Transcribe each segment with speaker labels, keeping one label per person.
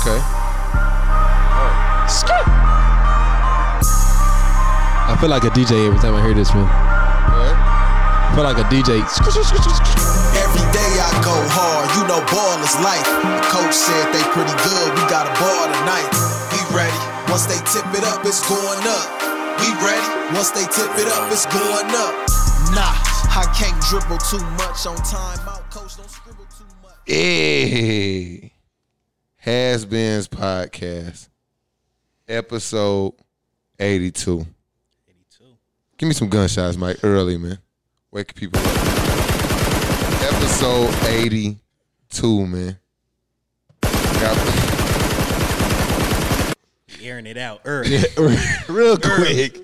Speaker 1: Okay.
Speaker 2: I feel like a DJ every time I hear this one.
Speaker 1: Alright.
Speaker 2: I feel like a DJ.
Speaker 3: Every day I go hard, you know ballers life. The coach said they pretty good, we got a ball tonight. We ready. Once they tip it up, it's going up. We ready. Once they tip it up, it's going up. Nah, I can't dribble too much on time out. Coach, don't scribble too much.
Speaker 1: Hey. Has Been's podcast, episode 82. 82. Give me some gunshots, Mike, early, man. Wake people up. Episode 82, man. Got-
Speaker 4: airing it out Er, early.
Speaker 2: Real quick.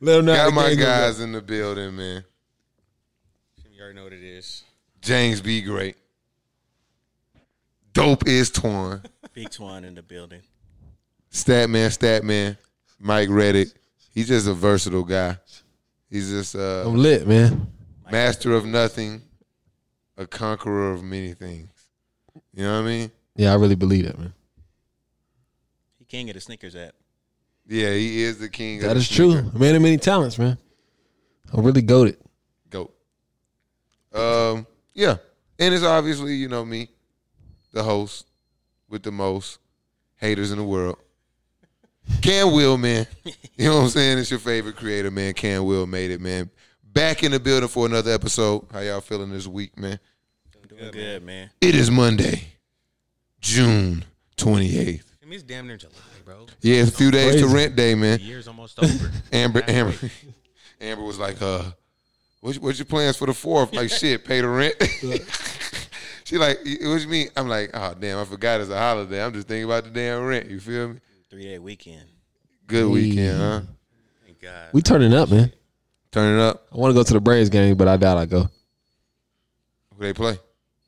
Speaker 2: Let them know. how
Speaker 1: got
Speaker 2: the
Speaker 1: my
Speaker 2: game go.
Speaker 1: guys in the building, man.
Speaker 4: you already know what it is.
Speaker 1: James B. Great. Dope is torn.
Speaker 4: Big Twan in the building.
Speaker 1: Statman, Statman, Mike Reddick. He's just a versatile guy. He's just a
Speaker 2: I'm lit, man.
Speaker 1: master of nothing, a conqueror of many things. You know what I mean?
Speaker 2: Yeah, I really believe that, man.
Speaker 4: He king of the Snickers app.
Speaker 1: Yeah, he is the king. of
Speaker 2: That
Speaker 1: the
Speaker 2: is true.
Speaker 1: sneaker.
Speaker 2: Man of many talents, man. I'm really goaded.
Speaker 1: Goat. Um, yeah, and it's obviously you know me, the host with the most haters in the world. Cam Will, man. You know what I'm saying? It's your favorite creator, man. Cam Will made it, man. Back in the building for another episode. How y'all feeling this week, man?
Speaker 4: Doing good, man.
Speaker 1: It is Monday, June 28th.
Speaker 5: I mean, it's damn near July, bro.
Speaker 1: Yeah, it's a few days to
Speaker 2: Crazy.
Speaker 1: rent day, man.
Speaker 5: The year's almost over.
Speaker 1: Amber, Amber, Amber was like, "Uh, what, what's your plans for the fourth? Like, shit, pay the rent." she like, "Y- "What you mean?" I'm like, "Oh, damn, I forgot it's a holiday. I'm just thinking about the damn rent." You feel me?
Speaker 4: Three day weekend.
Speaker 1: Good weekend, huh?
Speaker 5: Thank God.
Speaker 2: We turning up, man.
Speaker 1: Turn it up.
Speaker 2: I want to go to the Braves game, but I doubt I go.
Speaker 1: Who they play?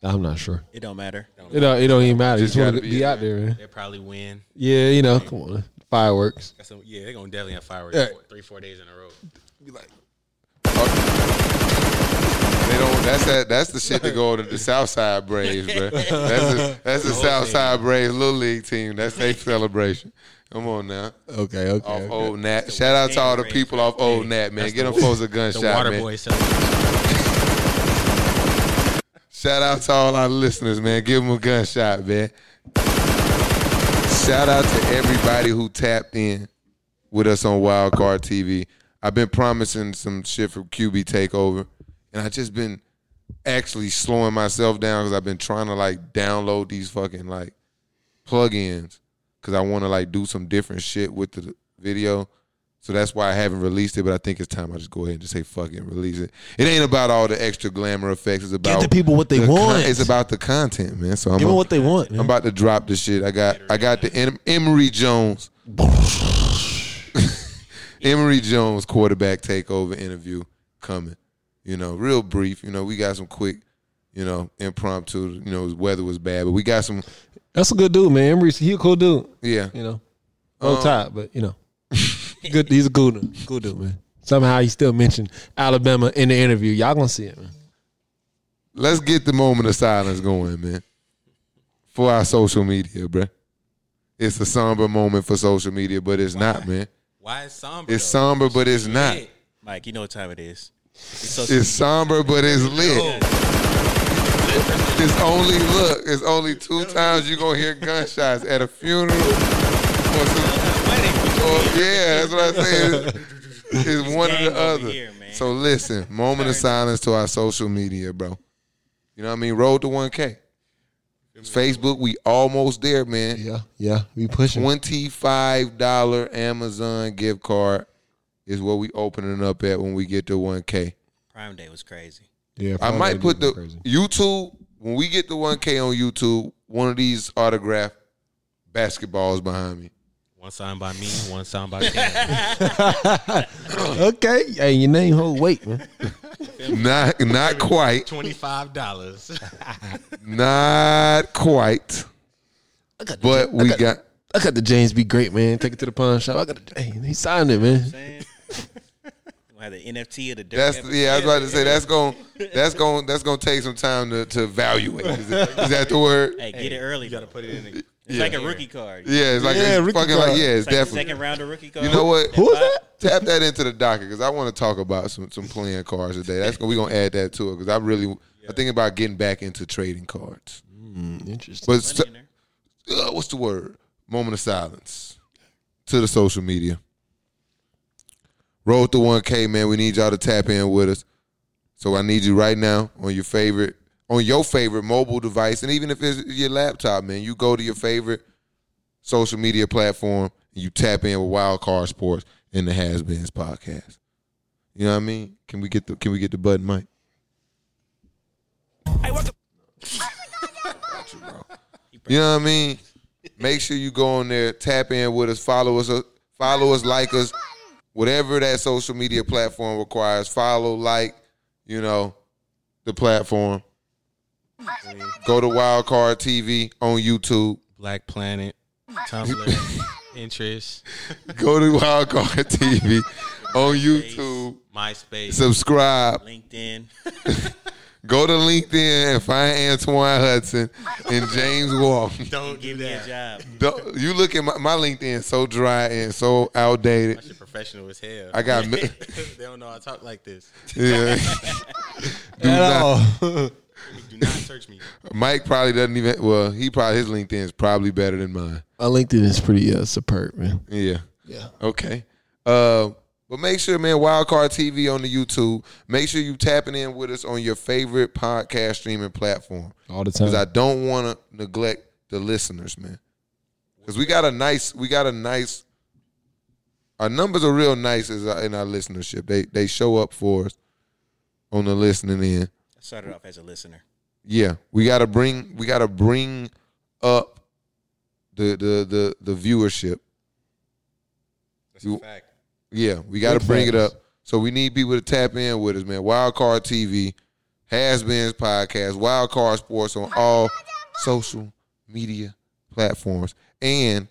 Speaker 2: I'm not sure.
Speaker 4: It don't matter.
Speaker 2: It don't, it don't even matter.
Speaker 1: Just
Speaker 2: Just, want
Speaker 1: gotta
Speaker 2: to
Speaker 1: be
Speaker 2: be,
Speaker 1: it,
Speaker 2: out there, man.
Speaker 5: They probably win.
Speaker 2: Yeah, you know, come on. Fireworks.
Speaker 5: Got some, yeah, they're gonna definitely have fireworks
Speaker 2: Yeah.
Speaker 5: four- three, four days in a row.
Speaker 1: They don't. That's that. That's the shit that go on to the South Side Braves, bro. That's the, that's the South Side Braves little league team. That's their celebration. Come on now.
Speaker 2: Okay, okay.
Speaker 1: Off
Speaker 2: okay.
Speaker 1: old Nat. Shout out to all the
Speaker 4: Braves,
Speaker 1: people off old Nat, man. Get them folks a
Speaker 5: The
Speaker 1: gunshot,
Speaker 5: water
Speaker 1: man.
Speaker 5: boy celebration.
Speaker 1: Shout out to all our listeners, man. Give them a gunshot, man. Shout out to everybody who tapped in with us on Wildcard TV. I've been promising some shit for QB Takeover, and I just been actually slowing myself down because I've been trying to like download these fucking like plugins because I want to like do some different shit with the video. So that's why I haven't released it, but I think it's time I just go ahead and just say fuck it and release it. It ain't about all the extra glamour effects. It's about
Speaker 2: the people what they
Speaker 1: the con-
Speaker 2: want.
Speaker 1: it's about the content, man. So I'm
Speaker 2: Give
Speaker 1: a-
Speaker 2: them what they want, man.
Speaker 1: I'm about to drop the shit. I got I got the em- Emory Jones. Emory Jones quarterback takeover interview coming. You know, real brief. You know, we got some quick, you know, impromptu, you know, weather was bad, but we got some
Speaker 2: That's a good dude, man. Emery's he a cool dude.
Speaker 1: yeah.
Speaker 2: You know, on top, but you know, good. He's a cool dude. Cool dude, man. Somehow he still mentioned Alabama in the interview. Y'all gonna see it, man.
Speaker 1: Let's get the moment of silence going, man. For our social media, bruh. It's a somber moment for social media, but it's not, man.
Speaker 5: Why is somber?
Speaker 1: It's
Speaker 5: though?
Speaker 1: somber, but it's not.
Speaker 5: Shit.
Speaker 4: Mike, you know what time it is. It's social
Speaker 1: It's somber, but it's lit.
Speaker 5: Oh,
Speaker 1: It's only look. It's only two times you gonna hear gunshots at a funeral. Or some- or- Oh, yeah, that's what I say. It's, it's one or
Speaker 4: gang
Speaker 1: the
Speaker 4: over
Speaker 1: other.
Speaker 4: here, man.
Speaker 1: so listen, moment of silence to our social media, bro. You know what I mean? Road to 1K. It's Facebook, we almost there, man.
Speaker 2: Yeah, yeah. We pushing.
Speaker 1: $25 Amazon gift card is what we opening up at when we get to 1K.
Speaker 4: Prime Day was crazy.
Speaker 2: yeah,
Speaker 1: I
Speaker 2: Friday
Speaker 1: might put the
Speaker 2: was crazy.
Speaker 1: YouTube when we get the 1K on YouTube. One of these autographed basketballs behind me.
Speaker 5: One signed by me, one signed by Cam.
Speaker 2: okay. Hey, your name hold weight, man.
Speaker 1: Not not quite,
Speaker 5: Twenty-five dollars.
Speaker 1: not quite.
Speaker 2: I got the,
Speaker 1: But we
Speaker 2: got-
Speaker 1: got
Speaker 2: I got the James B. Great, man. Take it to the pawn shop. I got the. Hey, he signed it, man.
Speaker 4: Man. Either NFT or the
Speaker 1: That's yeah. I was about to say that's going that's going that's going to take some time to, to evaluate. Is, it, is that the word?
Speaker 4: Hey, get it early.
Speaker 5: You gotta put it in. The,
Speaker 4: It's like a rookie card. It's
Speaker 1: Yeah, it's like
Speaker 2: Yeah,
Speaker 1: it's
Speaker 2: rookie
Speaker 1: fucking like
Speaker 2: card.
Speaker 1: yeah, it's,
Speaker 4: like the
Speaker 1: definitely.
Speaker 4: second round of rookie card.
Speaker 1: You know what?
Speaker 2: Who is that?
Speaker 1: Tap that into the docket because I want to talk about some some playing cards today. That's gonna, we gonna add that to it because I really I think about getting back into trading cards.
Speaker 2: Interesting.
Speaker 1: But
Speaker 4: Money in there.
Speaker 1: uh, what's the word? Moment of silence to the social media. Road to 1K, man. We need y'all to tap in with us. So I need you right now on your favorite, on your favorite mobile device, and even if it's your laptop, man. You go to your favorite social media platform and you tap in with Wild Card Sports and the Has Beens podcast. You know what I mean? Can we get the Can we get the button, Mike? You know what I mean? Make sure you go on there, tap in with us, follow us, uh, follow us, like us, whatever that social media platform requires. Follow, like, you know, the platform. Go to Wildcard TV on YouTube.
Speaker 5: Black Planet, Tumblr, Interest,
Speaker 1: Go to Wildcard TV on YouTube.
Speaker 5: MySpace,
Speaker 1: Subscribe.
Speaker 4: LinkedIn.
Speaker 1: Go to LinkedIn and find Antoine Hudson and James Walton.
Speaker 5: Don't
Speaker 4: Give me a job.
Speaker 1: Don't- You look at my, my LinkedIn so dry and so outdated.
Speaker 5: That shit professional as hell.
Speaker 1: I got mi-
Speaker 5: they don't know I talk like this.
Speaker 1: yeah. Do
Speaker 2: At
Speaker 1: not-
Speaker 2: all.
Speaker 5: Do not search me.
Speaker 1: Mike probably doesn't even. Well, he probably his LinkedIn is probably better than mine.
Speaker 2: My LinkedIn is pretty uh, superb, man.
Speaker 1: Yeah.
Speaker 2: Yeah.
Speaker 1: Okay. Uh, but make sure, man, Wildcard TV on the YouTube. Make sure you tapping in with us on your favorite podcast streaming platform
Speaker 2: All the
Speaker 1: because
Speaker 2: time.
Speaker 1: I don't want to neglect the listeners, man. Because we got a nice, we got a nice. Our numbers are real nice as our, in our listenership. They they show up for us on the listening end.
Speaker 4: I started off as a listener.
Speaker 1: Yeah, we gotta bring we gotta bring up the the the the viewership.
Speaker 5: That's
Speaker 1: You-
Speaker 5: a fact.
Speaker 1: Yeah, we gotta
Speaker 2: Big
Speaker 1: bring it up.
Speaker 2: facts.
Speaker 1: So we need people to tap in with us, man. Wildcard TV, Has Been's podcast, Wildcard Sports on all social media platforms and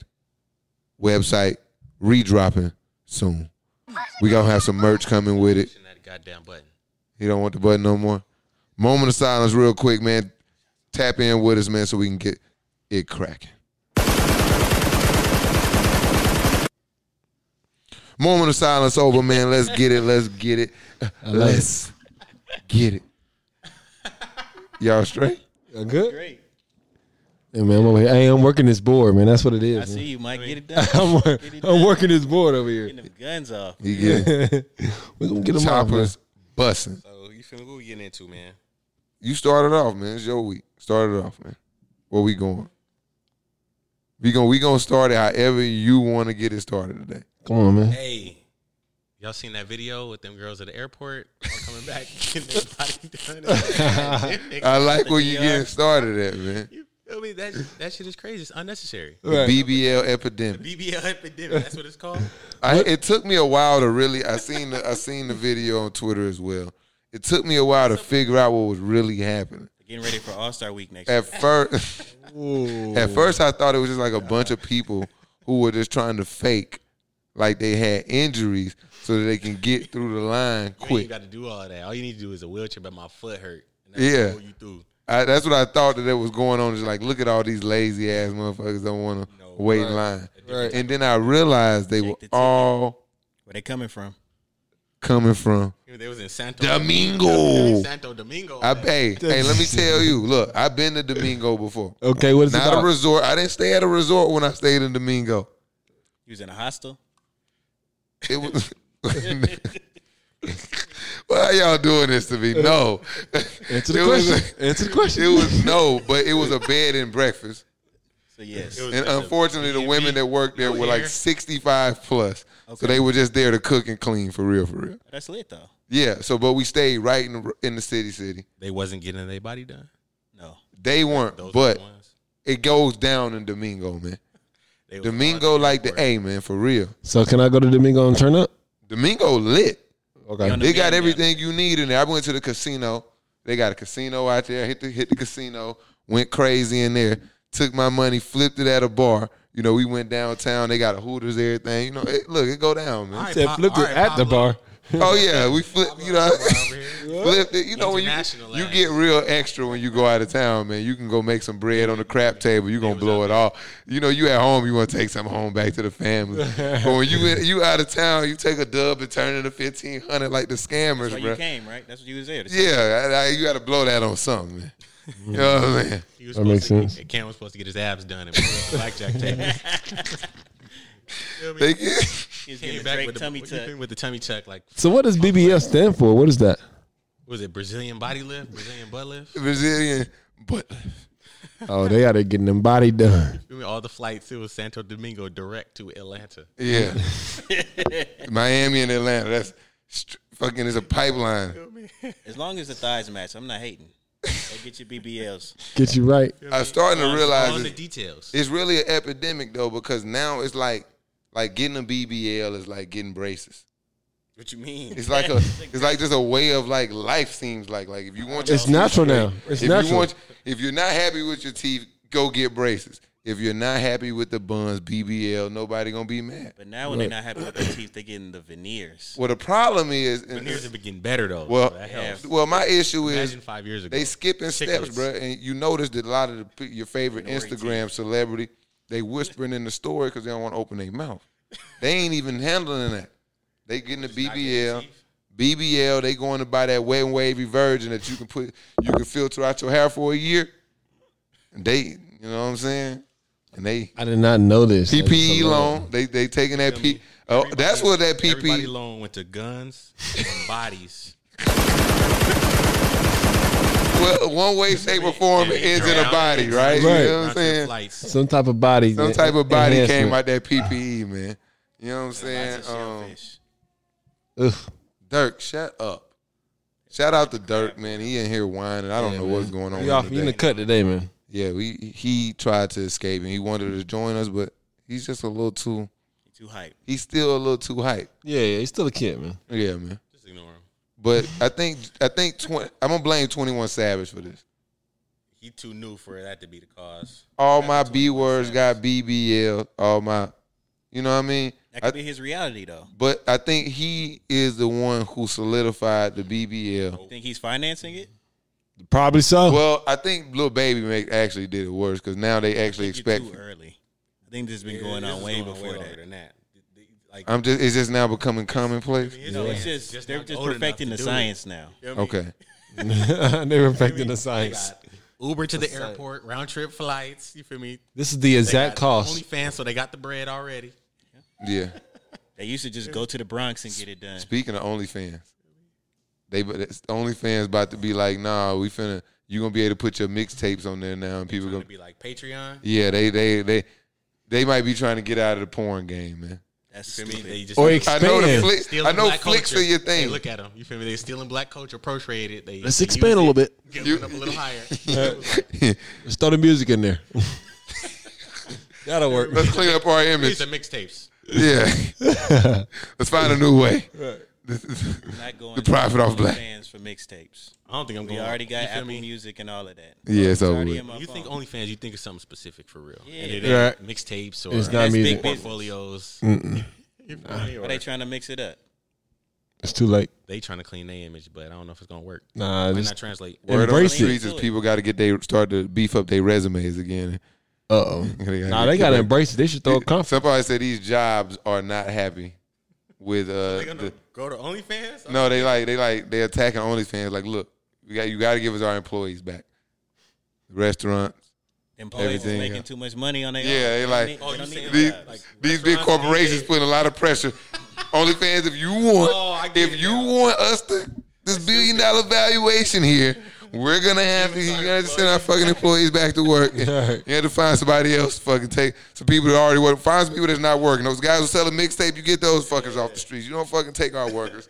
Speaker 1: website redropping soon. We gonna have some merch coming with it.
Speaker 5: Pushing that goddamn button.
Speaker 1: You don't want the button no more. Moment of silence, real quick, man. Tap in with us, man, so we can get it cracking. Moment of silence over, man. Let's get it. Let's get it.
Speaker 2: love it.
Speaker 1: Let's get it. Y'all straight?
Speaker 2: Uh, good.
Speaker 4: Great.
Speaker 2: Hey, man, I'm over here. Hey, I'm working this board, man. That's what it
Speaker 4: I
Speaker 2: is.
Speaker 4: see
Speaker 2: man.
Speaker 4: you, Mike. Get it done.
Speaker 2: I'm, wor-
Speaker 4: Get it
Speaker 2: I'm
Speaker 4: done.
Speaker 2: working this board over here.
Speaker 4: Getting them guns off.
Speaker 1: You get it.
Speaker 2: We're gonna get them off, man.
Speaker 1: Choppers bussing.
Speaker 5: So you feel what we getting into, man?
Speaker 1: You started off, man. It's your week. Started off, man. Where we going? We going we gonna start it however you want to get it started today.
Speaker 2: Come on, man.
Speaker 5: Hey, y'all seen that video with them girls at the airport? All coming back, getting their body done.
Speaker 1: I like where you
Speaker 5: DR.
Speaker 1: getting started at, man.
Speaker 5: you feel me? That that shit is crazy. It's unnecessary.
Speaker 2: Right.
Speaker 1: The BBL epidemic.
Speaker 5: BBL epidemic. That's what it's called.
Speaker 1: I, it took me a while to really. I seen the, I seen the video on Twitter as well. It took me a while to figure out what was really happening.
Speaker 4: Getting ready for All Star Week next year.
Speaker 1: At first, at first I thought it was just like a bunch of people who were just trying to fake like they had injuries so that they can get through the line
Speaker 5: You ain't
Speaker 1: quick.
Speaker 5: got to do all that. All you need to do is a wheelchair, but my foot hurt. And
Speaker 1: Yeah.
Speaker 5: what You through.
Speaker 1: I, that's what I thought that it was going on. Just like look at all these lazy ass motherfuckers don't want to
Speaker 5: No,
Speaker 1: wait
Speaker 5: right.
Speaker 1: in line.
Speaker 2: Right.
Speaker 1: And then I realized they
Speaker 4: Take
Speaker 1: were
Speaker 4: the ticket.
Speaker 1: all
Speaker 4: Where they coming from?
Speaker 1: coming from
Speaker 5: They was in Santo
Speaker 1: Domingo.
Speaker 5: Santo Domingo.
Speaker 1: I hey, hey, let me tell you. Look, I've been to Domingo before.
Speaker 2: Okay, what is
Speaker 1: Not a
Speaker 2: it?
Speaker 1: resort. I didn't stay at a resort when I stayed in Domingo.
Speaker 4: You was in a hostel?
Speaker 1: It was. Why are y'all doing this to me? No,
Speaker 2: Answer
Speaker 1: It
Speaker 2: the
Speaker 1: was-
Speaker 2: question. Answer the question.
Speaker 1: it was no, but it was a bed and breakfast.
Speaker 4: So yes.
Speaker 5: It was
Speaker 1: And
Speaker 5: at the
Speaker 1: unfortunately, the
Speaker 5: B&B.
Speaker 1: women that worked there
Speaker 5: You
Speaker 1: were like
Speaker 5: here?
Speaker 1: sixty-five plus, so they were just there to cook and clean for real, for real.
Speaker 4: That's lit though.
Speaker 1: Yeah. So, but we stayed right in the, in the city, city.
Speaker 5: They wasn't getting their body done.
Speaker 4: No.
Speaker 1: They weren't,
Speaker 5: Those
Speaker 1: but
Speaker 5: ones.
Speaker 1: it goes down in Domingo, man.
Speaker 5: They was
Speaker 1: Domingo
Speaker 5: on
Speaker 1: like the
Speaker 5: airport.
Speaker 1: A, man, for real.
Speaker 2: So can I go to Domingo and turn up?
Speaker 1: Domingo lit.
Speaker 2: Okay.
Speaker 4: on the
Speaker 1: They got
Speaker 4: man
Speaker 1: everything you need in there. I went to the casino. They got a casino out there. Hit the hit the casino. Went crazy in there. Took my money, flipped it at a bar. You know, we went downtown. They got a Hooters, everything. You know, it, look, it go down, man.
Speaker 5: All right,
Speaker 2: Said
Speaker 5: Pa-
Speaker 2: flipped
Speaker 5: all
Speaker 2: it
Speaker 5: right,
Speaker 2: at the
Speaker 5: Pablo.
Speaker 2: bar.
Speaker 1: Oh yeah, we flip. You know,
Speaker 5: over here.
Speaker 1: flip it. You know when you
Speaker 5: International
Speaker 1: you
Speaker 5: ass.
Speaker 1: get real extra when you go out of town, man. You can go make some bread on the crap table. You gonna blow it all. You know, you at home, you want to take some home back to the family. but when you in- you out of town, you take a dub and turn it into fifteen hundred like the scammers,
Speaker 4: That's why
Speaker 1: bro.
Speaker 4: you came, right? That's what you was there. to see.
Speaker 1: Yeah, I, I, you got to blow that on something, man. you know what I mean?
Speaker 5: He was
Speaker 2: That
Speaker 5: supposed
Speaker 2: makes
Speaker 5: to get-
Speaker 2: sense.
Speaker 5: Cam was supposed to get his abs done and blackjack table.
Speaker 1: They get,
Speaker 4: He was
Speaker 5: Came
Speaker 4: getting
Speaker 5: back
Speaker 4: Drake
Speaker 5: with the,
Speaker 4: tummy
Speaker 5: with
Speaker 4: tuck.
Speaker 5: the- with the tummy tuck, like
Speaker 2: So what does BBL stand for? What is that?
Speaker 5: was it Brazilian body lift, Brazilian butt lift?
Speaker 1: Brazilian, but
Speaker 2: Oh, they out there getting them body done.
Speaker 5: Remember all the flights? It was Santo Domingo direct to Atlanta.
Speaker 1: yeah, Miami and Atlanta. That's str- fucking. It's a pipeline.
Speaker 4: As long as the thighs match, I'm not hating. They get your BBLs.
Speaker 2: Get you right.
Speaker 1: I'm starting to realize
Speaker 5: all the
Speaker 1: it's-
Speaker 5: details.
Speaker 1: It's really an epidemic though because now it's like like getting a BBL is like getting braces.
Speaker 4: What you mean?
Speaker 1: It's like a it's like just a way of like life seems like like if you want your
Speaker 2: It's natural now. It's
Speaker 1: if
Speaker 2: natural.
Speaker 1: you want if you're not happy with your teeth go get braces. If you're not happy with the buns BBL nobody going to be mad.
Speaker 4: But now when they're not happy with their teeth, they're getting the veneers.
Speaker 1: Well the problem is
Speaker 5: But years have been getting better though.
Speaker 1: well
Speaker 5: so that helps.
Speaker 1: well my issue is
Speaker 5: Imagine five years ago.
Speaker 1: They skipping steps,
Speaker 5: Chicklets.
Speaker 1: bro. And you notice that a lot of the, pe- your favorite Instagram celebrity, they whispering in the story because they don't want to open their mouth. They ain't even handling that. They getting the BBL. BBL, they going to buy that wet and wavy virgin that you can put, you can filter out your hair for a year. And they, you know what I'm saying? And they
Speaker 2: I did not know this.
Speaker 1: PPE E loan, they they taking that P. Oh, that's what that
Speaker 5: Everybody
Speaker 1: PPE.
Speaker 5: loan went to guns and bodies.
Speaker 1: Well, one way, shape, or form it ends in a body, right? You
Speaker 2: Right.
Speaker 1: know what I'm
Speaker 5: Onto the
Speaker 1: saying?
Speaker 5: Flights.
Speaker 2: Some type of body.
Speaker 1: Some type of body came
Speaker 2: enhancement.
Speaker 1: out that PPE, man. You know what I'm saying?
Speaker 4: Lots of
Speaker 1: Um,
Speaker 4: shellfish.
Speaker 2: Ugh.
Speaker 1: Dirk, shut up. Shout out to Dirk, man. He in here whining. I don't know what's going on.
Speaker 2: You
Speaker 1: with
Speaker 2: off
Speaker 1: him
Speaker 2: you in the
Speaker 1: today.
Speaker 2: cut today, man.
Speaker 1: Yeah, we he tried to escape and he wanted to join us, but he's just a little too.
Speaker 4: You Too hype.
Speaker 1: He's still a little too hype.
Speaker 2: Yeah, yeah, he's still a kid, man.
Speaker 1: Yeah, man.
Speaker 5: Just ignore him.
Speaker 1: But I think I think 20, I'm gonna blame 21 Savage for this.
Speaker 5: He too new for that to be the cause.
Speaker 1: All my B words got BBL. All my, you know what I mean?
Speaker 4: That
Speaker 1: I-
Speaker 4: could be his reality, though.
Speaker 1: but I think he is the one who solidified the BBL.
Speaker 4: Think he's financing it?
Speaker 2: Probably so.
Speaker 1: Well, I think Lil Baby make, actually did it worse because now they actually
Speaker 4: You're
Speaker 1: expect.
Speaker 4: too early. I think this has been going on way before that.
Speaker 5: than that. Like
Speaker 1: I'm just. It's just now becoming commonplace.
Speaker 4: No, it's just, they're just perfecting the science now.
Speaker 1: Okay.
Speaker 2: they were affecting the science.
Speaker 5: Uber to the airport, round trip flights. You feel me?
Speaker 2: This is the exact
Speaker 5: Only
Speaker 2: cost.
Speaker 5: fans, so they got the bread already.
Speaker 1: Yeah.
Speaker 4: They used to just go to the Bronx and get it done.
Speaker 1: Speaking of OnlyFans, they but it's- OnlyFans about to be like, nah, we finna. You gonna be able to put your mixtapes on there now, and people
Speaker 5: Gonna
Speaker 1: gonna.
Speaker 5: be like Patreon.
Speaker 1: Yeah, they they they they might be trying to get out of the porn game, man.
Speaker 4: That's
Speaker 5: You feel me?
Speaker 4: stupid.
Speaker 5: They just
Speaker 2: Or
Speaker 1: I know the
Speaker 2: Expand.
Speaker 1: flick.
Speaker 5: stealing
Speaker 1: I know
Speaker 5: black
Speaker 1: flicks
Speaker 5: culture.
Speaker 1: are your
Speaker 5: They
Speaker 1: thing.
Speaker 5: look at them. You feel me? They stealing black culture, appropriate it. They
Speaker 2: Let's
Speaker 5: they use
Speaker 2: expand a
Speaker 5: it,
Speaker 2: little bit.
Speaker 5: Get
Speaker 1: You-
Speaker 5: it up a little higher.
Speaker 2: Let's throw the music in there. That'll work.
Speaker 1: Let's clean up our image.
Speaker 5: These are mixtapes.
Speaker 1: Yeah. Let's find a new way.
Speaker 4: I'm not going
Speaker 1: The profit off black.
Speaker 4: fans for mixtapes.
Speaker 5: I don't think I'm
Speaker 4: We
Speaker 5: going.
Speaker 4: already got
Speaker 5: you feel
Speaker 4: Apple
Speaker 5: me?
Speaker 4: Music and all of that.
Speaker 1: Yeah, it's
Speaker 4: It's
Speaker 1: over.
Speaker 4: already
Speaker 1: with.
Speaker 4: in my
Speaker 5: When you think
Speaker 4: phone.
Speaker 5: OnlyFans, you think of something specific for real.
Speaker 4: Yeah.
Speaker 5: And it ain't uh,
Speaker 2: Right.
Speaker 5: mixtapes or
Speaker 2: It's not
Speaker 4: That's
Speaker 2: music.
Speaker 4: big business.
Speaker 5: portfolios.
Speaker 1: Mm.
Speaker 5: You feel me?
Speaker 4: Are
Speaker 5: Or
Speaker 4: they trying to mix it up?
Speaker 2: It's too late.
Speaker 5: They trying to clean their image, but I don't know if it's gonna work.
Speaker 2: Nah,
Speaker 5: Might
Speaker 2: just
Speaker 5: not translate.
Speaker 1: Word on the
Speaker 2: embrace it.
Speaker 1: streets is people got to get they start to beef up their resumes again.
Speaker 2: Uh oh.
Speaker 1: They gotta
Speaker 2: Nah,
Speaker 1: get
Speaker 2: they gotta
Speaker 1: back-
Speaker 2: embrace it. They should throw a conference.
Speaker 1: Somebody said these jobs are not happy with uh.
Speaker 5: They gonna
Speaker 1: the-
Speaker 5: go to OnlyFans?
Speaker 1: no, they like they like they attacking OnlyFans. Like, look, you got you got to give us our employees back. Restaurants,
Speaker 4: Employees is
Speaker 1: Everything,
Speaker 4: making
Speaker 1: yeah.
Speaker 4: too much money on their
Speaker 1: Yeah, they
Speaker 4: own.
Speaker 1: like-
Speaker 4: They don't
Speaker 5: Oh,
Speaker 4: need-
Speaker 5: you
Speaker 4: they don't
Speaker 5: saying
Speaker 4: need
Speaker 1: these,
Speaker 5: that, like,
Speaker 1: these big
Speaker 5: restaurants,
Speaker 1: corporations
Speaker 5: yeah.
Speaker 1: putting a lot of pressure. OnlyFans, if you want,
Speaker 5: Oh, I get
Speaker 1: if
Speaker 5: it
Speaker 1: you
Speaker 5: now.
Speaker 1: want us to this billion dollar valuation here, we're gonna have to you gotta send our fucking employees back to work.
Speaker 2: Right.
Speaker 1: You had to find somebody else. to Fucking take some people that already work. Find some people that's not working. Those guys who sell a mixtape, you get those fuckers off the streets. You don't fucking take our workers.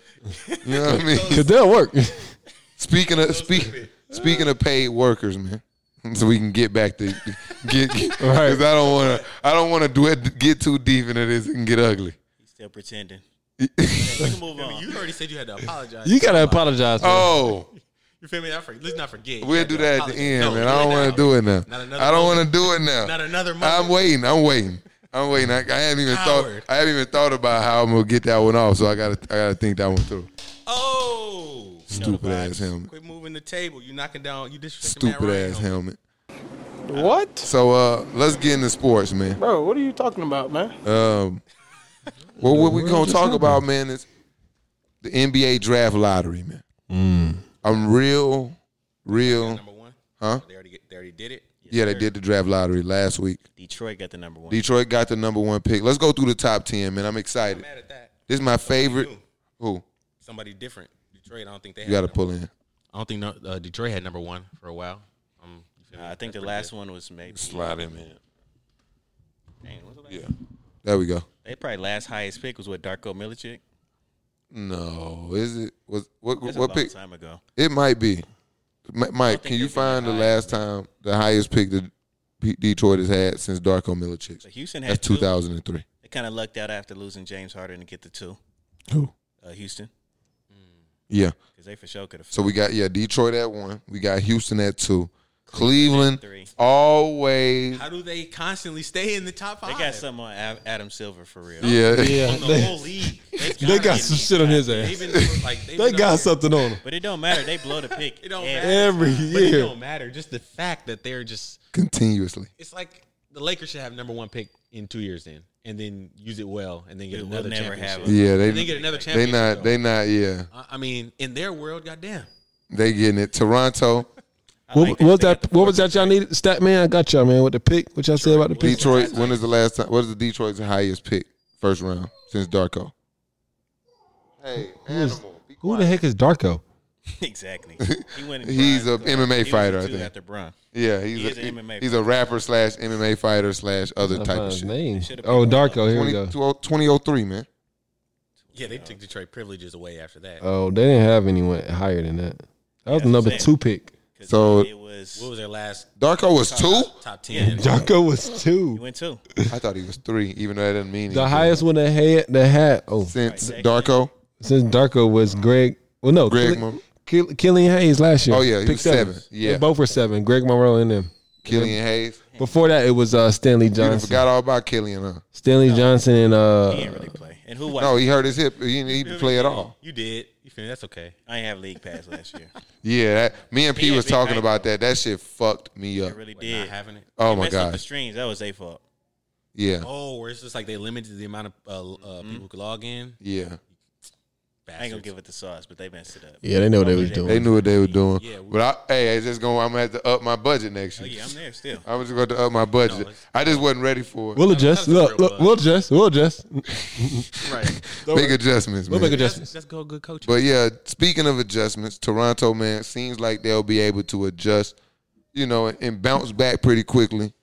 Speaker 1: You know what I mean?
Speaker 2: Cause they'll work.
Speaker 1: Speaking of speaking speaking of paid workers, man. So we can get back to get because I don't want to. I don't want to get too deep into this and get ugly.
Speaker 4: He's still pretending. we can move on.
Speaker 5: You already said you had to apologize.
Speaker 2: You gotta apologize. man.
Speaker 1: Oh,
Speaker 5: You feel me? I for, let's not forget. You
Speaker 1: we'll
Speaker 5: had
Speaker 1: do
Speaker 5: to
Speaker 1: that at the
Speaker 5: apologize.
Speaker 1: end,
Speaker 5: No,
Speaker 1: man. I don't
Speaker 5: it
Speaker 1: want to do it now.
Speaker 5: Not another
Speaker 1: I don't want
Speaker 5: moment.
Speaker 1: to do it now.
Speaker 5: Not another
Speaker 1: I'm
Speaker 5: moment.
Speaker 1: waiting. I'm waiting. I'm waiting. I, I haven't even
Speaker 5: Howard.
Speaker 1: thought. I haven't even thought about how I'm gonna get that one off. So I gotta. I gotta think that one through.
Speaker 5: Oh,
Speaker 1: Stupid ass helmet.
Speaker 5: quit moving the table. You knocking down. You disrespecting Matt
Speaker 1: Stupid
Speaker 5: Ryan.
Speaker 1: ass helmet.
Speaker 6: What?
Speaker 1: So uh, let's get into sports, man.
Speaker 6: Bro, what are you talking about, man?
Speaker 1: Um, well, what we
Speaker 2: Where
Speaker 1: gonna
Speaker 2: is this
Speaker 1: talk
Speaker 2: happening?
Speaker 1: about, man, is the NBA draft lottery, man. Mm. I'm real, real.
Speaker 5: Number one.
Speaker 1: Huh?
Speaker 5: They already get, they already did it.
Speaker 1: Yeah, they did the draft lottery last week.
Speaker 4: Detroit got the number one.
Speaker 1: Detroit got the number one pick. Let's go through the top ten, man. I'm excited.
Speaker 5: Mad at that.
Speaker 1: This is my favorite.
Speaker 5: new.
Speaker 1: Who
Speaker 5: Somebody different. Detroit. I don't think they.
Speaker 1: you got to pull in?
Speaker 5: I don't think no, uh, Detroit had number one for a while. Um, you feel me?
Speaker 4: Nah, I think the last one was maybe.
Speaker 1: Slide him in.
Speaker 4: Dang, what's the last-
Speaker 1: There we go.
Speaker 4: They probably last highest pick was what Darko Milicic.
Speaker 1: No, is it? Was what?
Speaker 4: That's a
Speaker 1: what
Speaker 4: long
Speaker 1: pick?
Speaker 4: time ago.
Speaker 1: It might be. Mi- Mike, can
Speaker 4: think
Speaker 1: you
Speaker 4: they've been
Speaker 1: find the
Speaker 4: high.
Speaker 1: last time the highest pick that P- Detroit has had since Darko Milicic?
Speaker 4: So Houston had
Speaker 1: That's
Speaker 4: two.
Speaker 1: 2003.
Speaker 4: They kind of lucked out after losing James Harden to get the two.
Speaker 1: Who?
Speaker 4: Uh, Houston,
Speaker 1: Yeah.
Speaker 4: because they for sure could have.
Speaker 1: So we got yeah Detroit at one. We got Houston at two. Cleveland,
Speaker 4: three.
Speaker 1: always.
Speaker 5: How do they constantly stay in the top
Speaker 4: they
Speaker 5: five?
Speaker 4: got something on Ad- Adam Silver for real.
Speaker 1: Yeah.
Speaker 2: Yeah,
Speaker 5: The
Speaker 2: they,
Speaker 5: whole league.
Speaker 2: they got some shit on his
Speaker 5: They've
Speaker 2: ass.
Speaker 5: been like
Speaker 2: They
Speaker 5: they've been up
Speaker 2: got
Speaker 5: there.
Speaker 2: something on him
Speaker 4: But it don't matter. They blow the pick.
Speaker 5: It don't
Speaker 4: every-
Speaker 5: matter.
Speaker 2: every
Speaker 5: But it
Speaker 2: year.
Speaker 5: don't matter. Just the fact that they're just
Speaker 1: Continuously.
Speaker 5: it's like the Lakers should have number one pick in two years then, and then use it well, and then get
Speaker 4: It will
Speaker 5: another
Speaker 4: never
Speaker 5: championship.
Speaker 4: happen.
Speaker 1: Yeah. They
Speaker 5: And then get another
Speaker 1: they
Speaker 5: championship.
Speaker 1: not
Speaker 5: though.
Speaker 1: they not yeah
Speaker 5: I- I mean, in their world, goddamn.
Speaker 1: they getting it. Toronto,
Speaker 4: I
Speaker 2: What, what
Speaker 4: like
Speaker 2: was
Speaker 4: they got
Speaker 2: that?
Speaker 4: the
Speaker 2: What was that y'all needed? Stat man, I got y'all man. What the pick? What y'all said about the pick?
Speaker 1: Detroit. When is the last time? What is the Detroit's highest pick first round since Darko? Hey, animal. be
Speaker 2: Who the heck is Darko?
Speaker 4: exactly. He went.
Speaker 1: He's a MMA fighter, I
Speaker 4: I
Speaker 1: think.
Speaker 4: think. After Bron,
Speaker 1: Yeah, he's
Speaker 4: He
Speaker 1: a,
Speaker 4: is an MMA
Speaker 1: he's a rapper slash MMA fighter slash other type of shit.
Speaker 2: Name.
Speaker 4: should've
Speaker 2: Uh-huh, Oh,
Speaker 4: picked
Speaker 2: Darko. Here we
Speaker 1: 20,
Speaker 2: go.
Speaker 1: 2003, man.
Speaker 5: Yeah, they took Detroit privileges away after that.
Speaker 1: Uh,
Speaker 2: Oh, they didn't have anyone higher than that. That was the number
Speaker 4: I'm
Speaker 2: two pick.
Speaker 4: 'Cause
Speaker 1: So-
Speaker 4: it was.
Speaker 5: what was their last
Speaker 1: Darko was two.
Speaker 5: top ten?
Speaker 2: Darko was
Speaker 4: He
Speaker 2: two.
Speaker 4: went two.
Speaker 1: I thought he was three, even though that doesn't mean
Speaker 2: The
Speaker 1: anything.
Speaker 2: highest one that had that had. Oh,
Speaker 1: since
Speaker 4: Right,
Speaker 1: Darko.
Speaker 2: since Darko was Greg. Well, no,
Speaker 1: Greg
Speaker 2: Killi-
Speaker 1: Mon-
Speaker 2: Kill- Killian Hayes last year.
Speaker 1: Oh, yeah, he
Speaker 2: pick
Speaker 1: was seven. Yeah.
Speaker 2: They both were seven. Greg Monroe and them.
Speaker 1: Killian Hayes.
Speaker 2: Before that, it was uh, Stanley
Speaker 1: You done
Speaker 2: Johnson.
Speaker 1: forgot all about Killian, huh?
Speaker 2: Stanley Johnson and
Speaker 4: He
Speaker 2: uh,
Speaker 4: didn't really play. And who was?
Speaker 1: No, he hurt his hip. He didn't, he didn't play at all.
Speaker 5: You did. You feel me? That's okay.
Speaker 4: I ain't have league pass last year.
Speaker 1: Yeah, that, me and P
Speaker 4: had
Speaker 1: was
Speaker 4: big
Speaker 1: talking
Speaker 4: hype.
Speaker 1: about that. That shit fucked me
Speaker 4: I
Speaker 1: up.
Speaker 4: really
Speaker 5: Like,
Speaker 4: did.
Speaker 5: not having it.
Speaker 1: Oh
Speaker 4: They
Speaker 1: my
Speaker 4: messed up The
Speaker 1: god.
Speaker 4: streams. That was their fault.
Speaker 1: Yeah,
Speaker 5: Oh, where it's just like they limited the amount of uh, uh, people who could log in.
Speaker 1: yeah.
Speaker 4: I ain't gonna
Speaker 5: Bastards.
Speaker 4: give it the sauce, but they messed it up.
Speaker 2: yeah, they know what they was
Speaker 1: They
Speaker 2: doing.
Speaker 1: knew what they were doing.
Speaker 5: Yeah, we-
Speaker 1: but I, hey, it's just going. to I'm gonna have to up my budget next
Speaker 4: Oh
Speaker 1: year.
Speaker 4: yeah, I'm there still.
Speaker 1: I'm just going to up my budget.
Speaker 5: it's-
Speaker 1: I just wasn't ready for it.
Speaker 2: We'll adjust.
Speaker 5: That's a
Speaker 2: Look,
Speaker 5: real
Speaker 2: look,
Speaker 5: bug.
Speaker 2: we'll adjust. We'll adjust.
Speaker 5: Right.
Speaker 1: Big adjustments,
Speaker 2: We'll
Speaker 1: man.
Speaker 2: make adjustments.
Speaker 5: That's, that's go good coaching.
Speaker 1: But yeah, speaking of adjustments, Toronto man seems like they'll be able to adjust, you know, and bounce back pretty quickly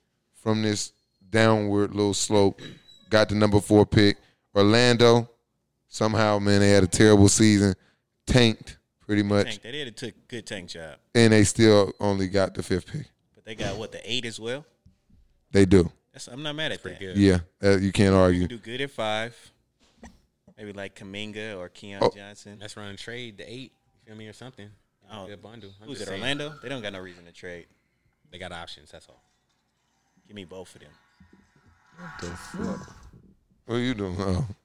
Speaker 1: from this downward little slope. Got the number four pick. Orlando, somehow man, they had a terrible season, tanked pretty much,
Speaker 4: Tank. They did a took good tank job,
Speaker 1: and they still only got the fifth pick.
Speaker 4: but they got what the eight as well.
Speaker 1: They do,
Speaker 4: That's, I'm not mad at that.
Speaker 5: good.
Speaker 1: yeah, uh, you can't argue.
Speaker 4: Do good at five. Maybe like Kaminga or Keon
Speaker 1: Oh.
Speaker 4: Johnson.
Speaker 5: That's running trade the eight. You feel me or something?
Speaker 4: Oh,
Speaker 5: Good bundle. I'm
Speaker 4: Who's
Speaker 5: just
Speaker 4: it?
Speaker 5: saying.
Speaker 4: Orlando? They don't got no reason to trade.
Speaker 5: They got options. That's all.
Speaker 4: Give me both of them.
Speaker 1: What are you doing? Oh.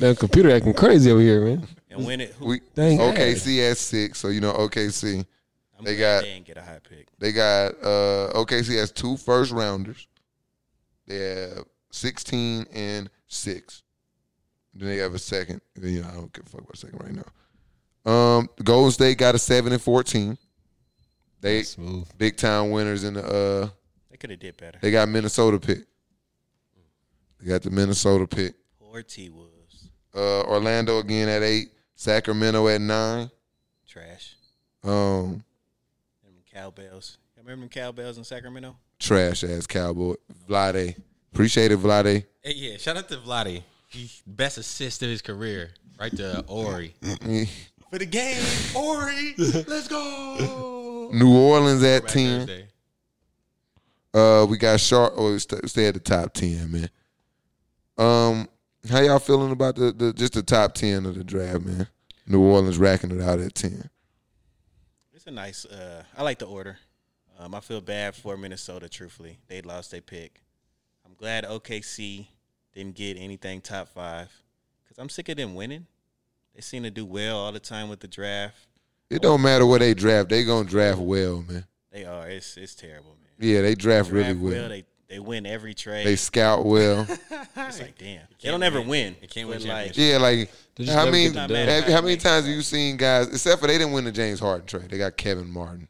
Speaker 2: That computer acting crazy over here, man.
Speaker 4: And when it, who,
Speaker 1: We
Speaker 2: Dang.
Speaker 1: OKC at six, so you know OKC.
Speaker 4: I'm
Speaker 1: they
Speaker 4: glad
Speaker 1: got-
Speaker 4: they didn't get a high pick.
Speaker 1: They got uh OKC has two first rounders. They have sixteen and six. Then they have a second. Then, You know, I don't give a fuck about second right now. Um, Golden State got a seven and fourteen. They
Speaker 2: Smooth.
Speaker 1: big time winners in the. Uh,
Speaker 4: They could have did better.
Speaker 1: they got Minnesota pick. They got the Minnesota pick.
Speaker 4: Poor T Wolves.
Speaker 1: Uh, Orlando again at eight. Sacramento at nine.
Speaker 4: Trash.
Speaker 1: Um,
Speaker 4: Them cowbells. Y'all remember them cowbells in Sacramento?
Speaker 1: trash ass Cowboy Vlade. Appreciate it, Vlade.
Speaker 5: Hey, yeah. Shout out to Vlade. He best assist of his career. Right to Ori. For the game, Ori. Let's go.
Speaker 1: New Orleans at
Speaker 5: Back
Speaker 1: ten.
Speaker 5: Thursday.
Speaker 1: Uh, we got Sharp. Oh, we st- stay at the top ten, man. Um, how y'all feeling about the, the just the top ten of the draft, man? New Orleans racking it out at ten.
Speaker 4: It's a nice. Uh, I like the order. Um, I feel bad for Minnesota. Truthfully, they lost their pick. I'm glad OKC Didn't get anything top five because I'm sick of them winning. They seem to do well all the time with the draft.
Speaker 1: It don't matter what they draft. They gonna draft well, man.
Speaker 4: They are. It's it's terrible, man.
Speaker 1: Yeah, they draft, really
Speaker 4: Draft well.
Speaker 1: well.
Speaker 4: They they win every trade.
Speaker 1: They scout well.
Speaker 4: it's like damn, they don't ever win.
Speaker 5: They can't
Speaker 4: But,
Speaker 5: win
Speaker 4: Like,
Speaker 1: yeah, like
Speaker 2: They just
Speaker 1: how
Speaker 2: never
Speaker 1: many
Speaker 2: get
Speaker 4: it done.
Speaker 1: have- how many times have you seen guys? Except for they didn't win the James Harden trade. They got Kevin Martin.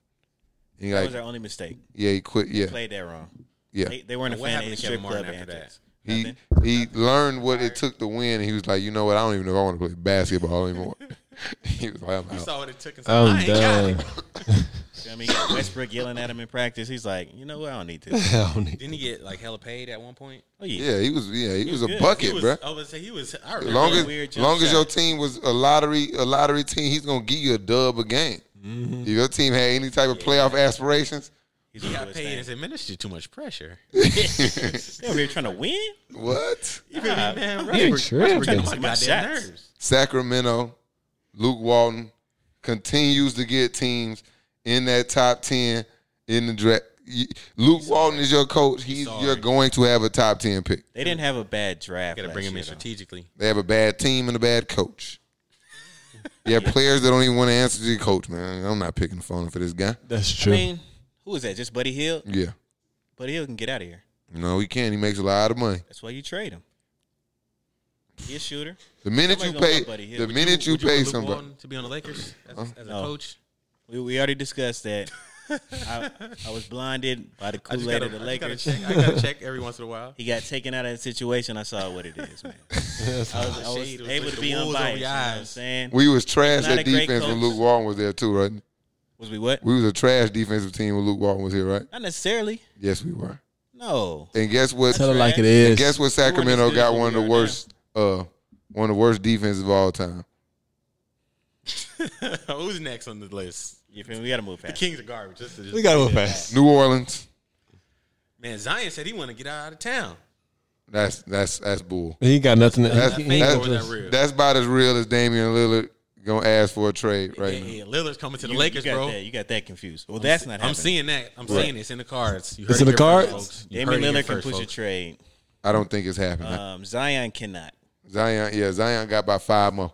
Speaker 1: And you're
Speaker 4: that was their
Speaker 1: like,
Speaker 4: only mistake.
Speaker 1: yeah, he quit. Yeah,
Speaker 4: Played that wrong.
Speaker 1: yeah.
Speaker 4: They, they weren't a
Speaker 5: What
Speaker 4: fan of
Speaker 5: happened
Speaker 4: his
Speaker 5: to Kevin
Speaker 4: strip
Speaker 5: Martin
Speaker 4: club
Speaker 5: after that?
Speaker 4: antics.
Speaker 1: He
Speaker 4: Nothing.
Speaker 1: he learned what it took to win. And he was like, you know what? I don't even know if I want to play basketball anymore. he was like, I'm
Speaker 5: You
Speaker 1: out.
Speaker 5: saw what it took. Oh, And said, I
Speaker 2: I'm
Speaker 5: ain't got
Speaker 2: done.
Speaker 5: it.
Speaker 4: You know what I mean, He got Westbrook yelling at him in practice. He's like, you know what? I don't need this.
Speaker 2: I don't need-
Speaker 5: Didn't he get like hella paid at one point?
Speaker 4: Oh yeah.
Speaker 1: Yeah, he was. Yeah, he was a
Speaker 4: good.
Speaker 5: He
Speaker 1: bucket,
Speaker 5: was,
Speaker 1: bruh.
Speaker 5: I was say he was. I remember.
Speaker 1: Long
Speaker 4: really
Speaker 1: as
Speaker 4: weird jump
Speaker 1: long as
Speaker 4: shot.
Speaker 1: your team was a lottery a lottery team, he's gonna give you a dub a game. If your team had any type of playoff aspirations,
Speaker 4: He's
Speaker 5: he
Speaker 4: gonna
Speaker 5: got
Speaker 4: do his
Speaker 5: paid
Speaker 4: thing.
Speaker 5: and said, "Man, this shit too much pressure."
Speaker 4: They over here trying to win.
Speaker 1: what?
Speaker 5: Nah, man,
Speaker 2: You
Speaker 5: Westbrook-
Speaker 2: tripping.
Speaker 5: Westbrook on my
Speaker 4: Shots.
Speaker 5: goddamn nerves.
Speaker 1: Sacramento, Luke Walton continues to get teams in that top ten in the draft. You- Luke Walton is your coach. He's
Speaker 5: sorry.
Speaker 1: you're going to have a top ten pick.
Speaker 4: They didn't have a bad draft.
Speaker 5: Got to
Speaker 4: last
Speaker 5: bring him
Speaker 4: year,
Speaker 5: in
Speaker 4: though.
Speaker 5: strategically.
Speaker 1: They have a bad team and a bad coach. You have players that don't even want to answer to your coach, man. I'm not picking the phone for this guy.
Speaker 2: That's
Speaker 4: I
Speaker 2: true.
Speaker 4: mean, who is that? Just Buddy Hill.
Speaker 1: Yeah.
Speaker 4: Buddy Hill can get out of here.
Speaker 1: No, he can't. He makes a lot of money.
Speaker 4: That's why you trade him. He a shooter.
Speaker 1: The minute
Speaker 4: Somebody
Speaker 1: you
Speaker 4: gonna
Speaker 1: pay,
Speaker 4: want Buddy Hill.
Speaker 1: the
Speaker 4: Would
Speaker 1: minute you,
Speaker 5: Would
Speaker 1: pay
Speaker 5: want Luke
Speaker 1: somebody,
Speaker 5: Walton to be on the Lakers as, as a
Speaker 4: No.
Speaker 5: coach?
Speaker 4: We, we already discussed that. I, I was blinded by the
Speaker 5: I just
Speaker 4: Kool Aid
Speaker 5: gotta,
Speaker 4: of the
Speaker 5: I just gotta
Speaker 4: Lakers.
Speaker 5: check. I gotta check every once in a while.
Speaker 4: He got taken out of the situation. I saw what it is, man. I was, I was
Speaker 5: Shade was
Speaker 4: able
Speaker 5: like
Speaker 4: to
Speaker 5: the
Speaker 4: be
Speaker 5: wolves
Speaker 4: unbiased.
Speaker 5: over
Speaker 4: You
Speaker 5: your
Speaker 4: know what I'm
Speaker 5: eyes.
Speaker 4: saying?
Speaker 1: we was trash
Speaker 4: Not
Speaker 1: at
Speaker 4: a great
Speaker 1: defense when
Speaker 4: coach.
Speaker 1: Luke Walton was there too, right?
Speaker 4: Was we what?
Speaker 1: We was a trash defensive team when Luke Walton was here, right?
Speaker 4: Not necessarily.
Speaker 1: Yes, we were.
Speaker 4: No.
Speaker 1: And guess what?
Speaker 2: Tell it like it
Speaker 1: And
Speaker 2: is.
Speaker 1: guess what? Sacramento
Speaker 5: as good as
Speaker 1: got
Speaker 5: what
Speaker 1: one
Speaker 5: we
Speaker 1: of the
Speaker 5: are now.
Speaker 1: worst, uh, one of the worst defenses of all time.
Speaker 5: Who's next on the list?
Speaker 4: You feel me? We got to move
Speaker 5: The
Speaker 4: fast.
Speaker 5: Kings are garbage. Just, just,
Speaker 2: we gotta go fast.
Speaker 1: New Orleans.
Speaker 5: man, Zion said he want to get out of town.
Speaker 1: That's that's that's bull.
Speaker 2: He ain't got nothing. To,
Speaker 1: That's
Speaker 2: he ain't
Speaker 5: fake
Speaker 1: that's,
Speaker 5: or
Speaker 2: got
Speaker 5: is that
Speaker 2: nothing.
Speaker 5: real?
Speaker 1: that's about as real as Damian Lillard gonna ask for a trade right now.
Speaker 5: Yeah, Lillard's coming to the
Speaker 4: You-
Speaker 5: Lakers,
Speaker 4: you got
Speaker 5: bro.
Speaker 4: That, you got that confused. Well, that's not happening.
Speaker 5: I'm seeing that. I'm seeing it. it's in the cards. You
Speaker 2: It's
Speaker 5: heard
Speaker 2: in
Speaker 5: it
Speaker 2: the
Speaker 5: here first,
Speaker 2: cards?
Speaker 5: folks. You
Speaker 4: Damian
Speaker 5: heard it here
Speaker 4: Lilard can
Speaker 5: first,
Speaker 4: push a
Speaker 5: folks.
Speaker 4: trade.
Speaker 1: I don't think it's happening.
Speaker 4: Um, Zion cannot.
Speaker 1: Zion, yeah, Zion got by five more.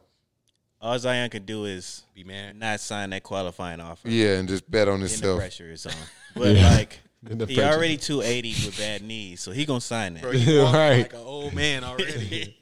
Speaker 4: All Zion could do is
Speaker 5: Be mad.
Speaker 4: not sign that qualifying offer.
Speaker 1: Yeah, and just bet on
Speaker 4: Then the
Speaker 1: himself.
Speaker 4: pressure is on. But like,
Speaker 2: Then the
Speaker 4: he
Speaker 2: pressure.
Speaker 4: already 280 with bad knees, so he gonna sign that.
Speaker 2: right.
Speaker 5: Like an old man already.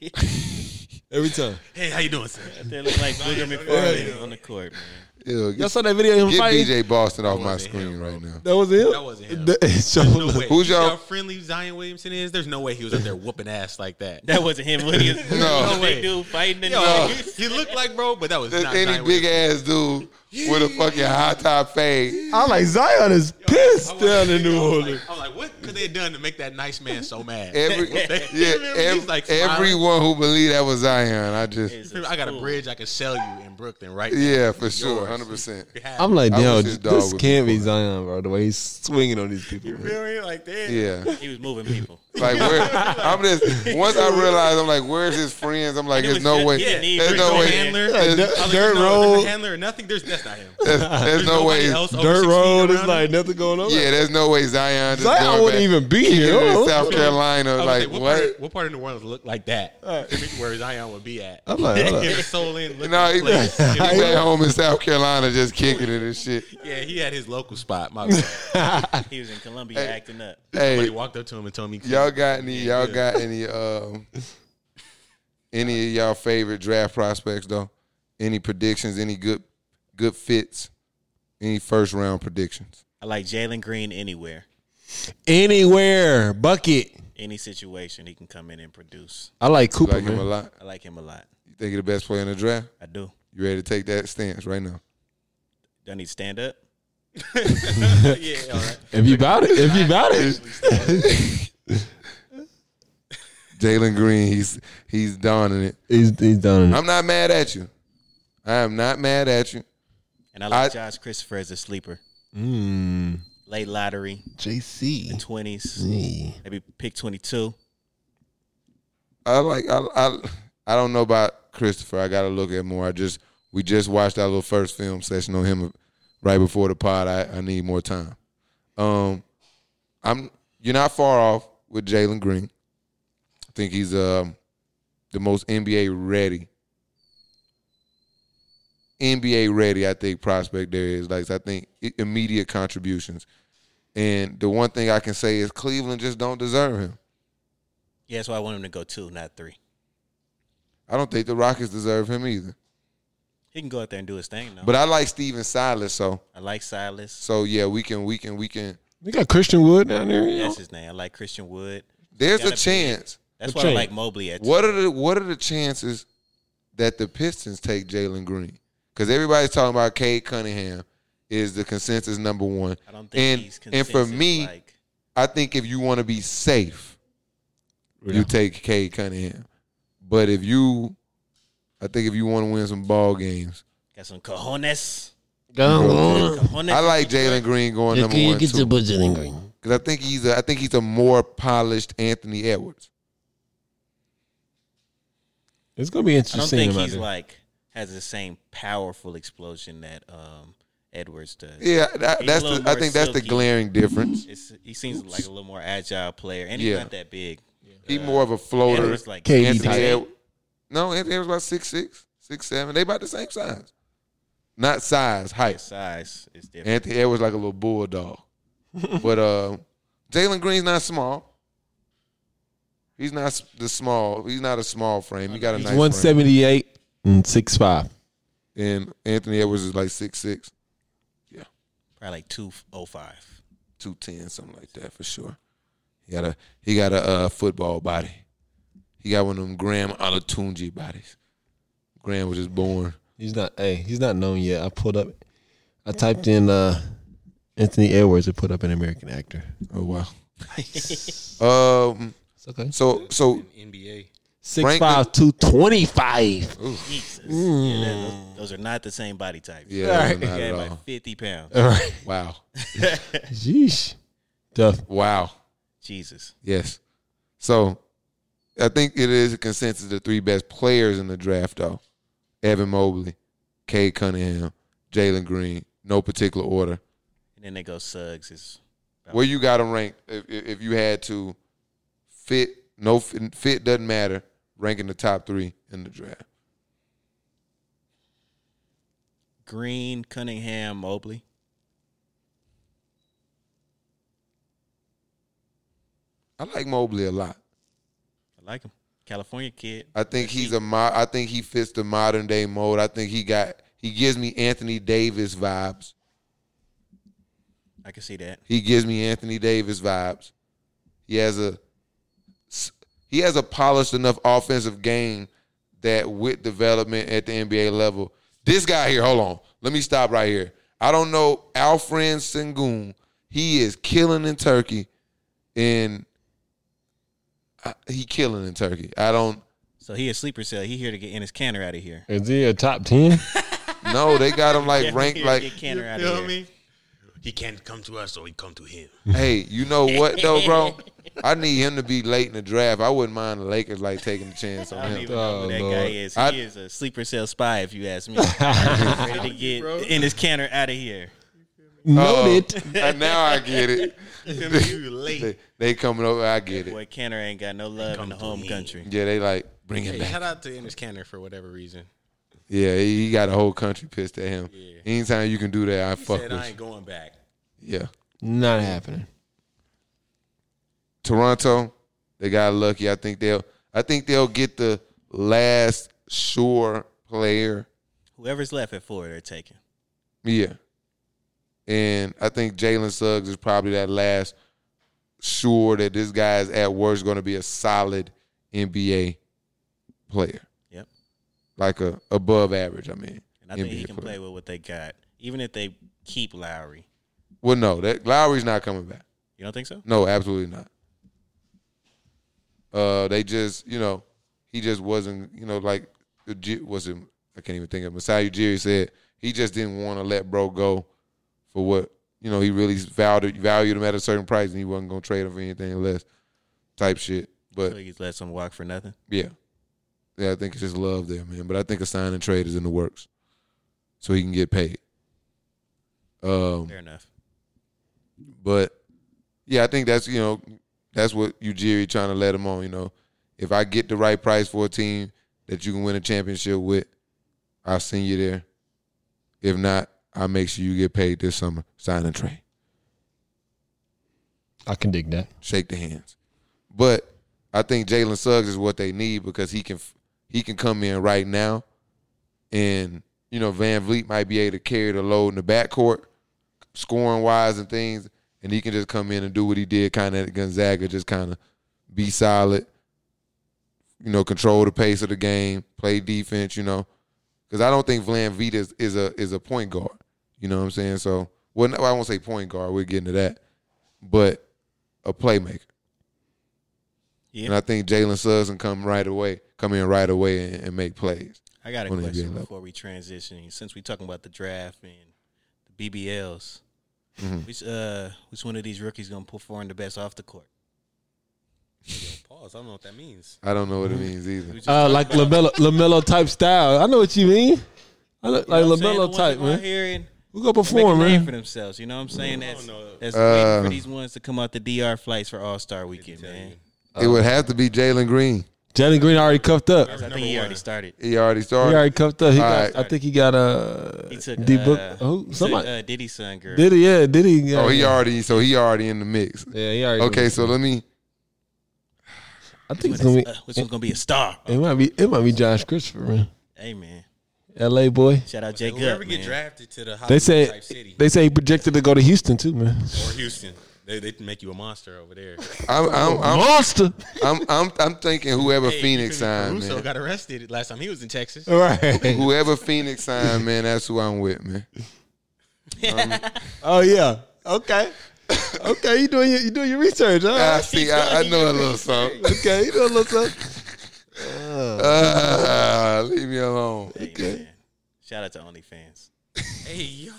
Speaker 2: Every time.
Speaker 5: hey, how you doing, sir?
Speaker 4: They look like Booger McFarland on the court, man.
Speaker 1: Ew,
Speaker 2: Y'all
Speaker 1: get,
Speaker 2: saw that video of him
Speaker 1: get
Speaker 2: fighting?
Speaker 1: BJ Boston off my
Speaker 5: wasn't
Speaker 1: screen
Speaker 5: him,
Speaker 1: right now.
Speaker 2: That was him.
Speaker 5: That wasn't him.
Speaker 2: It showed
Speaker 5: No way.
Speaker 1: Who's
Speaker 5: You see
Speaker 1: y'all-
Speaker 5: how friendly Zion Williamson is? There's no way he was up there whooping ass like that.
Speaker 4: That wasn't him. What he was,
Speaker 1: No.
Speaker 4: what they do fighting in
Speaker 5: Yo,
Speaker 4: the
Speaker 5: he, he looked like bro, but that was
Speaker 1: There's
Speaker 5: not
Speaker 1: any
Speaker 5: Zion
Speaker 1: big
Speaker 5: Williamson.
Speaker 1: ass dude with a fucking high top fade.
Speaker 2: I'm like Zion is
Speaker 5: I
Speaker 2: pissed
Speaker 5: was
Speaker 2: down in
Speaker 5: like-
Speaker 2: New
Speaker 5: I was like-
Speaker 2: Orleans.
Speaker 5: I was like, what could they have done to make that nice man so mad?
Speaker 1: Every yeah, ev-
Speaker 5: He's like smiling.
Speaker 1: everyone who believed that was Zion, I just
Speaker 5: I got a bridge I could sell you in Brooklyn right now.
Speaker 1: yeah for sure, hundred percent.
Speaker 2: I'm like,
Speaker 1: I
Speaker 2: yo,
Speaker 1: wish his dog
Speaker 2: this
Speaker 1: would
Speaker 2: can't be Zion, bro. The way he's swinging on these people. man.
Speaker 5: Feel me? Like, damn.
Speaker 1: Yeah,
Speaker 4: He was moving people.
Speaker 1: like where I'm just once I realized I'm like, where's his friends? I'm like,
Speaker 4: it
Speaker 1: there's
Speaker 4: was
Speaker 1: no
Speaker 4: just-
Speaker 1: way,
Speaker 4: yeah, he
Speaker 1: there's
Speaker 4: was
Speaker 1: no
Speaker 4: no
Speaker 1: way,
Speaker 5: Handler.
Speaker 1: there's,
Speaker 2: Dirt-
Speaker 5: I was like,
Speaker 2: Dirt
Speaker 5: no, there's a
Speaker 2: Road,
Speaker 5: Handler or nothing. There's, that's not him.
Speaker 1: there's, there's no
Speaker 5: nobody
Speaker 1: way.
Speaker 5: else over
Speaker 2: Dirt
Speaker 5: 16
Speaker 2: Road. It's
Speaker 5: around
Speaker 2: like
Speaker 5: him.
Speaker 2: nothing going on.
Speaker 1: Yeah, there's no way Zion just
Speaker 2: Zion
Speaker 1: going
Speaker 2: wouldn't
Speaker 1: back,
Speaker 2: even be
Speaker 1: kicking
Speaker 2: here.
Speaker 1: in South Carolina.
Speaker 5: I was
Speaker 1: Like
Speaker 5: like, what,
Speaker 1: what?
Speaker 5: Part, what part of New Orleans looked like that? Where Zion would be at.
Speaker 2: I'm like, hold
Speaker 5: He
Speaker 2: up.
Speaker 5: was soul in. looking
Speaker 1: No, he, he
Speaker 5: place.
Speaker 1: was at home in South Carolina just kicking it and shit.
Speaker 5: Yeah, he had his local spot. My bad.
Speaker 4: He was in Columbia acting up.
Speaker 1: Hey,
Speaker 5: Somebody walked up to him and told me,
Speaker 1: Y'all got any? Y'all got any? Um, any of y'all favorite draft prospects though? Any predictions? Any good good fits? Any first round predictions?
Speaker 4: I like Jalen Green anywhere,
Speaker 2: Anywhere, bucket.
Speaker 4: any situation he can come in and produce.
Speaker 2: I like
Speaker 1: You
Speaker 2: Cooper,
Speaker 1: like him a
Speaker 2: man.
Speaker 1: lot.
Speaker 4: I like him a lot.
Speaker 1: You think he the best player in the draft?
Speaker 4: I do.
Speaker 1: You ready to take that stance right now?
Speaker 4: Do I need to stand up?
Speaker 5: yeah, all right.
Speaker 2: If you about it, if you about it,
Speaker 1: Jalen Green, he's he's donning it.
Speaker 2: he's he's done it.
Speaker 1: I'm not mad at you. I am not mad at you.
Speaker 4: And I like
Speaker 1: I- Mm.
Speaker 4: Josh Christopher as a sleeper. Late lottery,
Speaker 2: JC.
Speaker 4: twenties,
Speaker 2: Yeah.
Speaker 4: maybe pick twenty-two.
Speaker 1: I like I I I don't know about Christopher. I got to look at more. I just we just watched our little first film session on him right before the pod. I, I need more time. Um, I'm you're not far off with Jalen Green. I think he's um, the most NBA ready. NBA ready, I think prospect there is like I think i- immediate contributions, and the one thing I can say is Cleveland just don't deserve him.
Speaker 4: Yeah, that's why I want him to go two, not three.
Speaker 1: I don't think the Rockets deserve him either.
Speaker 4: He can go out there and do his thing though.
Speaker 1: But I like Steven Silas, so
Speaker 4: I like Silas.
Speaker 1: so yeah, we can we can we can.
Speaker 2: We got Christian Wood down there. you know?
Speaker 4: That's his name. I like Christian Wood.
Speaker 1: There's
Speaker 4: Gotta
Speaker 1: a
Speaker 4: be.
Speaker 1: chance.
Speaker 4: That's
Speaker 2: The
Speaker 4: why I
Speaker 2: trade.
Speaker 4: like Mobley at.
Speaker 1: What are the what are the chances that the Pistons take Jalen Green? Because everybody's talking about Cade Cunningham is the consensus number one.
Speaker 4: I don't think
Speaker 1: and
Speaker 4: he's
Speaker 1: and
Speaker 4: consensus.
Speaker 1: for me,
Speaker 4: like,
Speaker 1: I think if you want to be safe, you take Cade Cunningham. But if you, I think if you want to win some ball games,
Speaker 4: got some cojones.
Speaker 2: Go on.
Speaker 4: Cojones.
Speaker 1: I like Jalen Green going number one too. Because I think he's a, I think he's a more polished Anthony Edwards.
Speaker 2: It's gonna be
Speaker 4: I don't
Speaker 2: interesting.
Speaker 4: think
Speaker 2: about
Speaker 4: he's
Speaker 2: that.
Speaker 4: like has the same powerful explosion that um, Edwards does.
Speaker 1: Yeah, that,
Speaker 4: He's
Speaker 1: that's
Speaker 4: a little
Speaker 1: the, I
Speaker 4: more
Speaker 1: think that's the
Speaker 4: silky.
Speaker 1: glaring difference.
Speaker 4: It's, he seems like a little more agile player, and he's
Speaker 1: Yeah.
Speaker 4: not that big.
Speaker 1: He more of a floater.
Speaker 4: Edwards like
Speaker 2: KD
Speaker 1: Anthony
Speaker 2: type.
Speaker 1: Ed- no, Anthony Edwards about six six, six seven. They about the same size. Not size, height.
Speaker 4: his size is different.
Speaker 1: Anthony Edwards like a little bulldog. but uh, Jalen Green's not small. He's not s- the small. He's not a small frame. He got a
Speaker 2: He's
Speaker 1: nice
Speaker 2: one
Speaker 1: frame.
Speaker 2: seventy eight and six five.
Speaker 1: And Anthony Edwards is like six six,
Speaker 4: Probably like two oh five.
Speaker 1: two ten, something like that for sure. He got a he got a uh, football body. He got one of them Graham Olatunji bodies. Graham was just born.
Speaker 2: He's not. Hey, he's not known yet. I pulled up. I typed in uh, Anthony Edwards and put up an American actor.
Speaker 1: Oh wow. um.
Speaker 2: It's okay.
Speaker 1: So so
Speaker 5: NBA.
Speaker 2: Six
Speaker 1: Franklin-
Speaker 2: five two twenty five.
Speaker 4: Jesus, Yeah, that- those, those are not the same body type.
Speaker 1: Mm. yeah,
Speaker 2: Alright.
Speaker 1: not
Speaker 4: yeah,
Speaker 1: at
Speaker 4: like
Speaker 1: all. Uh,
Speaker 4: fifty pounds.
Speaker 2: All right.
Speaker 1: Wow.
Speaker 2: Jeez. Duff.
Speaker 1: Wow.
Speaker 4: Jesus,
Speaker 1: Yes. So I think it is a consensus the three best players in the draft though. Evan Mobley, Kay Cunningham, Jalen Green, no particular order.
Speaker 4: and then they go Suggs is
Speaker 1: Where you got them ranked if, if if you had to fit no fit, fit doesn't matter, ranking the top 3 in the draft.
Speaker 4: Green, Cunningham, Mobley.
Speaker 1: I like Mobley a lot.
Speaker 4: I like him. California kid.
Speaker 1: I think he's a mo- I think he fits the modern day mode. I think he got he gives me Anthony Davis vibes.
Speaker 4: I can see that.
Speaker 1: He gives me Anthony Davis vibes. He has a he has a polished enough offensive game that with development at the NBA level, this guy here. Hold on, let me stop right here. I don't know Alfred Sengun. He is killing in Turkey, and I, he killing in Turkey. I don't
Speaker 4: So he a sleeper cell. He here to get in his canner out of here.
Speaker 2: Is he a top ten?
Speaker 1: know. They got him like
Speaker 4: Yeah, he
Speaker 1: ranked
Speaker 4: here to
Speaker 1: like
Speaker 4: get canner out
Speaker 5: You know
Speaker 4: of
Speaker 5: what I
Speaker 4: here.
Speaker 5: mean? He can't come to us, so we come to him.
Speaker 1: Hey, you know what though, bro? I need him to be late in the draft. I wouldn't mind the Lakers like taking a chance
Speaker 4: I
Speaker 1: on
Speaker 4: don't
Speaker 1: him.
Speaker 4: even know who that
Speaker 2: Lord.
Speaker 4: guy is. He
Speaker 1: Oh, I-
Speaker 4: is a sleeper cell spy, if you ask me. Ready to get in his canner out of here.
Speaker 2: Noted.
Speaker 1: And now I get it.
Speaker 5: you late.
Speaker 1: They, they coming over. I get it.
Speaker 4: Boy, canner ain't got no love in the home country.
Speaker 1: Yeah, they like bring him
Speaker 5: Hey,
Speaker 1: back.
Speaker 5: shout out to Ennis Canner for whatever reason.
Speaker 1: Yeah, he he got a whole country pissed at him. Anytime you can do that, I fuck
Speaker 5: Said
Speaker 1: with
Speaker 5: I
Speaker 1: you.
Speaker 5: ain't going back.
Speaker 1: Yeah.
Speaker 2: Not happening.
Speaker 1: Toronto, they got lucky. I think they'll. I think they'll get the last sure player.
Speaker 4: Whoever's left at four, they're taking.
Speaker 1: Yeah. And I think Jalen Suggs is probably that last sure that this guy is at worst going to be a solid NBA player.
Speaker 4: Yep.
Speaker 1: Like a above average, I mean.
Speaker 4: And I think he
Speaker 1: NBA
Speaker 4: can
Speaker 1: player.
Speaker 4: play with what they got, even if they keep Lowry.
Speaker 1: Well, no, that Lowry's not coming back.
Speaker 4: You don't think so?
Speaker 1: No, absolutely not. Uh, they just, you know, he just wasn't, you know, like the G- was it? I can't even think of. Masai Ujiri said he just didn't want to let bro go for what you know he really valued valued him at a certain price, and he wasn't gonna trade him for anything less, type shit.
Speaker 4: I
Speaker 1: But
Speaker 4: think he's let someone walk for nothing.
Speaker 1: yeah, yeah, I think it's just love there, man. But I think a sign and trade is in the works, so he can get paid. Um,
Speaker 4: Fair enough.
Speaker 1: but yeah, I think that's you know that's what Ujiri trying to let him on. You know, If I get the right price for a team that you can win a championship with, I'll send you there. If not, I'll make sure you get paid this summer. Sign and trade.
Speaker 2: I can dig that.
Speaker 1: Shake the hands. But I think Jalen Suggs is what they need because he can he can come in right now, and you know Van Vliet might be able to carry the load in the backcourt, scoring wise and things, and he can just come in and do what he did kind of at Gonzaga, just kind of be solid, you know, control the pace of the game, play defense, you know, because I don't think Van Vliet is, is a is a point guard, you know what I'm saying? So well, no, I won't say point guard. We're getting to that, but a playmaker.
Speaker 4: Yeah.
Speaker 1: And I think Jalen Suggs can come right away, come in right away and, and make plays.
Speaker 4: I got a
Speaker 1: On the NBA
Speaker 4: question
Speaker 1: level.
Speaker 4: before we transition. Since we're talking about the draft and the BBLs,
Speaker 2: Mm-hmm.
Speaker 4: which uh, which one of these rookies gonna perform the best off the court?
Speaker 5: Pause. I don't know what that means.
Speaker 1: I don't know what it
Speaker 5: Mm-hmm.
Speaker 1: means either.
Speaker 2: Uh, like Lamelo, Lamelo type style. I know what you mean. I look like
Speaker 4: You know what I'm saying? The
Speaker 2: Lamelo
Speaker 4: ones
Speaker 2: type,
Speaker 4: that go out
Speaker 2: man.
Speaker 4: Here and
Speaker 2: Who gonna
Speaker 4: make a
Speaker 2: perform,
Speaker 4: name for
Speaker 2: man?
Speaker 4: themselves. You know what I'm saying? That's that's
Speaker 1: Uh,
Speaker 4: waiting for these ones to come out the DR flights for All Star Weekend, man.
Speaker 5: Uh,
Speaker 1: it would have to be Jalen Green.
Speaker 2: Jalen Green already cuffed up.
Speaker 4: I think he already started.
Speaker 1: He already started.
Speaker 2: He already cuffed up. He
Speaker 1: All
Speaker 2: got,
Speaker 1: right.
Speaker 2: I think he got a
Speaker 4: He took
Speaker 2: D
Speaker 4: uh,
Speaker 2: book.
Speaker 4: he
Speaker 2: Who?
Speaker 4: took,
Speaker 2: Somebody.
Speaker 4: uh, Diddy's son girl.
Speaker 2: Did he? Yeah, did he? Yeah,
Speaker 1: oh, he
Speaker 2: yeah.
Speaker 1: already. So he already in the mix.
Speaker 2: Yeah, he already.
Speaker 1: Okay, so let me.
Speaker 2: I think it's
Speaker 4: This,
Speaker 2: gonna
Speaker 4: uh,
Speaker 2: be.
Speaker 4: which one's gonna be a star?
Speaker 2: It might be. It might be Josh Christopher, man.
Speaker 4: Hey man,
Speaker 2: L.A. boy.
Speaker 4: shout out Jay
Speaker 5: Whoever
Speaker 4: Good.
Speaker 5: get
Speaker 4: man.
Speaker 5: drafted to the Hollywood
Speaker 2: They
Speaker 5: type
Speaker 2: said.
Speaker 5: city
Speaker 2: They say he projected to go to Houston too, man.
Speaker 5: or Houston, they they can make you a monster over there.
Speaker 1: I'm I'm I'm,
Speaker 2: Monster.
Speaker 1: I'm, I'm, I'm thinking whoever
Speaker 5: Hey,
Speaker 1: Phoenix
Speaker 5: you couldn't-
Speaker 1: signed,
Speaker 5: Caruso
Speaker 1: man. Oh.
Speaker 5: got arrested last time he was in Texas.
Speaker 2: Right.
Speaker 1: Whoever Phoenix signed, man, that's who I'm with, man.
Speaker 2: Oh yeah. Okay. Okay, you doing your, you doing your research, all
Speaker 1: I
Speaker 2: right?
Speaker 1: Ah, see. I, I know a little something.
Speaker 2: Okay, you doing a little something.
Speaker 1: Uh, leave me alone.
Speaker 4: Hey, man. Shout out to OnlyFans.
Speaker 5: Hey yo,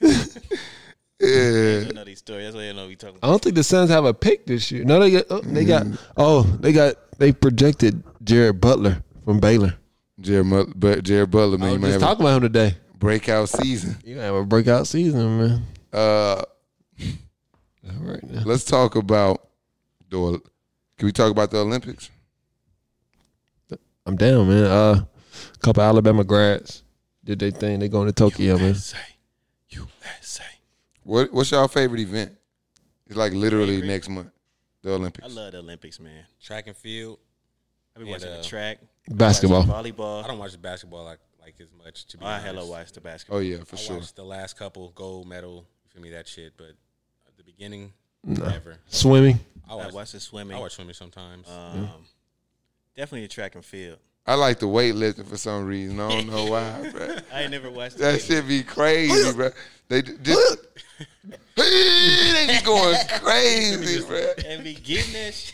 Speaker 1: Yeah.
Speaker 4: You know these stories. That's why you know we talking.
Speaker 2: I don't think the Suns have a pick this year. No, they got oh, they got
Speaker 1: Mm.
Speaker 2: oh they got they projected Jared Butler from Baylor.
Speaker 1: Jared, Mut- but Jared Butler, man,
Speaker 2: I
Speaker 1: you
Speaker 2: was
Speaker 1: might
Speaker 2: Oh, just
Speaker 1: have
Speaker 2: talking about him today.
Speaker 1: a breakout season.
Speaker 2: You have a breakout season, man.
Speaker 1: Uh,
Speaker 2: All right now.
Speaker 1: Let's talk about the. Ol- Can we talk about the Olympics?
Speaker 2: I'm down, man. Uh, a couple Alabama grads did they thing. They going to Tokyo, man.
Speaker 4: USA, USA.
Speaker 1: What What's y'all favorite event? It's like literally next month, the
Speaker 4: I
Speaker 1: Olympics.
Speaker 4: love the Olympics, man. uh,
Speaker 5: track and field.
Speaker 4: I've been
Speaker 5: Yeah,
Speaker 4: watching
Speaker 5: the-
Speaker 4: the track,
Speaker 2: Basketball.
Speaker 4: watching volleyball.
Speaker 5: I don't watch basketball like like as much. To be
Speaker 4: I
Speaker 5: honest.
Speaker 4: hella watched the basketball.
Speaker 1: Oh yeah, for
Speaker 5: I
Speaker 1: sure.
Speaker 5: watched the last couple gold medal. You feel me? That shit, but at the beginning, never.
Speaker 2: Swimming.
Speaker 5: I
Speaker 4: I
Speaker 1: Oh,
Speaker 5: watch. Uh,
Speaker 4: watched the swimming.
Speaker 5: I watch swimming sometimes.
Speaker 4: um, Definitely the track and field.
Speaker 1: I like the weightlifting for some reason. I don't know why, bro.
Speaker 4: I ain't never watched
Speaker 1: That
Speaker 4: it.
Speaker 1: should be crazy, bro. They d- just they be going crazy, bro.
Speaker 4: and be getting that shit.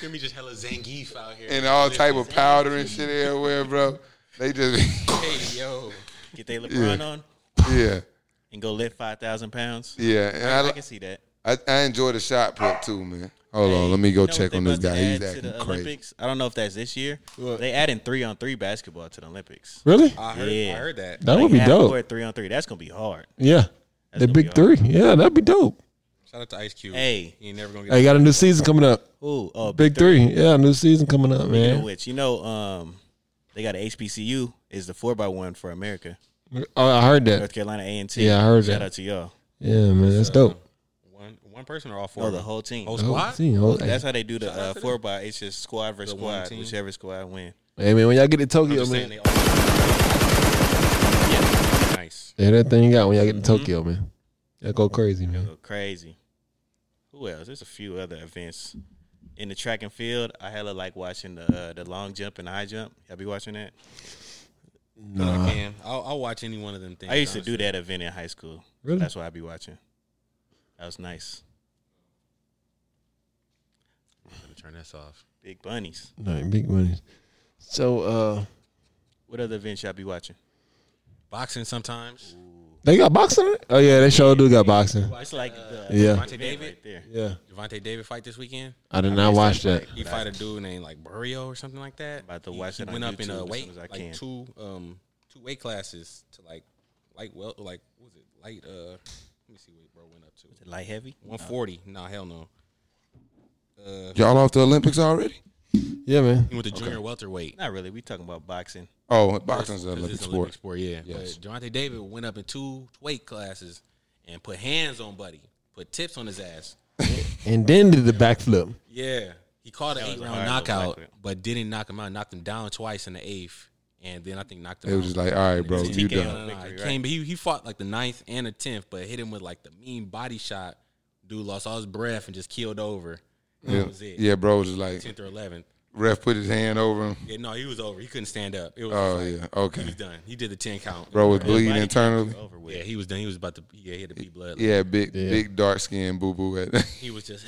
Speaker 5: Give me just hella Zangief out here.
Speaker 1: And all type of powder and shit everywhere, bro. They just
Speaker 5: hey yo,
Speaker 4: Get their LeBron on
Speaker 1: yeah,
Speaker 4: and go lift 5,000 pounds.
Speaker 1: yeah. And I
Speaker 4: I
Speaker 1: li-
Speaker 4: can see that.
Speaker 1: I, I enjoy the shot put too, man. Hold
Speaker 4: Hey,
Speaker 1: on, let me go
Speaker 4: you know what
Speaker 1: check
Speaker 4: they
Speaker 1: on this
Speaker 4: about to
Speaker 1: guy. He's
Speaker 4: add to
Speaker 1: acting
Speaker 4: the
Speaker 1: crazy.
Speaker 4: Olympics. I don't know if that's this year. They adding three on three basketball to the Olympics.
Speaker 2: Really?
Speaker 5: I heard.
Speaker 4: Yeah.
Speaker 5: I heard that.
Speaker 2: That would
Speaker 4: Like
Speaker 2: be
Speaker 4: half
Speaker 2: dope.
Speaker 4: court, Three on three. That's gonna be hard.
Speaker 2: Yeah. The
Speaker 4: gonna
Speaker 2: big
Speaker 4: be
Speaker 2: three. Yeah, that'd be dope.
Speaker 5: Shout out to Ice Cube.
Speaker 4: Hey.
Speaker 5: he ain't never gonna get.
Speaker 2: Hey, got a new season coming up.
Speaker 4: Ooh, oh,
Speaker 2: Big three. Yeah, new season coming up,
Speaker 4: Speaking of
Speaker 2: man.
Speaker 4: which, you know, um, they got a HBCU is the four by one for America.
Speaker 2: Oh, I heard that.
Speaker 4: North Carolina A and T.
Speaker 2: Yeah, I heard
Speaker 4: Shout
Speaker 2: that.
Speaker 4: out to y'all.
Speaker 2: Yeah, man, that's dope. Oh,
Speaker 5: One one person or all four?
Speaker 4: Oh,
Speaker 5: of
Speaker 4: the
Speaker 5: them?
Speaker 4: whole team.
Speaker 5: whole
Speaker 2: The whole
Speaker 5: squad.
Speaker 2: team, whole-
Speaker 4: That's how they do the uh,
Speaker 5: to
Speaker 4: four by. It's just squad versus
Speaker 5: The one
Speaker 4: squad,
Speaker 5: team.
Speaker 4: whichever squad win.
Speaker 2: Hey man, when y'all get to Tokyo,
Speaker 5: Just saying
Speaker 2: man.
Speaker 5: they all- Yeah, Nice.
Speaker 2: Yeah, that thing you got when y'all get to Tokyo, man. That go crazy, man.
Speaker 4: Go crazy. Who else? There's a few other events in the track and field. I hella like watching the uh, the long jump and the high jump. Y'all be watching that?
Speaker 5: I can. I'll, I'll watch any one of them things.
Speaker 4: I used to do
Speaker 5: honestly.
Speaker 4: that event in high school.
Speaker 2: Really?
Speaker 4: That's why I be watching. That was nice.
Speaker 5: I'm gonna turn this off.
Speaker 4: Big bunnies.
Speaker 2: Nah, big money. So uh
Speaker 4: What other events y'all be watching?
Speaker 5: Boxing sometimes.
Speaker 2: they got boxing? in it? Oh yeah, they sure do got boxing.
Speaker 4: It's like the
Speaker 2: Yeah.
Speaker 5: Devontae David.
Speaker 4: right there.
Speaker 2: Yeah.
Speaker 5: Devontae David fight this weekend.
Speaker 2: I did not watch that.
Speaker 5: He fight a dude named like Burrio or something like that.
Speaker 4: About to
Speaker 5: He-
Speaker 4: watch
Speaker 5: he
Speaker 4: it on
Speaker 5: went up in
Speaker 4: YouTube
Speaker 5: a
Speaker 4: as
Speaker 5: weight
Speaker 4: soon as I
Speaker 5: like
Speaker 4: can.
Speaker 5: two um two weight classes to like light well like what was it light uh let me see what bro went up to
Speaker 4: Light heavy.
Speaker 5: one forty. Nah, hell no.
Speaker 1: Y'all off the Olympics already?
Speaker 2: Yeah, man.
Speaker 5: He went to junior welterweight.
Speaker 4: Not really. We talking about boxing.
Speaker 1: Oh, boxing's an
Speaker 5: 'Cause
Speaker 1: Olympic
Speaker 5: it's an
Speaker 1: sport.
Speaker 5: yeah.
Speaker 1: Yes.
Speaker 5: But Javante David went up in two weight classes and put hands on Buddy, put tips on his ass.
Speaker 2: And then did the backflip.
Speaker 5: Yeah. He caught an
Speaker 4: was
Speaker 5: eight
Speaker 4: a
Speaker 5: round
Speaker 4: hard
Speaker 5: knockout,
Speaker 4: knockout.
Speaker 5: but didn't knock him out. Knocked him down twice in the eighth. And then I think knocked him
Speaker 1: They
Speaker 5: out.
Speaker 1: was just like, all right, bro,
Speaker 5: It's
Speaker 1: you
Speaker 5: TKO.
Speaker 1: done.
Speaker 5: No, no, no.
Speaker 4: Victory,
Speaker 5: He
Speaker 4: right?
Speaker 5: came, but he, he fought like the ninth and the tenth, but hit him with like the mean body shot. Dude lost all his breath and just keeled over.
Speaker 1: Yeah.
Speaker 5: was it.
Speaker 1: yeah, bro, was just like
Speaker 5: Tenth or eleventh.
Speaker 1: ref put his hand over him.
Speaker 5: Yeah, no, he was over. He couldn't stand up. It was
Speaker 1: Oh
Speaker 5: just like,
Speaker 1: yeah,
Speaker 5: he was
Speaker 1: okay.
Speaker 5: done. He did the ten count.
Speaker 1: Bro was
Speaker 4: Everybody
Speaker 1: bleeding internally.
Speaker 4: Over with.
Speaker 5: Yeah, he was done. He was about to. Yeah, he had to be blood.
Speaker 1: Yeah, big big dark skinned boo boo at
Speaker 5: He was just.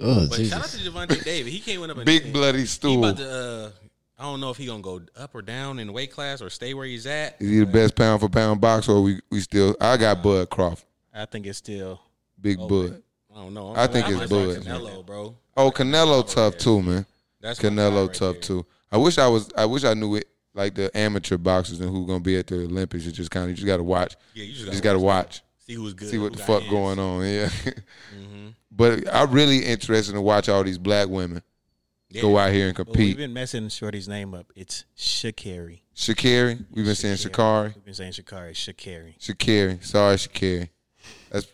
Speaker 2: Oh,
Speaker 5: but shout out to Javante David. He came in up and
Speaker 1: big bloody
Speaker 5: He
Speaker 1: stool.
Speaker 5: about to. Uh, I don't know if he gonna go up or down in the weight class or stay where he's at.
Speaker 1: Is he the best pound for pound boxer or we, we still I got Bud Croft.
Speaker 4: I think it's still.
Speaker 1: Big Bud.
Speaker 5: I don't know.
Speaker 1: I think
Speaker 5: I'm
Speaker 1: it's
Speaker 5: gonna say
Speaker 1: Bud.
Speaker 5: Canelo, bro.
Speaker 1: Oh, Canelo tough too, man.
Speaker 5: That's my guy
Speaker 1: Canelo
Speaker 5: right
Speaker 1: tough
Speaker 5: there.
Speaker 1: too. I wish I was I wish I knew it like the amateur boxers and who gonna be at the Olympics. It's just kinda you just gotta watch.
Speaker 5: Yeah, you just
Speaker 1: You
Speaker 5: gotta,
Speaker 1: just gotta watch.
Speaker 5: see who's good.
Speaker 1: see
Speaker 5: who
Speaker 1: what the
Speaker 5: got
Speaker 1: fuck
Speaker 5: hands.
Speaker 1: going on. Yeah.
Speaker 4: Mm-hmm.
Speaker 1: But I'm really interested to watch all these black women
Speaker 5: Yeah.
Speaker 1: go out here and
Speaker 4: But we've
Speaker 1: compete.
Speaker 4: been messing Shorty's name up. It's Shakari.
Speaker 1: Shakari, we've been saying Shakari.
Speaker 4: We've been saying Shakari. Shakari.
Speaker 1: Shakari. Sorry, Shakari. That's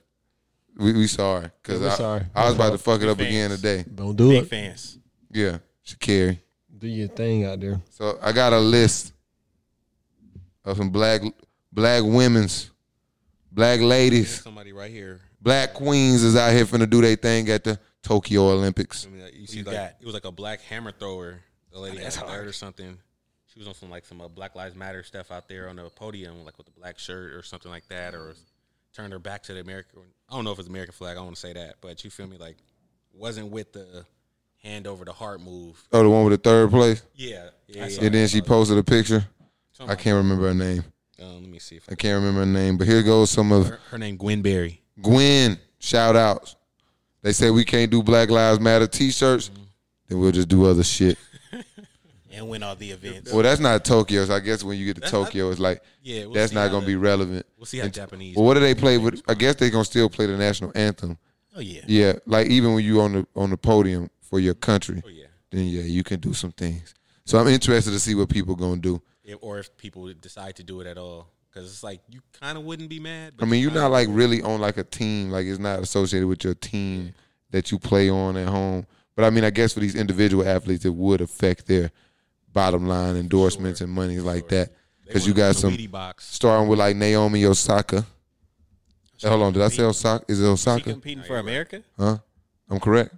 Speaker 1: we we sorry because
Speaker 2: Yeah, we
Speaker 1: I,
Speaker 2: sorry.
Speaker 1: I was about to fuck it up again
Speaker 4: fans.
Speaker 1: today.
Speaker 2: Don't do
Speaker 4: Big
Speaker 2: it.
Speaker 4: fans.
Speaker 1: Yeah, Shakari.
Speaker 2: Do your thing out there.
Speaker 1: So I got a list of some black black women's, black ladies,
Speaker 5: Somebody right here.
Speaker 1: black queens is out here finna do their thing at the Tokyo Olympics.
Speaker 5: I mean, you see,
Speaker 4: you
Speaker 5: like
Speaker 4: got?
Speaker 5: it was like a black hammer thrower. The lady had
Speaker 4: That's
Speaker 5: a
Speaker 4: hard.
Speaker 5: third or something. She was on some like some uh, Black Lives Matter stuff out there on the podium, like with a black shirt or something like that, or turned her back to the American. I don't know if it's American flag. I don't want to say that, but you feel me? Like, wasn't with the hand over the heart move.
Speaker 1: Oh, the one with the third place,
Speaker 5: Yeah, yeah. yeah.
Speaker 1: and then she posted a picture. I can't remember her name.
Speaker 5: Um, let me see if
Speaker 1: I can't remember her name, but here goes some of
Speaker 5: her, her name Gwen Berry.
Speaker 1: Gwen, shout outs. They say we can't do Black Lives Matter t shirts,
Speaker 5: Mm-hmm.
Speaker 1: then we'll just do other shit.
Speaker 4: And win all the events.
Speaker 1: Well, that's not Tokyo. So I guess when you get to Tokyo, it's like,
Speaker 5: Yeah, we'll
Speaker 1: that's
Speaker 5: see
Speaker 1: not
Speaker 5: how
Speaker 1: going to
Speaker 5: the-
Speaker 1: be relevant.
Speaker 5: We'll see how Japanese.
Speaker 1: Well, what do they play with? I guess they're going to still play the national anthem.
Speaker 4: Oh, yeah.
Speaker 1: Yeah, like even when you on the on the podium for your country,
Speaker 5: oh yeah.
Speaker 1: then yeah, you can do some things. So I'm interested to see what people going to do.
Speaker 5: If, or if people decide to do it at all, because it's like you kind of wouldn't be mad.
Speaker 1: I
Speaker 5: But
Speaker 1: mean,
Speaker 5: you
Speaker 1: you're not like really on like a team. Like it's not associated with your team that you play on at home. But I mean, I guess for these individual athletes, it would affect their bottom line endorsements and money like that. Because you got some
Speaker 5: meaty box.
Speaker 1: starting with like Naomi Osaka. Hold on, did I say Osaka? Is it
Speaker 4: She
Speaker 1: Osaka?
Speaker 4: competing for America?
Speaker 1: Huh? I'm correct.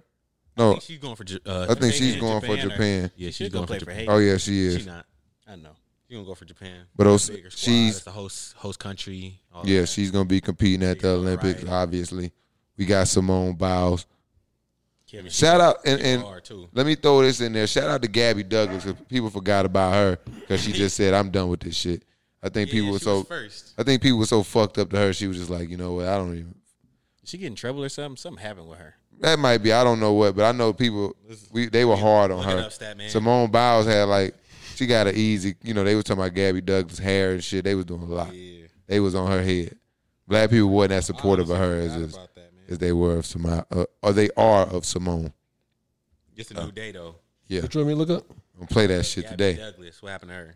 Speaker 1: No,
Speaker 5: She's going for. J- Uh,
Speaker 1: I think she's
Speaker 4: in
Speaker 1: going for
Speaker 4: Japan or-
Speaker 1: Japan.
Speaker 5: yeah,
Speaker 4: She
Speaker 5: she's
Speaker 4: should go
Speaker 5: going for
Speaker 4: play for
Speaker 5: Japan.
Speaker 4: Haiti.
Speaker 1: Oh yeah, she
Speaker 5: She's
Speaker 1: is.
Speaker 5: not.
Speaker 4: I know.
Speaker 5: She's gonna go for Japan.
Speaker 1: But Os-
Speaker 5: Bigger squad,
Speaker 1: she's
Speaker 5: it's the host host country. all
Speaker 1: yeah,
Speaker 5: that.
Speaker 1: she's gonna be competing at the Olympics. Obviously, we got Simone Biles.
Speaker 4: Kevin,
Speaker 1: Shout out and, and
Speaker 5: hard too.
Speaker 1: Let me throw this in there. Shout out to Gabby Douglas. 'cause people forgot about her because she just said, "I'm done with this shit." I think people
Speaker 5: yeah,
Speaker 1: were
Speaker 5: she
Speaker 1: so.
Speaker 5: was first.
Speaker 1: I think people were so fucked up to her. She was just like, you know what? I don't even.
Speaker 4: Did she get in trouble or something? Something happened with her.
Speaker 1: That might be. I don't know what, but I know people. We they were hard on
Speaker 5: look it
Speaker 1: her.
Speaker 5: up, stat man.
Speaker 1: Simone Biles had like she got an easy. You know they was talking about Gabby Douglas hair and shit. They was doing a lot. They was on her head. Black people wasn't as supportive of her as as,
Speaker 5: About that, man.
Speaker 1: as they were of Simone, uh, or they are of Simone.
Speaker 5: It's a new day though.
Speaker 1: Yeah,
Speaker 2: What you want me to look up?
Speaker 1: I'm gonna play that Uh, shit
Speaker 5: Gabby
Speaker 1: today.
Speaker 5: Douglas, what happened to her?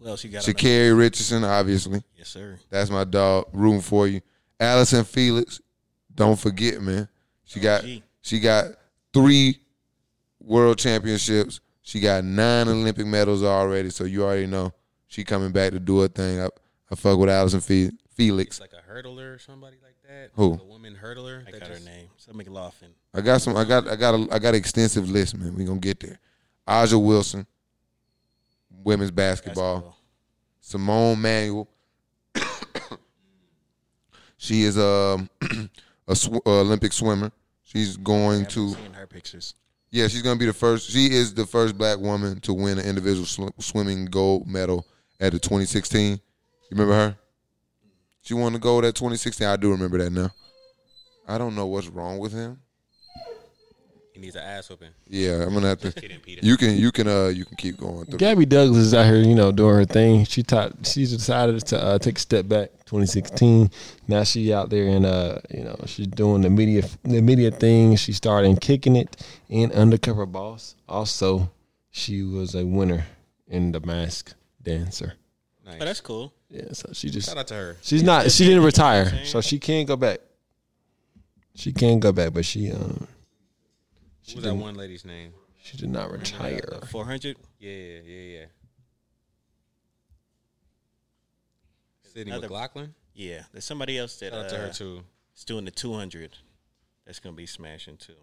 Speaker 4: Well, she got on the-
Speaker 1: Shakari Richardson, obviously.
Speaker 4: Yes, sir.
Speaker 1: That's my dog rooting for you. Allison Felix, don't forget, man. She got
Speaker 4: OG.
Speaker 1: she got three world championships. She got nine Olympic medals already, so you already know she coming back to do her thing. I, I fuck with Allison Fe- Felix.
Speaker 5: It's like a hurdler or somebody like that.
Speaker 1: Who?
Speaker 5: A woman hurdler.
Speaker 4: I
Speaker 5: that
Speaker 4: got her
Speaker 5: just-
Speaker 4: name. Something McLaughlin.
Speaker 1: I got some. I got. I got. A, I got an extensive list, man. We gonna get there. Aja Wilson, women's basketball.
Speaker 4: Basketball.
Speaker 1: Simone Manuel. she is um, a sw- uh, Olympic swimmer. She's going to
Speaker 4: Seeing her pictures.
Speaker 1: yeah, she's going to be the first. She is the first black woman to win an individual sw- swimming gold medal at the 2016. You remember her? She won the gold at 2016. I do remember that now. I don't know what's wrong with him.
Speaker 5: He needs an ass whooping.
Speaker 1: Yeah, I'm gonna have to.
Speaker 5: Kidding, Peter.
Speaker 1: You can you can uh you can keep going through.
Speaker 2: Gabby Douglas is out here, you know, doing her thing. She taught. She's decided to uh, take a step back. 2016. Now she out there and uh, you know, she's doing the media, the media thing. She started in kicking it in Undercover Boss. Also, she was a winner in the Mask Dancer.
Speaker 5: Nice.
Speaker 4: Oh, that's cool.
Speaker 2: Yeah, so she just
Speaker 5: Shout out to her.
Speaker 2: she's not she didn't retire, so she can't go back. She can't go back, but she um
Speaker 5: What was that one lady's name?
Speaker 2: she did not retire.
Speaker 4: Uh, Four hundred.
Speaker 5: Yeah, yeah, yeah, yeah. Sydney
Speaker 4: Another-
Speaker 5: McLaughlin.
Speaker 4: Yeah, there's somebody else that
Speaker 5: Shout out
Speaker 4: uh,
Speaker 5: to her too.
Speaker 4: is doing the two hundred. That's gonna be smashing too.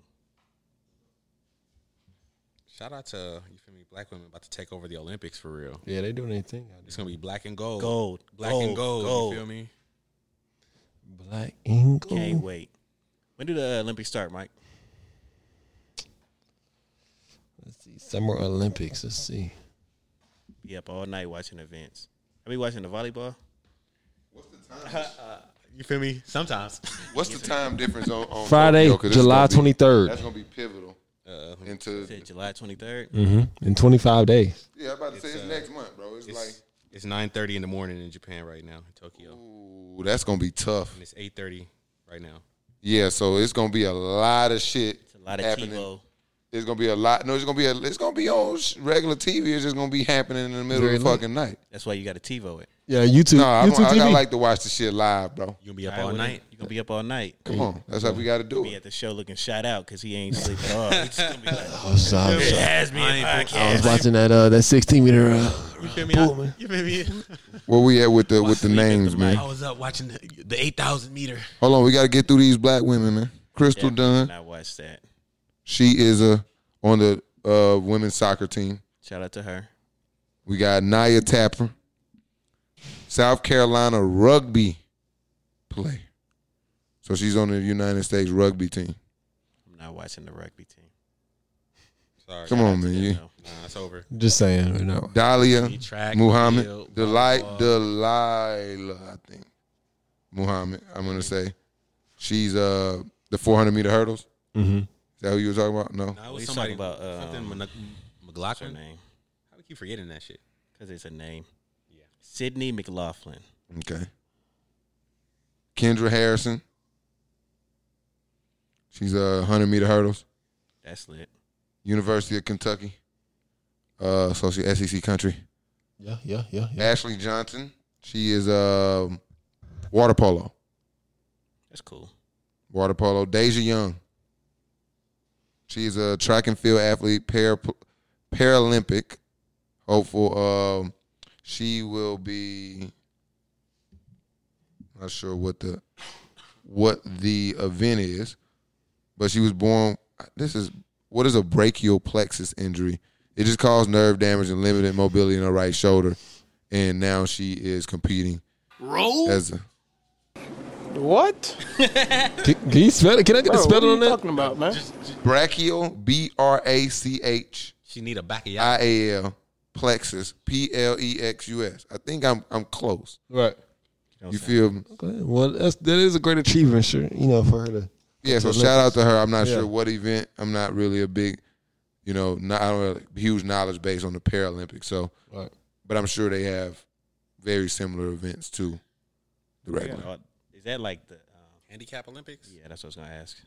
Speaker 5: Shout out to you feel me? Black women about to take over the Olympics for real.
Speaker 2: Yeah, they doing anything.
Speaker 5: It's gonna be black and gold.
Speaker 4: Gold,
Speaker 5: Black and gold. You feel me?
Speaker 2: Black and
Speaker 4: Can't
Speaker 2: gold.
Speaker 4: wait. When do the Olympics start, Mike?
Speaker 2: Let's see. Summer Olympics. Let's see.
Speaker 4: Be up all night watching events. I be watching the volleyball.
Speaker 5: You feel me? Sometimes.
Speaker 1: What's the time difference on, on
Speaker 2: Friday,
Speaker 1: Tokyo? 'Cause it's
Speaker 2: July
Speaker 1: gonna be-
Speaker 2: 23rd.
Speaker 1: That's gonna be pivotal
Speaker 5: Uh,
Speaker 1: into.
Speaker 4: Is it July twenty third?
Speaker 2: Mm-hmm. In 25 days.
Speaker 1: Yeah, I'm about to say it's next month, bro. It's,
Speaker 5: it's it's nine thirty in the morning in Japan right now in Tokyo,
Speaker 1: like, ooh, that's gonna be tough.
Speaker 5: and it's eight thirty right now.
Speaker 1: Yeah, so it's gonna be a lot of shit.
Speaker 4: It's a lot of
Speaker 1: happening.
Speaker 4: TiVo.
Speaker 1: It's gonna be a lot. No, it's gonna be a, it's gonna be on sh- regular TV. It's just gonna be happening in the middle of the fucking night.
Speaker 4: That's why you got to TiVo it.
Speaker 2: Yeah, YouTube.
Speaker 1: No, I,
Speaker 2: YouTube
Speaker 1: I, I
Speaker 2: TV.
Speaker 1: like to watch the shit live, bro.
Speaker 5: You gonna be up
Speaker 4: I
Speaker 5: all
Speaker 4: wouldn't-
Speaker 5: night?
Speaker 4: You gonna be up all night.
Speaker 1: Come on, that's how we got to do
Speaker 4: Be
Speaker 1: it.
Speaker 4: at the show looking shot out because he ain't sleeping at all. He's gonna be like,
Speaker 2: I was, I was-
Speaker 4: "It has me in
Speaker 2: I was
Speaker 4: podcast.
Speaker 2: watching that uh, that 16 meter. Uh,
Speaker 5: You feel me? I, you feel me?
Speaker 1: Where we at with the with the names, man?
Speaker 5: I was up watching the, the eight thousand meter.
Speaker 1: Hold on, we got to get through these black women, man. Crystal Dunn,
Speaker 4: I watched that.
Speaker 1: she is uh, on the uh, women's soccer team.
Speaker 4: Shout out to her.
Speaker 1: We got Naya Tapper, South Carolina rugby player. So she's on the United States rugby team.
Speaker 4: I'm not watching the rugby team.
Speaker 5: Sorry,
Speaker 1: Come on, man. You,
Speaker 5: nah, it's over.
Speaker 2: just saying. Right now.
Speaker 1: Dahlia,
Speaker 5: Track,
Speaker 1: Muhammad,
Speaker 5: field,
Speaker 1: Delilah, Delilah, I think. Muhammad, I'm gonna say, she's uh the 400 meter hurdles.
Speaker 2: Mhm.
Speaker 1: Is that who you were talking about? No.
Speaker 5: Nah, it
Speaker 4: We
Speaker 5: was
Speaker 4: talking
Speaker 5: somebody
Speaker 4: about,
Speaker 5: about
Speaker 4: uh,
Speaker 5: something Mc-
Speaker 4: What's her
Speaker 5: McLaughlin.
Speaker 4: name?
Speaker 5: How we keep forgetting that shit?
Speaker 4: Because it's a name. Sydney McLaughlin.
Speaker 1: Okay. Kendra Harrison. She's a 100 meter hurdles.
Speaker 4: That's lit.
Speaker 1: University of Kentucky. Uh, so she's SEC country.
Speaker 2: Yeah, yeah, yeah, yeah.
Speaker 1: Ashley Johnson. She is um, water polo.
Speaker 4: That's cool.
Speaker 1: Water polo. Deja Young. She's a track and field athlete, para, Paralympic hopeful. Um, she will be. Not sure what the what the event is, but she was born. This is what is a brachial plexus injury. It just caused nerve damage and limited mobility in her right shoulder, and now she is competing. Roll as a,
Speaker 6: What?
Speaker 2: Can, can you spell it? Can I get
Speaker 6: Bro,
Speaker 2: the
Speaker 6: what are
Speaker 2: spelling
Speaker 6: you
Speaker 2: on that?
Speaker 6: talking about, man?
Speaker 1: brachial b r a c h
Speaker 5: She need a back of y'all.
Speaker 1: I A L plexus P L E X U S. I think I'm I'm close.
Speaker 2: Right.
Speaker 1: You feel me?
Speaker 2: Okay, Well, that's that is a great achievement, sure. You know, for her to
Speaker 1: Yeah. So
Speaker 2: Olympics.
Speaker 1: shout out to her. I'm not
Speaker 2: Yeah.
Speaker 1: sure what event. I'm not really a big, you know, not I don't have a huge knowledge base on the Paralympics. So,
Speaker 2: right.
Speaker 1: but I'm sure they have very similar events to the regular.
Speaker 4: Oh, Is that like the. Um,
Speaker 5: Handicap Olympics.
Speaker 4: yeah, that's what I was going to ask.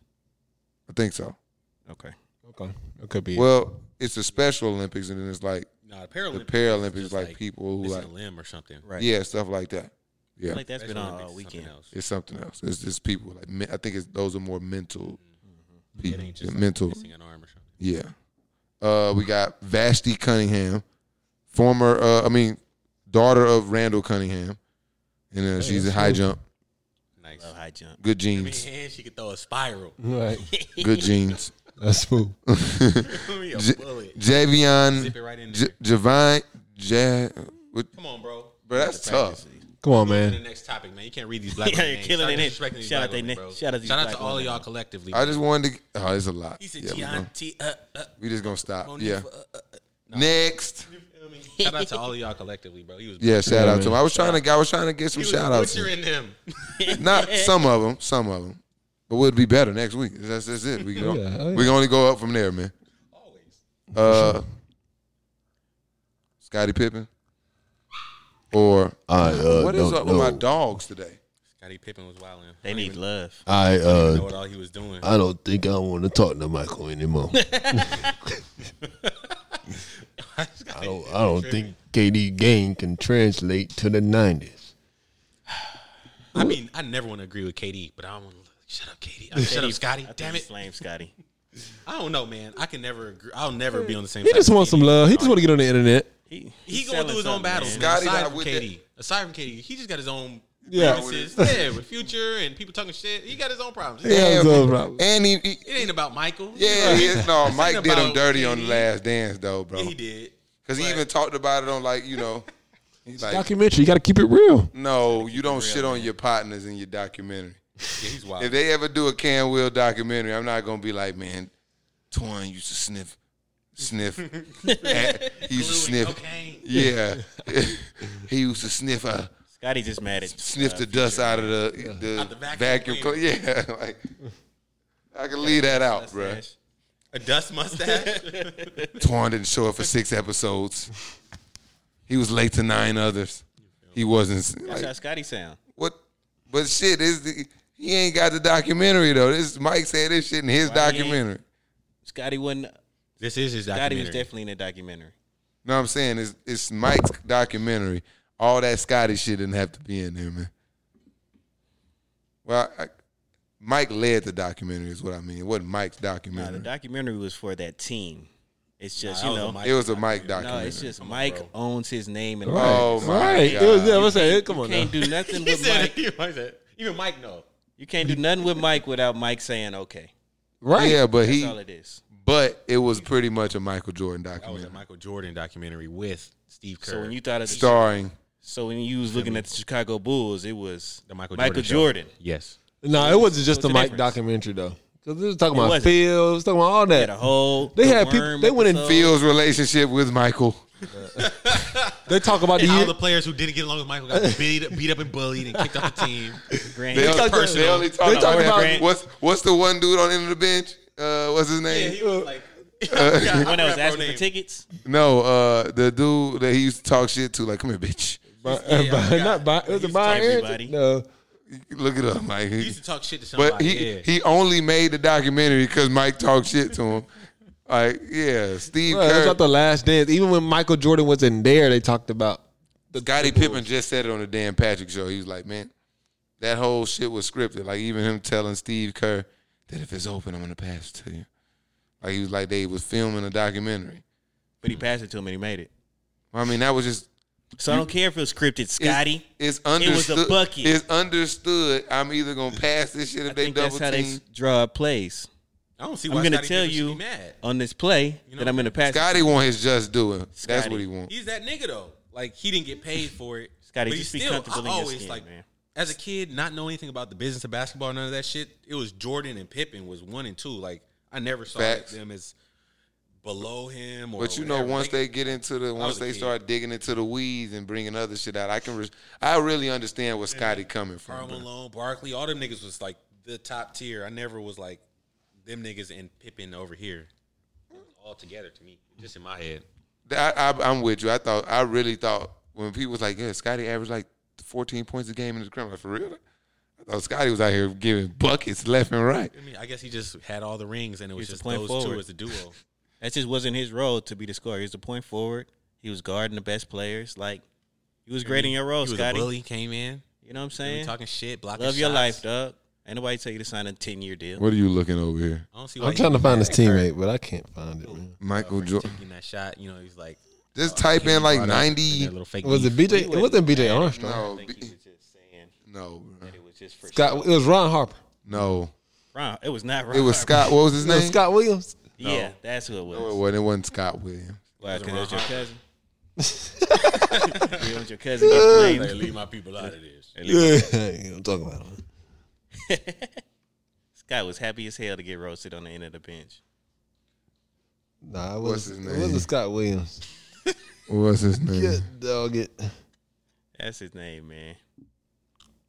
Speaker 1: I think so.
Speaker 4: Okay.
Speaker 2: Okay, it could be.
Speaker 1: Well, it's the Special Olympics, and then it's like
Speaker 5: No, the
Speaker 1: the
Speaker 5: Paralympics.
Speaker 1: Paralympics,
Speaker 5: just
Speaker 1: like, people who
Speaker 5: missing
Speaker 1: like
Speaker 5: a limb or something.
Speaker 4: Right.
Speaker 1: yeah stuff like that. Yeah,
Speaker 4: I feel like that's been
Speaker 5: Special
Speaker 4: on all
Speaker 5: Olympics is something
Speaker 4: weekend.
Speaker 5: else.
Speaker 1: it's something else. It's just people like men- I think it's those are more mental. People,
Speaker 5: Mm-hmm. It ain't just like,
Speaker 1: mental
Speaker 5: missing an arm or something.
Speaker 1: Yeah. Uh, we got Vashti Cunningham, former, uh, I mean, daughter of Randall Cunningham, and uh, she's a high jump,
Speaker 5: Nice.
Speaker 4: Love high jump.
Speaker 1: good jeans,
Speaker 5: Man, she could throw a spiral.
Speaker 2: right.
Speaker 1: good jeans.
Speaker 2: That's smooth.
Speaker 5: Give me a
Speaker 1: J-
Speaker 5: bullet.
Speaker 1: Javion,
Speaker 5: Zip it right in
Speaker 1: J-
Speaker 5: there.
Speaker 1: Javon, ja- what,
Speaker 5: Come on, bro.
Speaker 1: bro, that's tough.
Speaker 2: Come on,
Speaker 5: To the
Speaker 2: man.
Speaker 5: next topic, man. You can't read these black
Speaker 4: Yeah,
Speaker 5: women
Speaker 4: you're
Speaker 5: names.
Speaker 4: killing
Speaker 5: Start
Speaker 4: it, innit?
Speaker 5: disrespecting these
Speaker 4: Shout out
Speaker 5: black
Speaker 4: they
Speaker 5: women,
Speaker 4: na-
Speaker 5: bro.
Speaker 4: shout out these
Speaker 5: Shout out
Speaker 4: black
Speaker 5: to all
Speaker 4: women.
Speaker 5: of y'all collectively.
Speaker 1: I just wanted to. Oh, there's a lot.
Speaker 5: He said,
Speaker 1: Yeah, we gonna-
Speaker 5: T. Uh, uh,
Speaker 1: we just gonna stop.
Speaker 5: Monifa,
Speaker 1: Yeah.
Speaker 5: uh, uh, uh."
Speaker 1: Next.
Speaker 5: Shout out to all of y'all collectively, bro. He was
Speaker 1: Yeah, shout out
Speaker 2: man.
Speaker 1: to him. I was trying to. I was trying to get
Speaker 5: he
Speaker 1: some
Speaker 5: was
Speaker 1: shout outs.
Speaker 5: butchering them.
Speaker 1: Not some of them. Some of them. But But we'll be better next week. That's, that's it. We can,
Speaker 2: Yeah, oh, yeah.
Speaker 1: we can only go up from there, man. Always. Uh, Scottie Pippen. Or
Speaker 7: I uh,
Speaker 1: what is
Speaker 7: don't
Speaker 1: up
Speaker 7: know.
Speaker 1: with my dogs today?
Speaker 5: Scottie Pippen was wilding.
Speaker 4: They need love.
Speaker 7: I
Speaker 5: Know
Speaker 7: uh,
Speaker 5: what all he was doing.
Speaker 7: I don't think I want to talk to Michael anymore. I don't. I don't think KD game can translate to the nineties.
Speaker 5: I mean, I never want to agree with KD, but I don't want to. Shut up, KD. I mean, shut up, Scotty.
Speaker 4: I think
Speaker 5: Damn
Speaker 4: he
Speaker 5: it.
Speaker 4: Slammed Scotty.
Speaker 5: I don't know, man. I can never agree. I'll never be on the same
Speaker 2: He
Speaker 5: side
Speaker 2: just
Speaker 5: as
Speaker 2: wants
Speaker 5: KD.
Speaker 2: some love. He just want to get on the internet.
Speaker 4: He,
Speaker 5: He
Speaker 4: he's
Speaker 5: going to do
Speaker 4: selling
Speaker 5: his own
Speaker 4: something,
Speaker 5: battles.
Speaker 4: man.
Speaker 5: man.
Speaker 1: Scotty
Speaker 5: aside
Speaker 1: not
Speaker 5: from
Speaker 1: with
Speaker 5: KD. Aside from KD, he just got his own
Speaker 2: Yeah.
Speaker 5: grievances. Yeah, with Future and people talking shit. He got his own problems.
Speaker 1: Yeah,
Speaker 2: that's all
Speaker 1: man.
Speaker 2: right.
Speaker 1: and he, he-
Speaker 5: It ain't about Michael.
Speaker 1: yeah, he is- no,
Speaker 5: It's
Speaker 1: Mike
Speaker 5: not
Speaker 1: did him
Speaker 5: about
Speaker 1: dirty on the
Speaker 5: KD.
Speaker 1: last dance though, bro.
Speaker 5: He did.
Speaker 1: Because he
Speaker 5: But-
Speaker 1: even talked about it on like you know, he's like,
Speaker 2: Documentary. You got to keep it real.
Speaker 1: no, you don't shit on your partners in your documentary.
Speaker 5: Yeah, he's
Speaker 1: If
Speaker 5: wild.
Speaker 1: they ever do a Can Will documentary, I'm not gonna be like, man, Twine used to sniff, sniff, and he used to sniff,
Speaker 5: Okay.
Speaker 1: yeah, he used to sniff, uh,
Speaker 4: Scotty just mad at
Speaker 1: sniff
Speaker 4: uh,
Speaker 1: the dust out of the the,
Speaker 5: Out the vacuum
Speaker 1: vacuum, cleaner. yeah, like I can leave that out, bro.
Speaker 4: Smash.
Speaker 5: A dust mustache.
Speaker 1: Twan didn't show up for six episodes. He was late to nine others. He wasn't
Speaker 4: That's
Speaker 1: like,
Speaker 4: how Scotty sound.
Speaker 1: what, but shit is the. He ain't got the documentary though. This Mike said this shit in his
Speaker 4: Why he ain't-
Speaker 1: documentary.
Speaker 4: Scotty wasn't.
Speaker 5: this is his
Speaker 4: Scotty
Speaker 5: documentary.
Speaker 4: was definitely in a documentary.
Speaker 1: No, I'm saying it's it's Mike's documentary. All that Scotty shit didn't have to be in there, man. Well, I, Mike led the documentary, is what I mean. It wasn't Mike's
Speaker 4: Nah,
Speaker 1: documentary.
Speaker 4: the documentary was for that team. It's just
Speaker 5: That
Speaker 4: you
Speaker 5: was a
Speaker 4: know,
Speaker 5: Mike
Speaker 1: it was a Mike
Speaker 4: no,
Speaker 1: documentary.
Speaker 4: it's just Mike
Speaker 5: bro.
Speaker 4: owns his name and
Speaker 2: Right.
Speaker 1: Oh, my
Speaker 2: right.
Speaker 1: God.
Speaker 2: It was, yeah, what's that? Come on.
Speaker 4: can't
Speaker 2: now.
Speaker 4: do nothing
Speaker 5: He
Speaker 4: with
Speaker 5: said,
Speaker 4: Mike.
Speaker 5: he said, even Mike know.
Speaker 4: You can't do nothing with Mike without Mike saying okay.
Speaker 2: Right.
Speaker 1: yeah, but
Speaker 4: That's
Speaker 1: he
Speaker 4: all it is.
Speaker 1: but it was pretty much a Michael Jordan
Speaker 5: That was Oh, a
Speaker 1: documentary,
Speaker 5: Michael Jordan documentary with Steve Kerr.
Speaker 4: So when you thought of the,
Speaker 1: starring
Speaker 4: so when you was looking at the Chicago Bulls, it was
Speaker 5: The Michael Jordan show.
Speaker 4: Jordan.
Speaker 5: yes,
Speaker 2: No, it wasn't just
Speaker 4: What's
Speaker 2: the
Speaker 4: the
Speaker 2: Mike
Speaker 4: difference?
Speaker 2: documentary though. Because they was talking
Speaker 4: It
Speaker 2: about
Speaker 4: wasn't.
Speaker 2: Phil, it was talking about all
Speaker 4: Had a
Speaker 2: that.
Speaker 4: whole.
Speaker 2: They
Speaker 4: the
Speaker 2: had people-
Speaker 4: worm
Speaker 2: they went in
Speaker 4: episode.
Speaker 1: Phil's relationship with Michael.
Speaker 2: They talk about the
Speaker 5: and all
Speaker 2: year.
Speaker 5: the players who didn't get along with Michael got beat, beat up and bullied and kicked off the team.
Speaker 4: Grant-
Speaker 1: They,
Speaker 2: talked-
Speaker 1: only, they only talk
Speaker 2: they talked
Speaker 1: about,
Speaker 2: about-
Speaker 1: what's what's the one dude on the end of the bench? Uh, what's his name?
Speaker 5: was like,
Speaker 4: when I was asking for tickets,
Speaker 1: No, uh, the dude that he used to talk shit to, like, come here, bitch.
Speaker 2: By, by, not by, it was a
Speaker 4: He
Speaker 2: by
Speaker 4: used to tell everybody.
Speaker 2: No,
Speaker 1: Look it up, Mike.
Speaker 5: he used to talk shit to somebody.
Speaker 1: but he
Speaker 5: yeah.
Speaker 1: he only made the documentary because Mike talked shit to him. Like, yeah, Steve
Speaker 2: Bruh, it was
Speaker 1: Kerr.
Speaker 2: not the last dance. Even when Michael Jordan was in there, they talked about
Speaker 1: Scottie Pippen just said it on the Dan Patrick show. He was like, man, that whole shit was scripted. Like, even him telling Steve Kerr that if it's open, I'm going to pass it to you. Like, he was like, they was filming a documentary.
Speaker 4: but he passed it to him and he made it.
Speaker 1: I mean, that was just
Speaker 4: So I don't care if it was scripted,
Speaker 1: it's-
Speaker 4: Scotty.
Speaker 1: It's
Speaker 4: was a
Speaker 1: understood.
Speaker 4: bucket.
Speaker 1: It's understood. I'm either gonna pass this shit if
Speaker 4: I
Speaker 1: they
Speaker 4: think
Speaker 1: double
Speaker 4: that's how they
Speaker 1: team.
Speaker 4: s- draw up plays.
Speaker 5: I don't see
Speaker 4: I'm
Speaker 5: why
Speaker 4: gonna
Speaker 5: Scottie
Speaker 4: tell
Speaker 5: Pippen should
Speaker 4: you
Speaker 5: be mad.
Speaker 4: on this play that I'm gonna pass. it
Speaker 1: Scotty want his just doing. That's
Speaker 4: Scotty.
Speaker 1: what he want.
Speaker 5: He's that nigga though. Like he didn't get paid for it.
Speaker 4: Scotty,
Speaker 5: but
Speaker 4: just
Speaker 5: he
Speaker 4: be
Speaker 5: still,
Speaker 4: comfortable in
Speaker 5: I
Speaker 4: your
Speaker 5: always
Speaker 4: skin,
Speaker 5: like
Speaker 4: man.
Speaker 5: as a kid, not know anything about the business of basketball, none of that shit. It was Jordan and Pippen was one and two. Like I never saw
Speaker 1: Facts.
Speaker 5: them as below him. Or
Speaker 1: But you know,
Speaker 5: whatever.
Speaker 1: once
Speaker 5: Like,
Speaker 1: they get into the, once
Speaker 5: a
Speaker 1: they
Speaker 5: kid.
Speaker 1: start digging into the weeds and bringing other shit out, I can, re- I really understand where Scotty coming
Speaker 5: Carl
Speaker 1: from. bro.
Speaker 5: Malone, Barkley, all them niggas was like the top tier. I never was like them niggas and Pippen over here. It was All together to me, just in my head.
Speaker 1: I, I, I'm with you. I thought, I really thought when people was like, yeah, Scotty averaged like 14 points a game in the crime. Like for real, I thought Scotty was out here giving buckets left and right.
Speaker 5: I mean, I guess he just had all the rings, and it was
Speaker 4: He's
Speaker 5: just
Speaker 4: playing
Speaker 5: those two
Speaker 4: forward.
Speaker 5: as a duo.
Speaker 4: That just wasn't his role to be the scorer. He was the point forward. He was guarding the best players. Like he was great in your role,
Speaker 5: he was
Speaker 4: Oh, Scotty.
Speaker 5: a bully, came in,
Speaker 4: You know what I'm
Speaker 5: we
Speaker 4: saying?
Speaker 5: talking shit, blocking
Speaker 4: Love your life,
Speaker 5: shots.
Speaker 4: dog. Ain't nobody tell you to sign a ten year deal.
Speaker 1: What are you looking over here?
Speaker 5: I don't see why
Speaker 2: I'm
Speaker 5: he
Speaker 2: trying to
Speaker 5: was
Speaker 2: find
Speaker 5: mad
Speaker 2: his
Speaker 5: at Kerr.
Speaker 2: teammate, but I can't find it. Man.
Speaker 1: Michael
Speaker 5: Frank
Speaker 1: Jordan.
Speaker 5: taking that shot. You know, he's like
Speaker 1: Just type in like 90.
Speaker 5: little fake.
Speaker 2: Was it BJ? It wasn't BJ Armstrong.
Speaker 1: No,
Speaker 4: think
Speaker 1: B-
Speaker 4: he was just saying
Speaker 1: no, bro.
Speaker 4: it was just for
Speaker 2: Scott, it was Ron Harper.
Speaker 1: no.
Speaker 4: Ron. It was not Ron.
Speaker 1: It was Scott. What was his
Speaker 2: No,
Speaker 1: name?
Speaker 2: Scott Williams.
Speaker 4: Yeah, that's who it was.
Speaker 1: No, it wasn't. It wasn't Scott Williams.
Speaker 4: Why? Because it was your
Speaker 5: Ron
Speaker 4: cousin. you want your cousin get blamed.
Speaker 5: leave my people out of this.
Speaker 2: Yeah, I'm talking about him.
Speaker 4: Scott was happy as hell to get roasted on the end of the bench.
Speaker 2: Nah, it
Speaker 1: What's
Speaker 2: was
Speaker 1: his
Speaker 2: it was
Speaker 1: name?
Speaker 2: a Scott Williams.
Speaker 1: What's his name?
Speaker 2: Good dog. It.
Speaker 4: That's his name, man.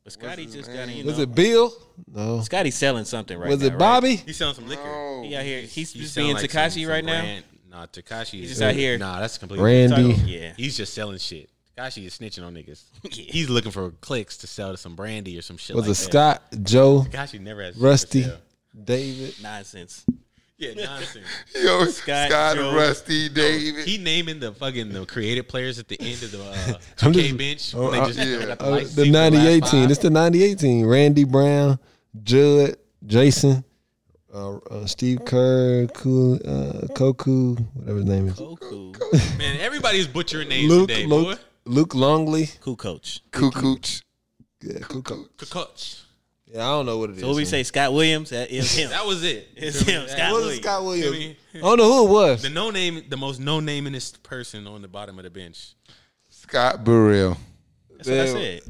Speaker 4: But Scotty just got in. You
Speaker 2: Was
Speaker 4: know,
Speaker 2: it Bill? No.
Speaker 4: Scotty's selling something right
Speaker 2: Was
Speaker 4: now.
Speaker 2: it Bobby?
Speaker 5: He's selling some liquor.
Speaker 1: Oh,
Speaker 4: Right? He out here. He's
Speaker 5: You
Speaker 4: just
Speaker 5: sound
Speaker 4: being
Speaker 5: like some-
Speaker 4: Takashi
Speaker 5: some
Speaker 4: right now.
Speaker 5: Rand- Nah, Takashi is
Speaker 4: just out here.
Speaker 5: Nah, that's completely
Speaker 2: Randy.
Speaker 4: Yeah.
Speaker 5: He's just selling shit. Takashi is snitching on niggas. He's looking for clicks to sell to some brandy or some shit.
Speaker 2: Was
Speaker 5: like
Speaker 2: it Scott, Joe,
Speaker 5: That. Takashi never has shit for
Speaker 2: Rusty,
Speaker 5: sale.
Speaker 2: David?
Speaker 4: Nonsense.
Speaker 5: Yeah, nonsense.
Speaker 1: Yo,
Speaker 4: Scott
Speaker 1: Scott,
Speaker 4: Joe.
Speaker 1: Rusty, David.
Speaker 5: he naming the fucking the creative players at the end of the uh,
Speaker 2: I'm
Speaker 5: 2K
Speaker 2: just-
Speaker 5: bench.
Speaker 2: oh, I-
Speaker 5: when they just
Speaker 1: yeah.
Speaker 5: got
Speaker 2: Oh,
Speaker 5: like
Speaker 2: the
Speaker 5: six last
Speaker 2: 98 team.
Speaker 5: five.
Speaker 2: It's the 98 team. Randy Brown, Judd, Jason, uh, uh, Steve Kerr, Ku- uh, Koku, whatever his name is.
Speaker 4: Cool.
Speaker 5: Man, everybody's butchering names
Speaker 2: Luke,
Speaker 5: today,
Speaker 2: Luke,
Speaker 5: boy.
Speaker 2: Luke Longley.
Speaker 4: Cool coach.
Speaker 1: Kukuch.
Speaker 2: Yeah, Kukoc.
Speaker 5: Kukoc.
Speaker 2: Yeah, I don't know what it is.
Speaker 4: So what we
Speaker 2: man.
Speaker 4: say, Scott Williams? That is him.
Speaker 5: That was it.
Speaker 4: It's him, Scott
Speaker 2: What
Speaker 4: Williams.
Speaker 2: is Scott
Speaker 5: I
Speaker 2: Williams?
Speaker 5: mean,
Speaker 2: I don't know who it was.
Speaker 5: the no name, the most no namingest person on the bottom of the bench.
Speaker 1: Scott Burrell.
Speaker 4: That's what I said.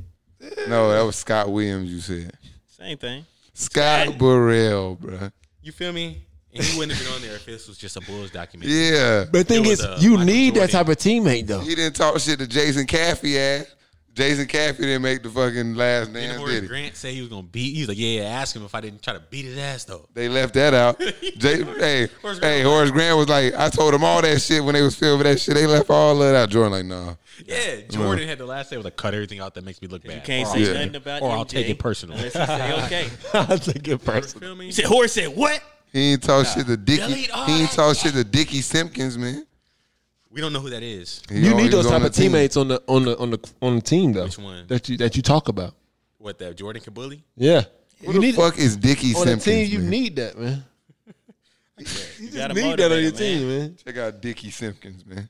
Speaker 1: No, that was Scott Williams. You said
Speaker 4: Same thing.
Speaker 1: Scott Burrell, bruh.
Speaker 5: You feel me? And he wouldn't have been on there if this was just a Bulls documentary.
Speaker 1: Yeah,
Speaker 2: But the thing
Speaker 5: It
Speaker 2: is,
Speaker 5: was, uh,
Speaker 2: you
Speaker 5: Michael
Speaker 2: need that
Speaker 5: Jordan.
Speaker 2: type of teammate, though.
Speaker 1: he didn't talk shit to Jason Caffey ass. Jason Caffey didn't make the fucking last
Speaker 5: And
Speaker 1: name,
Speaker 5: Horace
Speaker 1: did he?
Speaker 5: Grant said he was gonna beat. He was like, "Yeah, ask him if I didn't try to beat his ass though."
Speaker 1: They left that out. Jay, hey,
Speaker 5: Horace Grant
Speaker 1: hey,
Speaker 5: was
Speaker 1: Horace Grant was like, I told him all that shit when they was filming that shit. They left all of that out. Jordan like, nah.
Speaker 5: Yeah, Jordan had the last day was like, "Cut everything out that makes me look bad."
Speaker 4: You can't
Speaker 5: or
Speaker 4: say
Speaker 5: I'll-
Speaker 1: Yeah.
Speaker 4: nothing about
Speaker 5: or I'll
Speaker 4: MJ
Speaker 5: take it personal.
Speaker 4: unless you say, okay.
Speaker 2: I think it
Speaker 5: You
Speaker 2: personal.
Speaker 5: feel me?
Speaker 4: You said Horace said what?
Speaker 1: He ain't talk shit to Dickie.
Speaker 5: Delete all
Speaker 1: He ain't
Speaker 5: that
Speaker 1: talk shit to Dickie Simpkins, man.
Speaker 5: We don't know who that is.
Speaker 1: He
Speaker 2: You
Speaker 1: on- he
Speaker 2: need those
Speaker 1: was on
Speaker 2: type of
Speaker 1: the team.
Speaker 2: teammates on the on the on the on the team though.
Speaker 5: Which one?
Speaker 2: that you that you talk about?
Speaker 5: What that Jordan Kabuli?
Speaker 2: Yeah,
Speaker 1: Who
Speaker 2: you
Speaker 1: the
Speaker 2: need
Speaker 1: fuck is Dickie
Speaker 2: on the
Speaker 1: Simpkins?
Speaker 2: team. You
Speaker 1: man?
Speaker 2: need that man.
Speaker 4: You gotta
Speaker 2: Need that on your
Speaker 4: motivate him,
Speaker 2: team,
Speaker 4: man.
Speaker 2: man.
Speaker 1: Check out Dickie Simpkins, man.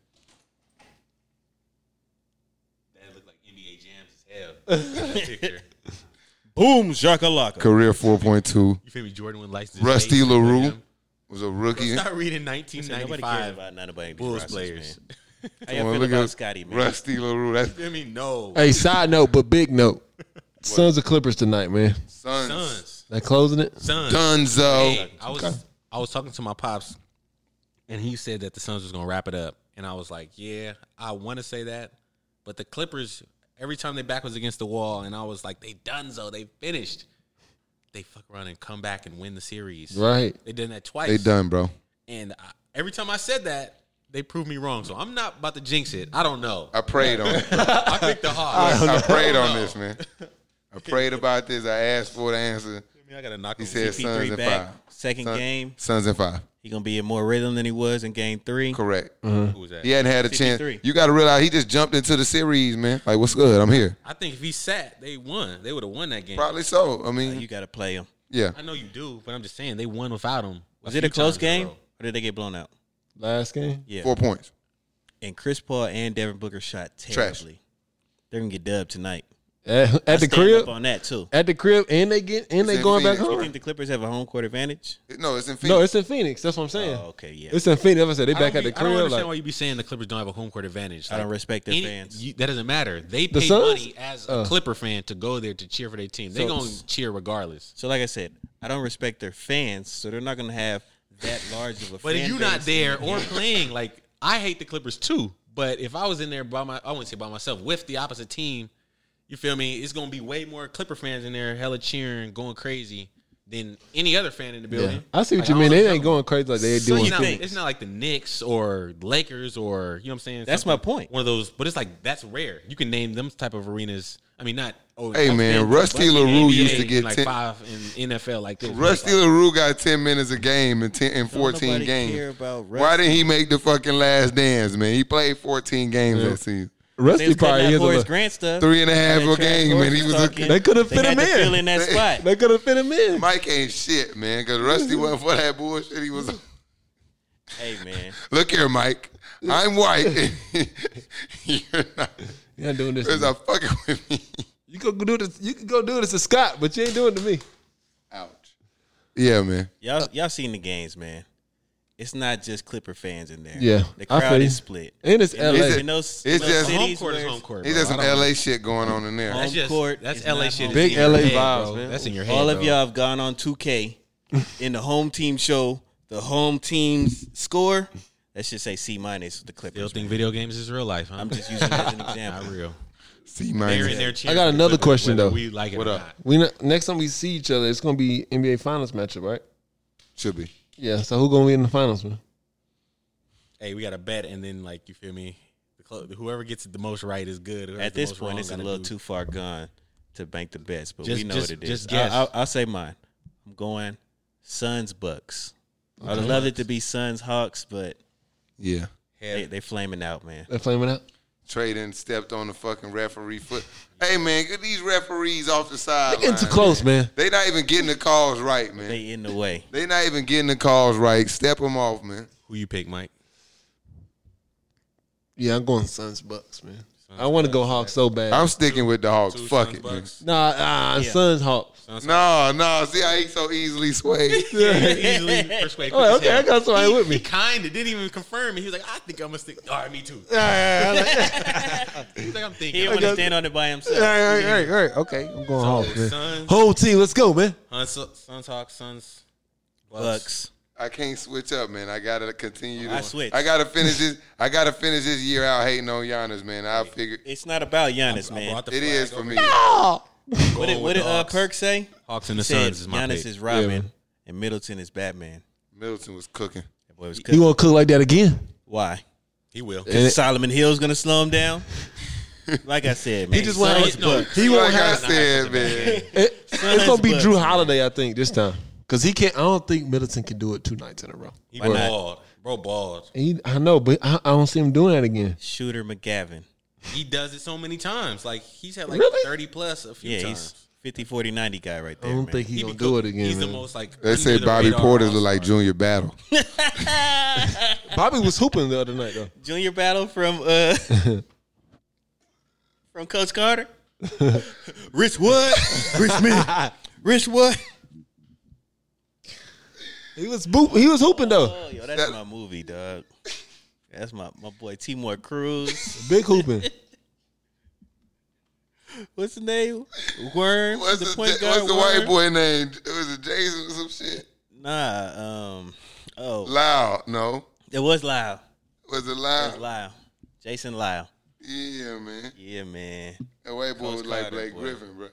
Speaker 5: That looked like NBA jams as hell. That picture.
Speaker 4: Boom, Shakalaka.
Speaker 1: Career 4.2.
Speaker 5: You feel me? Jordan wouldn't license. his
Speaker 1: Rusty
Speaker 5: face to
Speaker 1: LaRue
Speaker 5: him.
Speaker 1: was a rookie.
Speaker 5: Start reading
Speaker 4: Nobody cares
Speaker 5: 1995
Speaker 4: about none of these
Speaker 5: Bulls
Speaker 4: rosters,
Speaker 5: players.
Speaker 4: man. How y'all
Speaker 1: Well,
Speaker 4: feel
Speaker 1: look
Speaker 4: about
Speaker 1: at
Speaker 4: Scotty, man?
Speaker 1: Rusty LaRue. That's
Speaker 5: You feel me? No.
Speaker 2: Hey, side note, but big note. Sons of Clippers tonight, man.
Speaker 1: Sons.
Speaker 5: Sons.
Speaker 2: That closing it.
Speaker 5: Sons.
Speaker 1: Dunzo.
Speaker 5: Hey, I was I was talking to my pops, and he said that the Suns was gonna wrap it up, and I was like, yeah, I want to say that, but the Clippers every time they back was against the wall, and I was like, they done so, they finished. They fuck around and come back and win the series.
Speaker 2: Right.
Speaker 5: They done that twice.
Speaker 1: They done, bro.
Speaker 5: And I, every time I said that, they proved me wrong. So I'm not about to jinx it. I don't know.
Speaker 1: I prayed on it. bro.
Speaker 5: I picked the hog.
Speaker 1: I prayed on this, man. I prayed about this. I asked for the answer.
Speaker 5: I, mean, I got to knock.
Speaker 1: He
Speaker 5: on
Speaker 1: said
Speaker 5: CP.
Speaker 1: Sons
Speaker 4: CP3
Speaker 1: and
Speaker 4: back.
Speaker 1: five.
Speaker 4: Second
Speaker 1: Son-
Speaker 4: game,
Speaker 1: Sons and five.
Speaker 4: he gonna be in more rhythm than he was in game three.
Speaker 1: Correct.
Speaker 5: Who was that?
Speaker 1: He hadn't had a chance.
Speaker 4: 53.
Speaker 1: You got to realize he just jumped into the series, man. Like, what's good? I'm here.
Speaker 5: I think if he sat, they won. They would have won that game.
Speaker 1: Probably so. I
Speaker 4: You
Speaker 1: mean,
Speaker 4: gotta play him.
Speaker 1: yeah.
Speaker 5: I know you do, but I'm just saying they won without him.
Speaker 4: Was
Speaker 5: few
Speaker 4: it a close
Speaker 5: times in
Speaker 4: game
Speaker 5: row.
Speaker 4: or did they get blown out?
Speaker 2: Last game.
Speaker 4: Yeah.
Speaker 1: Four points.
Speaker 4: And Chris Paul and Devin Booker shot
Speaker 1: Trash.
Speaker 4: terribly. They're gonna get dubbed tonight.
Speaker 2: At, at
Speaker 4: I
Speaker 2: the
Speaker 4: stand up
Speaker 2: crib.
Speaker 4: on that too.
Speaker 2: At the crib, and they get and they
Speaker 1: It's in
Speaker 2: going back
Speaker 1: Phoenix.
Speaker 4: You
Speaker 2: home.
Speaker 4: think the Clippers have a home court advantage?
Speaker 1: No, it's in Phoenix.
Speaker 2: No, it's in Phoenix. That's what I'm saying.
Speaker 4: Oh, okay, yeah.
Speaker 2: It's in Phoenix. That's what I said they
Speaker 5: I
Speaker 2: back
Speaker 5: don't
Speaker 2: at the
Speaker 5: be- I don't
Speaker 2: crib.
Speaker 5: understand why
Speaker 2: Like,
Speaker 5: you be saying the Clippers don't have a home court advantage.
Speaker 4: I don't
Speaker 5: Like,
Speaker 4: respect their
Speaker 5: any-
Speaker 4: fans.
Speaker 5: you- that doesn't matter. They
Speaker 2: The
Speaker 5: pay
Speaker 2: Suns?
Speaker 5: money as a
Speaker 2: Uh.
Speaker 5: Clipper fan to go there to cheer for their team. They're
Speaker 2: So-
Speaker 5: going to cheer regardless.
Speaker 4: so like I said, I don't respect their fans, so they're not gonna have that large of a
Speaker 5: But
Speaker 4: fan
Speaker 5: if you're not
Speaker 4: base.
Speaker 5: there or playing, like I hate the Clippers too. But if I was in there by my, I wouldn't say by myself with the opposite team. You feel me? It's going to be way more Clipper fans in there, hella cheering, going crazy than any other fan in the building.
Speaker 2: yeah. I see what
Speaker 5: Like,
Speaker 2: you
Speaker 5: I
Speaker 2: mean.
Speaker 5: don't
Speaker 2: They
Speaker 5: know.
Speaker 2: ain't going crazy like they
Speaker 4: So
Speaker 2: do
Speaker 4: you
Speaker 2: in
Speaker 5: It's not-
Speaker 4: think-
Speaker 2: Phoenix.
Speaker 5: It's not like the Knicks or Lakers or you know what I'm saying.
Speaker 4: That's
Speaker 5: Something-
Speaker 4: my point.
Speaker 5: One of those, but it's like that's rare. You can name them type of arenas. I mean, not. Oh,
Speaker 1: Hey,
Speaker 5: I've
Speaker 1: man,
Speaker 5: been
Speaker 1: Rusty
Speaker 5: fucking
Speaker 1: LaRue
Speaker 5: NBA
Speaker 1: used to get
Speaker 5: in like
Speaker 1: ten-
Speaker 5: five in NFL like this.
Speaker 1: Rusty
Speaker 5: Like,
Speaker 1: LaRue got 10 minutes a game in, 10, in
Speaker 4: nobody
Speaker 1: 14
Speaker 4: care
Speaker 1: games.
Speaker 4: about
Speaker 1: Why didn't he make the fucking last dance, man? He played 14 games that season.
Speaker 4: They
Speaker 2: Rusty
Speaker 4: was cutting
Speaker 2: probably
Speaker 4: out
Speaker 2: is. a
Speaker 4: Horace
Speaker 2: little-
Speaker 4: Grant stuff.
Speaker 1: Three and a half
Speaker 4: All that
Speaker 1: a
Speaker 4: trash
Speaker 1: game,
Speaker 4: Horace
Speaker 1: and he was
Speaker 4: talking.
Speaker 1: looking-
Speaker 2: They could've fit
Speaker 4: had
Speaker 2: him
Speaker 4: to
Speaker 2: in.
Speaker 4: Fill in that spot.
Speaker 2: They could have fit him in.
Speaker 1: Mike ain't shit, man, because Rusty wasn't for that bullshit. He was,
Speaker 4: hey man,
Speaker 1: look here, Mike. I'm white. You're not.
Speaker 2: You're not doing this.
Speaker 1: There's a fucking with me.
Speaker 2: You go do this. You can go do this to Scott, but you ain't doing it to me.
Speaker 1: Ouch. Yeah, man.
Speaker 4: y'all y'all seen the games, man. It's not just Clipper fans in there.
Speaker 2: Yeah,
Speaker 4: the
Speaker 2: I feel
Speaker 4: crowd
Speaker 2: you.
Speaker 4: is split.
Speaker 2: And it's
Speaker 4: Those-
Speaker 2: LA.
Speaker 1: it-
Speaker 4: in those,
Speaker 1: it's
Speaker 4: those
Speaker 1: just-
Speaker 5: home
Speaker 4: cities
Speaker 5: court is
Speaker 4: where
Speaker 5: home court.
Speaker 1: He's
Speaker 5: bro.
Speaker 1: got some LA shit going on in there.
Speaker 4: Home
Speaker 5: That's just
Speaker 4: court
Speaker 5: That's
Speaker 4: is
Speaker 5: LA
Speaker 4: not
Speaker 5: shit.
Speaker 4: home.
Speaker 5: It's
Speaker 2: Big
Speaker 5: in your
Speaker 2: LA
Speaker 5: head,
Speaker 2: vibes,
Speaker 5: bro.
Speaker 2: man.
Speaker 5: That's in your head.
Speaker 4: all of
Speaker 5: bro.
Speaker 4: y'all have gone on 2K in the home team show. The home team's score. Let's just say C minus with the
Speaker 5: Still
Speaker 4: Clippers.
Speaker 5: think video games is real life, huh?
Speaker 4: I'm just using that as an
Speaker 5: not
Speaker 4: example.
Speaker 5: real.
Speaker 1: C
Speaker 5: They're in there
Speaker 1: minus.
Speaker 5: cheering.
Speaker 2: I got another
Speaker 5: whether-
Speaker 2: question,
Speaker 5: whether
Speaker 2: though.
Speaker 5: We like it
Speaker 1: What
Speaker 5: or
Speaker 1: up?
Speaker 5: not.
Speaker 2: We not, next time we see each other, it's gonna be NBA Finals matchup, right?
Speaker 1: Should be.
Speaker 2: Yeah. So who gonna be in the finals, man?
Speaker 5: Hey, we got a bet, and then like you feel me. The clo- Whoever gets it the most right is good. Whoever
Speaker 4: At
Speaker 5: the
Speaker 4: this
Speaker 5: most
Speaker 4: point,
Speaker 5: wrong
Speaker 4: it's a
Speaker 5: gotta
Speaker 4: little
Speaker 5: do-
Speaker 4: too far gone to bank the bets, but
Speaker 5: Just-
Speaker 4: we know
Speaker 5: just-
Speaker 4: what it is.
Speaker 5: just guess.
Speaker 4: I, will I'll say mine. I'm going Suns Bucks. I'd love it to be Suns Hawks, but
Speaker 1: Yeah.
Speaker 5: Hell,
Speaker 4: they, they flaming out, man.
Speaker 2: They flaming out.
Speaker 1: Trey done stepped on the fucking referee foot. Hey man, get these referees off the
Speaker 2: They
Speaker 1: side.
Speaker 2: getting too close, man.
Speaker 1: They not even getting the calls right, man. They,
Speaker 4: They in the way.
Speaker 1: not even getting the calls right. Step them off, man.
Speaker 5: Who you pick, Mike?
Speaker 2: Yeah, I'm going Suns Bucks, man. I want to go Hawks so bad.
Speaker 1: I'm sticking with the Hawks.
Speaker 5: Two
Speaker 1: Fuck
Speaker 5: Suns,
Speaker 1: it,
Speaker 5: Bucks.
Speaker 2: nah, uh, Suns Hawks.
Speaker 1: man. No, no. See how he so easily swayed.
Speaker 5: Easily persuade.
Speaker 2: All right, Oh, okay, I got somebody with
Speaker 5: He
Speaker 2: me.
Speaker 5: kind of didn't even confirm it. He was like, I think I'm going to stick. All right, me too. He's like, I'm
Speaker 4: He
Speaker 5: thinking.
Speaker 4: didn't want to stand on it by himself.
Speaker 2: All right, all right, all right, all right. Okay, I'm going Hawks, man.
Speaker 5: Suns,
Speaker 2: Whole team, let's go, man.
Speaker 5: Suns, Suns, Hawks, Suns, Bucks.
Speaker 4: Bucks.
Speaker 1: I can't switch up, man. I gotta continue. To,
Speaker 4: I switched.
Speaker 1: I gotta finish this. I gotta finish this year out hating on Giannis, man. I figure
Speaker 4: It's not about Giannis, man.
Speaker 5: Brought the
Speaker 1: it
Speaker 5: flag
Speaker 1: is for
Speaker 5: over.
Speaker 1: me.
Speaker 4: What
Speaker 5: Going
Speaker 4: did,
Speaker 5: with
Speaker 4: what did
Speaker 5: the
Speaker 4: uh,
Speaker 5: Hawks.
Speaker 4: Perk say?
Speaker 5: Hawks and the
Speaker 4: He said
Speaker 5: Suns is my
Speaker 4: Giannis
Speaker 5: pick.
Speaker 4: is Robin
Speaker 2: man.
Speaker 4: and Middleton is Batman.
Speaker 1: Middleton was cooking.
Speaker 4: That boy was
Speaker 2: You
Speaker 4: cooking.
Speaker 2: want to cook like that again?
Speaker 4: Why?
Speaker 5: He will.
Speaker 2: And it-
Speaker 4: Solomon Hill's gonna slow him down. Like I said, man.
Speaker 2: He just
Speaker 4: Suns,
Speaker 2: went. He won't
Speaker 1: Like I
Speaker 2: have.
Speaker 1: said, man.
Speaker 2: It, it's gonna be
Speaker 4: Bucks,
Speaker 2: Drew Holiday, I think, this time, because he can't. I don't think Middleton can do it two nights in a row.
Speaker 5: He
Speaker 4: Why not?
Speaker 5: balled. Bro, balled.
Speaker 2: He, I know, but I, I don't see him doing that again.
Speaker 4: Shooter McGavin.
Speaker 5: He does it so many times. Like, he's had like
Speaker 2: Really?
Speaker 5: 30 plus a few
Speaker 4: Yeah, he's
Speaker 5: times.
Speaker 4: 50, 40, 90 guy right there.
Speaker 2: I don't
Speaker 4: man.
Speaker 2: think he's
Speaker 5: He
Speaker 2: gonna
Speaker 5: be
Speaker 2: do it
Speaker 5: cooked.
Speaker 2: again.
Speaker 5: He's the
Speaker 2: man.
Speaker 5: most like.
Speaker 1: They say Bobby Porter look like Junior Battle.
Speaker 2: Bobby was hooping the other night though.
Speaker 4: Junior Battle from uh from Coach Carter. Rich Wood, Rich me, Rich Wood.
Speaker 2: He was boop, he was hooping though.
Speaker 4: Oh, yo, that's my movie, dog. That's my my boy Timor Cruz.
Speaker 2: Big hooping.
Speaker 4: What's the name? Worm.
Speaker 1: What's
Speaker 4: the
Speaker 1: the,
Speaker 4: point guard.
Speaker 1: what's the
Speaker 4: Worm?
Speaker 1: white boy name? Was it Jason or some shit?
Speaker 4: Nah. Um. Oh,
Speaker 1: Lyle, no.
Speaker 4: it was Lyle.
Speaker 1: Was it
Speaker 4: It was
Speaker 1: Lyle?
Speaker 4: Lyle. Jason Lyle.
Speaker 1: Yeah, man.
Speaker 4: Yeah, man.
Speaker 1: That white boy
Speaker 5: Coach
Speaker 1: was like
Speaker 5: Carter,
Speaker 1: Blake
Speaker 5: boy.
Speaker 1: Griffin, bro.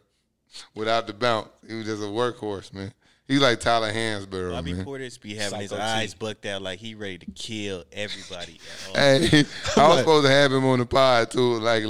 Speaker 1: Without the bounce, he was just a workhorse, man. He like Tyler Hansborough,
Speaker 4: Bobby
Speaker 1: man.
Speaker 4: Porter's be having his
Speaker 5: Psycho T.
Speaker 4: eyes bucked out like he ready to kill everybody. at all.
Speaker 1: Hey, I was supposed to have him on the pod too, like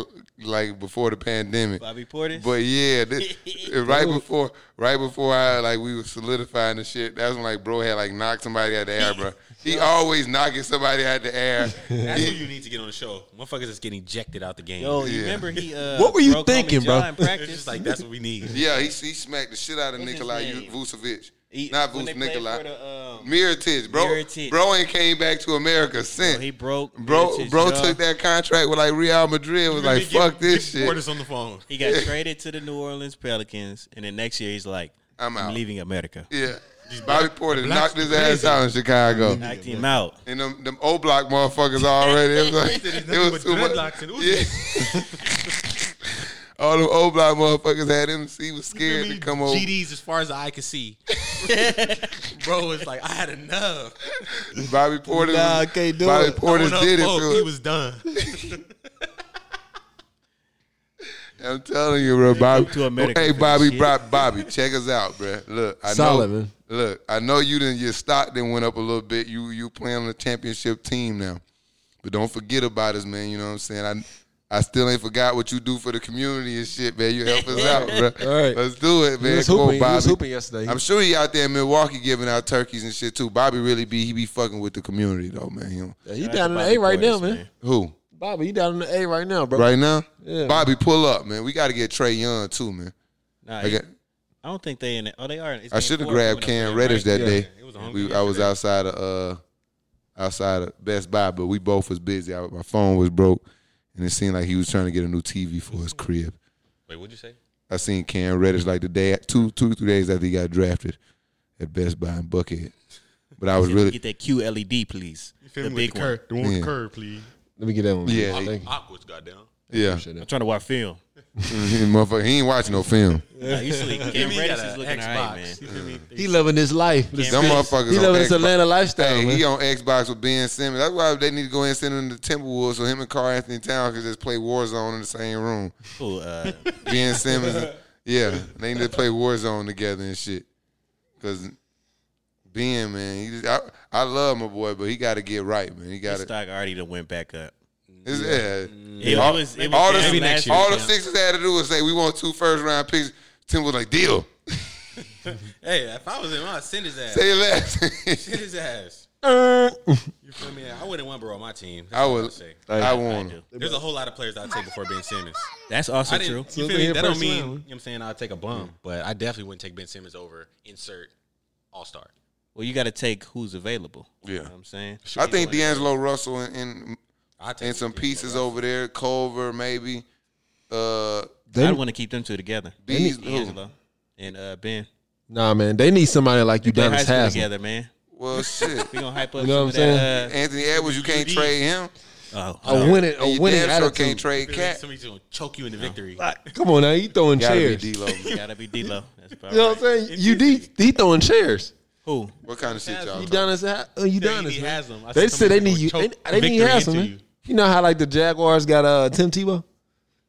Speaker 1: like before the pandemic.
Speaker 4: Bobby Porter.
Speaker 1: But yeah, this, right before, right before I like we were solidifying the shit. That's when like bro had like knocked somebody out the air, bro. He always knocking somebody out the air.
Speaker 5: That's who you need to get on the show. Motherfuckers is getting ejected out the game.
Speaker 4: Yo, you
Speaker 1: Yeah.
Speaker 4: remember he? Uh,
Speaker 2: What were you
Speaker 4: broke homie
Speaker 2: thinking, bro?
Speaker 4: jaw in
Speaker 5: It's
Speaker 4: Practice
Speaker 5: just like that's what we need.
Speaker 1: Yeah, he, he smacked the shit out of
Speaker 4: What's his
Speaker 1: Nikolai
Speaker 4: name?
Speaker 1: Vucevic.
Speaker 4: He-
Speaker 1: Not
Speaker 4: when they
Speaker 1: Vucevic,
Speaker 4: played
Speaker 1: Nikolai.
Speaker 4: for the, um,
Speaker 1: Miritich, bro.
Speaker 4: Mirotic.
Speaker 1: Bro ain't came back to America since.
Speaker 4: he broke.
Speaker 1: bro,
Speaker 4: Miric's
Speaker 1: bro
Speaker 4: jaw.
Speaker 1: took that contract with like Real Madrid. Was like, fuck this shit.
Speaker 5: Porter's on the phone.
Speaker 4: He got traded to the New Orleans Pelicans, and then next year he's like,
Speaker 1: I'm out.
Speaker 4: leaving America."
Speaker 1: Yeah, Bobby Porter
Speaker 5: blacks
Speaker 1: knocked his
Speaker 5: are
Speaker 1: ass
Speaker 5: crazy.
Speaker 1: out in Chicago.
Speaker 4: Knocked him out.
Speaker 1: And them, them O block motherfuckers already. It was, like,
Speaker 5: There's
Speaker 1: it was
Speaker 5: nothing but
Speaker 1: too much.
Speaker 5: dreadlocks and
Speaker 1: Yeah. All them O block motherfuckers had him. He was scared to come over.
Speaker 5: GDs as far as the eye can see. Bro was like, I had enough.
Speaker 1: Bobby Porter.
Speaker 2: Nah, I
Speaker 1: was-
Speaker 2: can't do
Speaker 1: Bobby
Speaker 2: it.
Speaker 1: Porter
Speaker 5: When I
Speaker 1: did it
Speaker 5: woke,
Speaker 1: to
Speaker 5: He
Speaker 1: him.
Speaker 5: was done.
Speaker 1: I'm telling you, bro. Bobby.
Speaker 4: to America
Speaker 1: hey,
Speaker 4: for
Speaker 1: Bobby,
Speaker 4: shit.
Speaker 1: bro, Bobby, check us out, bro. Look, I
Speaker 2: Solid,
Speaker 1: know.
Speaker 2: man.
Speaker 1: Look, I know you didn't. Your stock then went up a little bit. You you playing on the championship team now, but don't forget about us, man. You know what I'm saying? I I still ain't forgot what you do for the community and shit, man. You help us out, bro.
Speaker 2: All right.
Speaker 1: Let's do it,
Speaker 2: He
Speaker 1: man.
Speaker 2: was
Speaker 1: Come on,
Speaker 2: hooping. He was
Speaker 1: Bobby.
Speaker 2: hooping yesterday.
Speaker 1: I'm sure he out there in Milwaukee giving out turkeys and shit too. Bobby really be he be fucking with the community though, man. You know.
Speaker 2: Yeah, he down in the A right now, man.
Speaker 1: Who?
Speaker 2: Bobby, he down in the A right now, bro.
Speaker 1: Right now?
Speaker 2: Yeah.
Speaker 1: Bobby, pull up, man. We gotta get Trey Young too, man.
Speaker 4: Nah,
Speaker 1: I got
Speaker 4: I don't think they in it. Oh, they are. in it.
Speaker 1: I should have grabbed Cam Reddish that
Speaker 2: Yeah.
Speaker 1: day.
Speaker 5: It was a home
Speaker 1: We,
Speaker 5: game
Speaker 1: I was
Speaker 5: yesterday.
Speaker 1: outside of uh, outside of Best Buy, but we both was busy. I, my phone was broke, and it seemed like he was trying to get a new TV for his crib.
Speaker 5: Wait, what'd you say?
Speaker 1: I seen Cam Reddish like the day two two three days after he got drafted at Best Buy in Buckhead. But I was really
Speaker 4: Get that QLED, please. The big one.
Speaker 5: The
Speaker 1: Yeah.
Speaker 5: curve, please.
Speaker 2: Let me get that one.
Speaker 1: Yeah,
Speaker 2: Thank you.
Speaker 5: Awkward's goddamn.
Speaker 1: yeah. Mm-hmm.
Speaker 4: I'm trying to watch film.
Speaker 1: Motherfucker, he ain't watching no film.
Speaker 4: Nah, you sleep. Cam
Speaker 5: He got
Speaker 4: Reddish is
Speaker 5: a
Speaker 4: looking alright, man.
Speaker 5: Xbox. You feel me?
Speaker 2: He loving his life. He
Speaker 1: Them motherfuckers on
Speaker 2: loving his
Speaker 1: Xbox.
Speaker 2: Atlanta lifestyle.
Speaker 1: Hey,
Speaker 2: man.
Speaker 1: he on Xbox with Ben Simmons. That's why they need to go in and send him to Timberwolves so him and Carl Anthony Towns can just play Warzone in the same room.
Speaker 4: Who, uh,
Speaker 1: Ben Simmons, yeah, they need to play Warzone together and shit. Cause Ben, man, he just, I I love my boy, but he got to get right, man. He got
Speaker 4: his
Speaker 1: to.
Speaker 4: stock already done went back up.
Speaker 1: Yeah.
Speaker 4: It,
Speaker 1: All,
Speaker 4: was, it was
Speaker 1: all,
Speaker 4: down
Speaker 1: the,
Speaker 4: last
Speaker 1: all the
Speaker 4: year.
Speaker 1: Sixers had to do was say we want two first round picks. Tim was like, deal.
Speaker 5: Hey, if I was him, I'd send his ass.
Speaker 1: Say less.
Speaker 5: Send his ass. You feel me? I wouldn't want bro on my team. That's
Speaker 1: I
Speaker 5: all I'll
Speaker 1: would.
Speaker 5: say.
Speaker 1: I want
Speaker 4: do.
Speaker 1: him.
Speaker 5: There's a whole lot of players I'd take before Ben Simmons.
Speaker 4: That's also
Speaker 5: I didn't,
Speaker 4: true.
Speaker 2: So
Speaker 5: You feel
Speaker 2: they
Speaker 5: me?
Speaker 2: hit
Speaker 5: That don't
Speaker 2: first
Speaker 5: mean, you
Speaker 2: round.
Speaker 5: know what I'm saying, I'd take a bum, but I definitely wouldn't take Ben Simmons over insert all-star.
Speaker 4: Well, you got to take who's available. You
Speaker 1: Yeah.
Speaker 4: know what I'm saying?
Speaker 1: I think D'Angelo Russell and, and
Speaker 5: I'd take
Speaker 1: and some
Speaker 5: Ben
Speaker 1: pieces over there, Culver maybe. Uh,
Speaker 2: They-
Speaker 4: I want to keep them two together.
Speaker 1: Bees, who?
Speaker 4: D'Angelo and uh, Ben.
Speaker 2: nah, man, they need somebody like you,
Speaker 4: Play
Speaker 2: Dennis
Speaker 4: high school
Speaker 2: Haslem.
Speaker 4: together, man.
Speaker 1: Well, shit.
Speaker 4: We gonna hype up
Speaker 2: You know
Speaker 4: some
Speaker 2: what I'm
Speaker 4: of that.
Speaker 1: Anthony Edwards, you can't trade him.
Speaker 4: Uh, oh,
Speaker 2: A winning,
Speaker 1: And
Speaker 2: a
Speaker 1: you
Speaker 2: winning
Speaker 1: damn sure
Speaker 2: attitude.
Speaker 1: can't trade
Speaker 5: Simmons.
Speaker 1: Cat.
Speaker 5: Somebody's going to choke you into victory.
Speaker 2: Come on now, he throwing
Speaker 1: Gotta be
Speaker 2: chairs. You
Speaker 1: D-Lo.
Speaker 4: gotta be D'Lo. That's about
Speaker 2: know
Speaker 4: right.
Speaker 2: what I'm saying? You D, he throwing chairs.
Speaker 4: Who?
Speaker 1: What kind of shit y'all? talking-
Speaker 2: Udonis, Ha- uh, Udonis.
Speaker 5: need
Speaker 2: man.
Speaker 5: Haslam. I
Speaker 2: They
Speaker 5: said
Speaker 2: said
Speaker 5: somebody
Speaker 2: they need you.
Speaker 5: gonna
Speaker 2: They,
Speaker 5: choke
Speaker 2: they need
Speaker 5: victory into
Speaker 2: Haslam.
Speaker 5: you.
Speaker 2: man. You know how like the Jaguars got uh, Tim Tebow.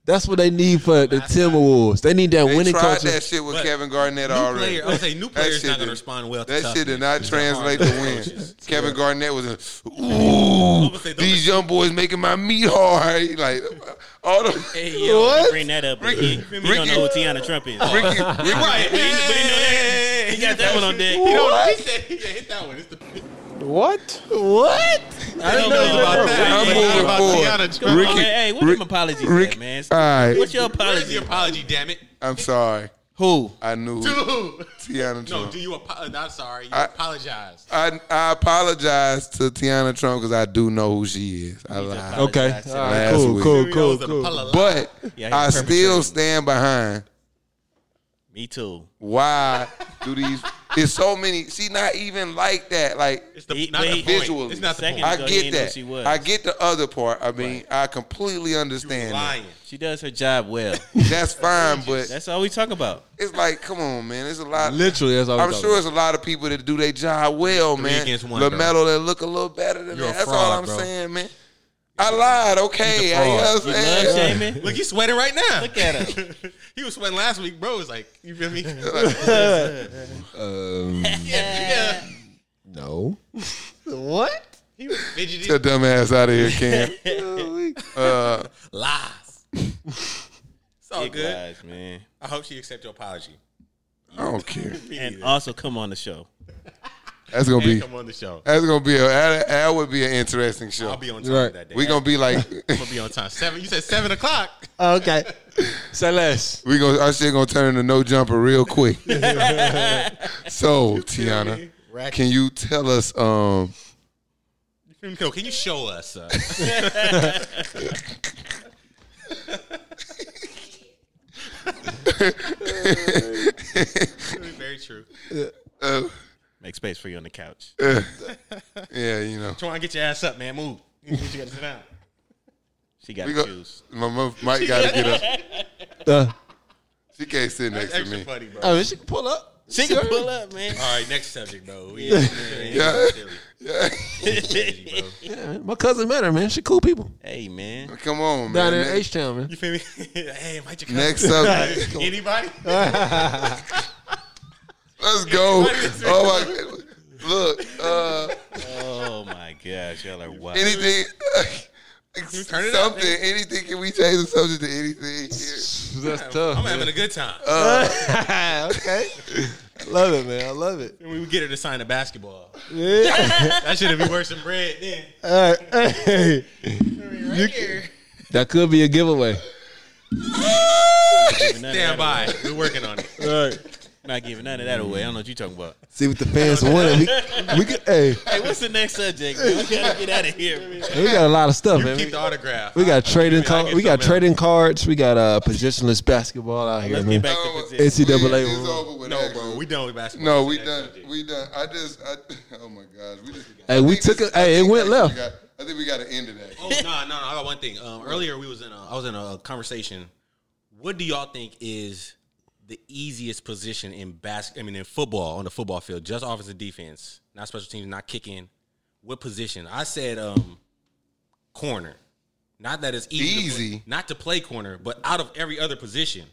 Speaker 2: That's what they need for the Timberwolves. They need that
Speaker 1: They
Speaker 2: winning
Speaker 1: tried
Speaker 2: culture.
Speaker 1: that shit with
Speaker 5: But
Speaker 1: Kevin Garnett
Speaker 5: New
Speaker 1: already.
Speaker 5: player, I would say new
Speaker 1: That
Speaker 5: players
Speaker 1: shit
Speaker 5: not going
Speaker 1: did-
Speaker 5: to respond well to
Speaker 1: That
Speaker 5: tough
Speaker 1: shit did
Speaker 5: niggas.
Speaker 1: not translate to
Speaker 5: hard
Speaker 1: win.
Speaker 5: coaches.
Speaker 1: Kevin Garnett was, a, ooh,
Speaker 5: say- don't
Speaker 1: these young boys making my meat hard. He like, all the
Speaker 4: Hey, yo,
Speaker 2: What?
Speaker 4: bring that up.
Speaker 1: Ricky-
Speaker 4: Ricky, we don't know who
Speaker 1: Ricky-
Speaker 4: Tiana Trump is.
Speaker 1: Ricky, Ricky,
Speaker 4: But he, but he know that. He got that one on deck. He
Speaker 2: What?
Speaker 5: He said, he said, hit that one. It's the
Speaker 6: What?
Speaker 2: What? I
Speaker 4: don't know about that.
Speaker 1: I'm
Speaker 5: Yeah,
Speaker 1: moving
Speaker 5: about
Speaker 1: forward.
Speaker 5: Giannis.
Speaker 1: Ricky,
Speaker 4: Ricky, hey, hey, what
Speaker 1: Rick-
Speaker 4: them apologies,
Speaker 1: Rick- uh,
Speaker 4: at, man?
Speaker 1: all right.
Speaker 4: What's your
Speaker 5: Where's
Speaker 4: apology?
Speaker 5: the apology, damn it?
Speaker 1: I'm sorry.
Speaker 4: Who?
Speaker 1: I knew who
Speaker 5: Dude.
Speaker 1: Tiana Trump.
Speaker 5: No, do you apologize? I'm sorry. You
Speaker 1: I-
Speaker 5: apologize.
Speaker 1: I, I apologize to Tiana Trump because I do know who she is. I lied.
Speaker 2: Okay. All right.
Speaker 1: Last
Speaker 2: Cool,
Speaker 1: week.
Speaker 2: cool,
Speaker 5: That
Speaker 2: cool,
Speaker 5: was an
Speaker 2: cool.
Speaker 5: apology.
Speaker 1: But
Speaker 4: Yeah,
Speaker 1: I
Speaker 4: he's
Speaker 1: still
Speaker 4: perpetrating.
Speaker 1: stand behind
Speaker 4: Me too.
Speaker 1: why do these. It's so many. She not even like that. Like
Speaker 5: It's the,
Speaker 4: He-
Speaker 5: not
Speaker 4: he-
Speaker 5: the point.
Speaker 1: Visually.
Speaker 5: It's not the
Speaker 4: Second-
Speaker 5: point.
Speaker 1: I
Speaker 4: So he
Speaker 1: get
Speaker 4: ain't know
Speaker 1: that.
Speaker 4: she was.
Speaker 1: I get the other part. I mean, I completely understand. that.
Speaker 5: Lying.
Speaker 4: She does her job well.
Speaker 1: That's fine, but
Speaker 4: That's all we talk about.
Speaker 1: it's like, come on, man. It's a lot.
Speaker 2: Literally, that's all
Speaker 1: I'm
Speaker 2: I'm
Speaker 1: sure it's a lot of people that do their job well, man.
Speaker 5: against one,
Speaker 1: Lamelo that look a little better than
Speaker 5: You're a
Speaker 1: that. That's
Speaker 5: fraud,
Speaker 1: all I'm
Speaker 5: bro.
Speaker 1: saying, man. I lied, okay. I, you know what I'm
Speaker 4: You
Speaker 1: saying?
Speaker 4: love Shaman?
Speaker 5: Look, he's sweating right now.
Speaker 4: Look at him.
Speaker 5: he was sweating last week, bro. It's like, you feel me?
Speaker 2: Um,
Speaker 5: yeah.
Speaker 2: no. what?
Speaker 5: He was fidgety.
Speaker 1: Get your dumbass out of here, Cam. uh,
Speaker 5: Lies. It's all
Speaker 4: Big
Speaker 5: good.
Speaker 4: lies, man.
Speaker 5: I hope she accept your apology.
Speaker 1: I don't care.
Speaker 4: And also come on the show.
Speaker 1: That's gonna
Speaker 5: And
Speaker 1: be
Speaker 5: come on the show.
Speaker 1: that's gonna be a that, that would be an interesting
Speaker 5: I'll
Speaker 1: show.
Speaker 5: be on time
Speaker 2: Right.
Speaker 5: that day.
Speaker 1: We gonna be like
Speaker 5: I'm gonna be on time. Seven. You said seven o'clock.
Speaker 2: Oh, Okay. Say less.
Speaker 1: we gonna our shit gonna turn into no jumper real quick. so Tiana,
Speaker 5: Rack.
Speaker 1: can you tell us? Um,
Speaker 5: No, can you show us? Uh, very true.
Speaker 4: Make space for you on the couch.
Speaker 1: yeah, you know,
Speaker 5: Twan, get your ass up, man. Move. You gotta sit down.
Speaker 4: She got
Speaker 1: we
Speaker 4: to
Speaker 1: go,
Speaker 4: choose.
Speaker 1: my mo- Mike gotta get up.
Speaker 2: Uh,
Speaker 1: She can't sit next
Speaker 5: That's
Speaker 1: to
Speaker 5: extra
Speaker 1: me.
Speaker 5: funny, bro.
Speaker 2: I mean, she can pull up.
Speaker 4: She can pull up, man.
Speaker 5: All right, next subject, bro. We yeah. Silly, bro.
Speaker 2: Yeah, my cousin met her, man. She cool people.
Speaker 4: Hey, man.
Speaker 1: Come on,
Speaker 2: Down
Speaker 1: man.
Speaker 2: there in
Speaker 1: Next,
Speaker 2: H Town, man.
Speaker 5: You feel me? hey, invite your cousin.
Speaker 1: next up,
Speaker 5: Anybody?
Speaker 1: let's go. Oh my, look, uh,
Speaker 4: Oh, my gosh. Y'all are wild.
Speaker 1: anything.
Speaker 5: Turn
Speaker 1: Something,
Speaker 5: it up,
Speaker 1: anything. Can we change the subject to anything? Yeah.
Speaker 2: That's
Speaker 5: I'm
Speaker 2: tough.
Speaker 5: having a good time.
Speaker 2: okay. I love it, man. I love it.
Speaker 5: And we get her to sign a basketball.
Speaker 2: Yeah.
Speaker 5: That should be worse than bread. Then
Speaker 2: All right. Hey. You- that could be a giveaway.
Speaker 4: Giving none of
Speaker 5: stand
Speaker 4: that away.
Speaker 5: by. We're working on it.
Speaker 2: All right.
Speaker 4: Not giving none of that away. I don't know what you're talking about.
Speaker 2: See what the fans want. We, we could, hey,
Speaker 4: Hey, what's the next subject? man? We got to get out of here. man.
Speaker 2: we got a lot of stuff, man.
Speaker 5: Keep the autograph.
Speaker 2: We got trading.
Speaker 5: I
Speaker 2: Car-
Speaker 5: get
Speaker 2: we got
Speaker 5: something
Speaker 2: trading cards. We got uh positionless basketball out here,
Speaker 4: Let's get
Speaker 2: man.
Speaker 4: back
Speaker 1: Oh,
Speaker 4: to position.
Speaker 2: NCAA.
Speaker 1: It's
Speaker 2: rules.
Speaker 1: over with.
Speaker 5: No,
Speaker 1: actually.
Speaker 5: bro. We done with basketball.
Speaker 1: No,
Speaker 5: What's
Speaker 1: we
Speaker 5: the
Speaker 1: done.
Speaker 5: next subject?
Speaker 1: We done. I just. I, oh my gosh. We just.
Speaker 2: Hey, we
Speaker 1: I think
Speaker 2: took
Speaker 1: this-
Speaker 2: a- hey,
Speaker 1: I
Speaker 2: it
Speaker 1: think
Speaker 2: went
Speaker 1: that's what
Speaker 2: left.
Speaker 1: we got- I think we got to end it. Actually.
Speaker 5: Oh no, no, no! I got one thing. Um, earlier we was in a, I was in a conversation What do y'all think is the easiest position in basket? I mean, in football on the football field, just offense and defense, not special teams, not kicking. What position? I said um, corner. Not that it's easy, to play-
Speaker 1: Easy.
Speaker 5: not to play corner, but out of every other position,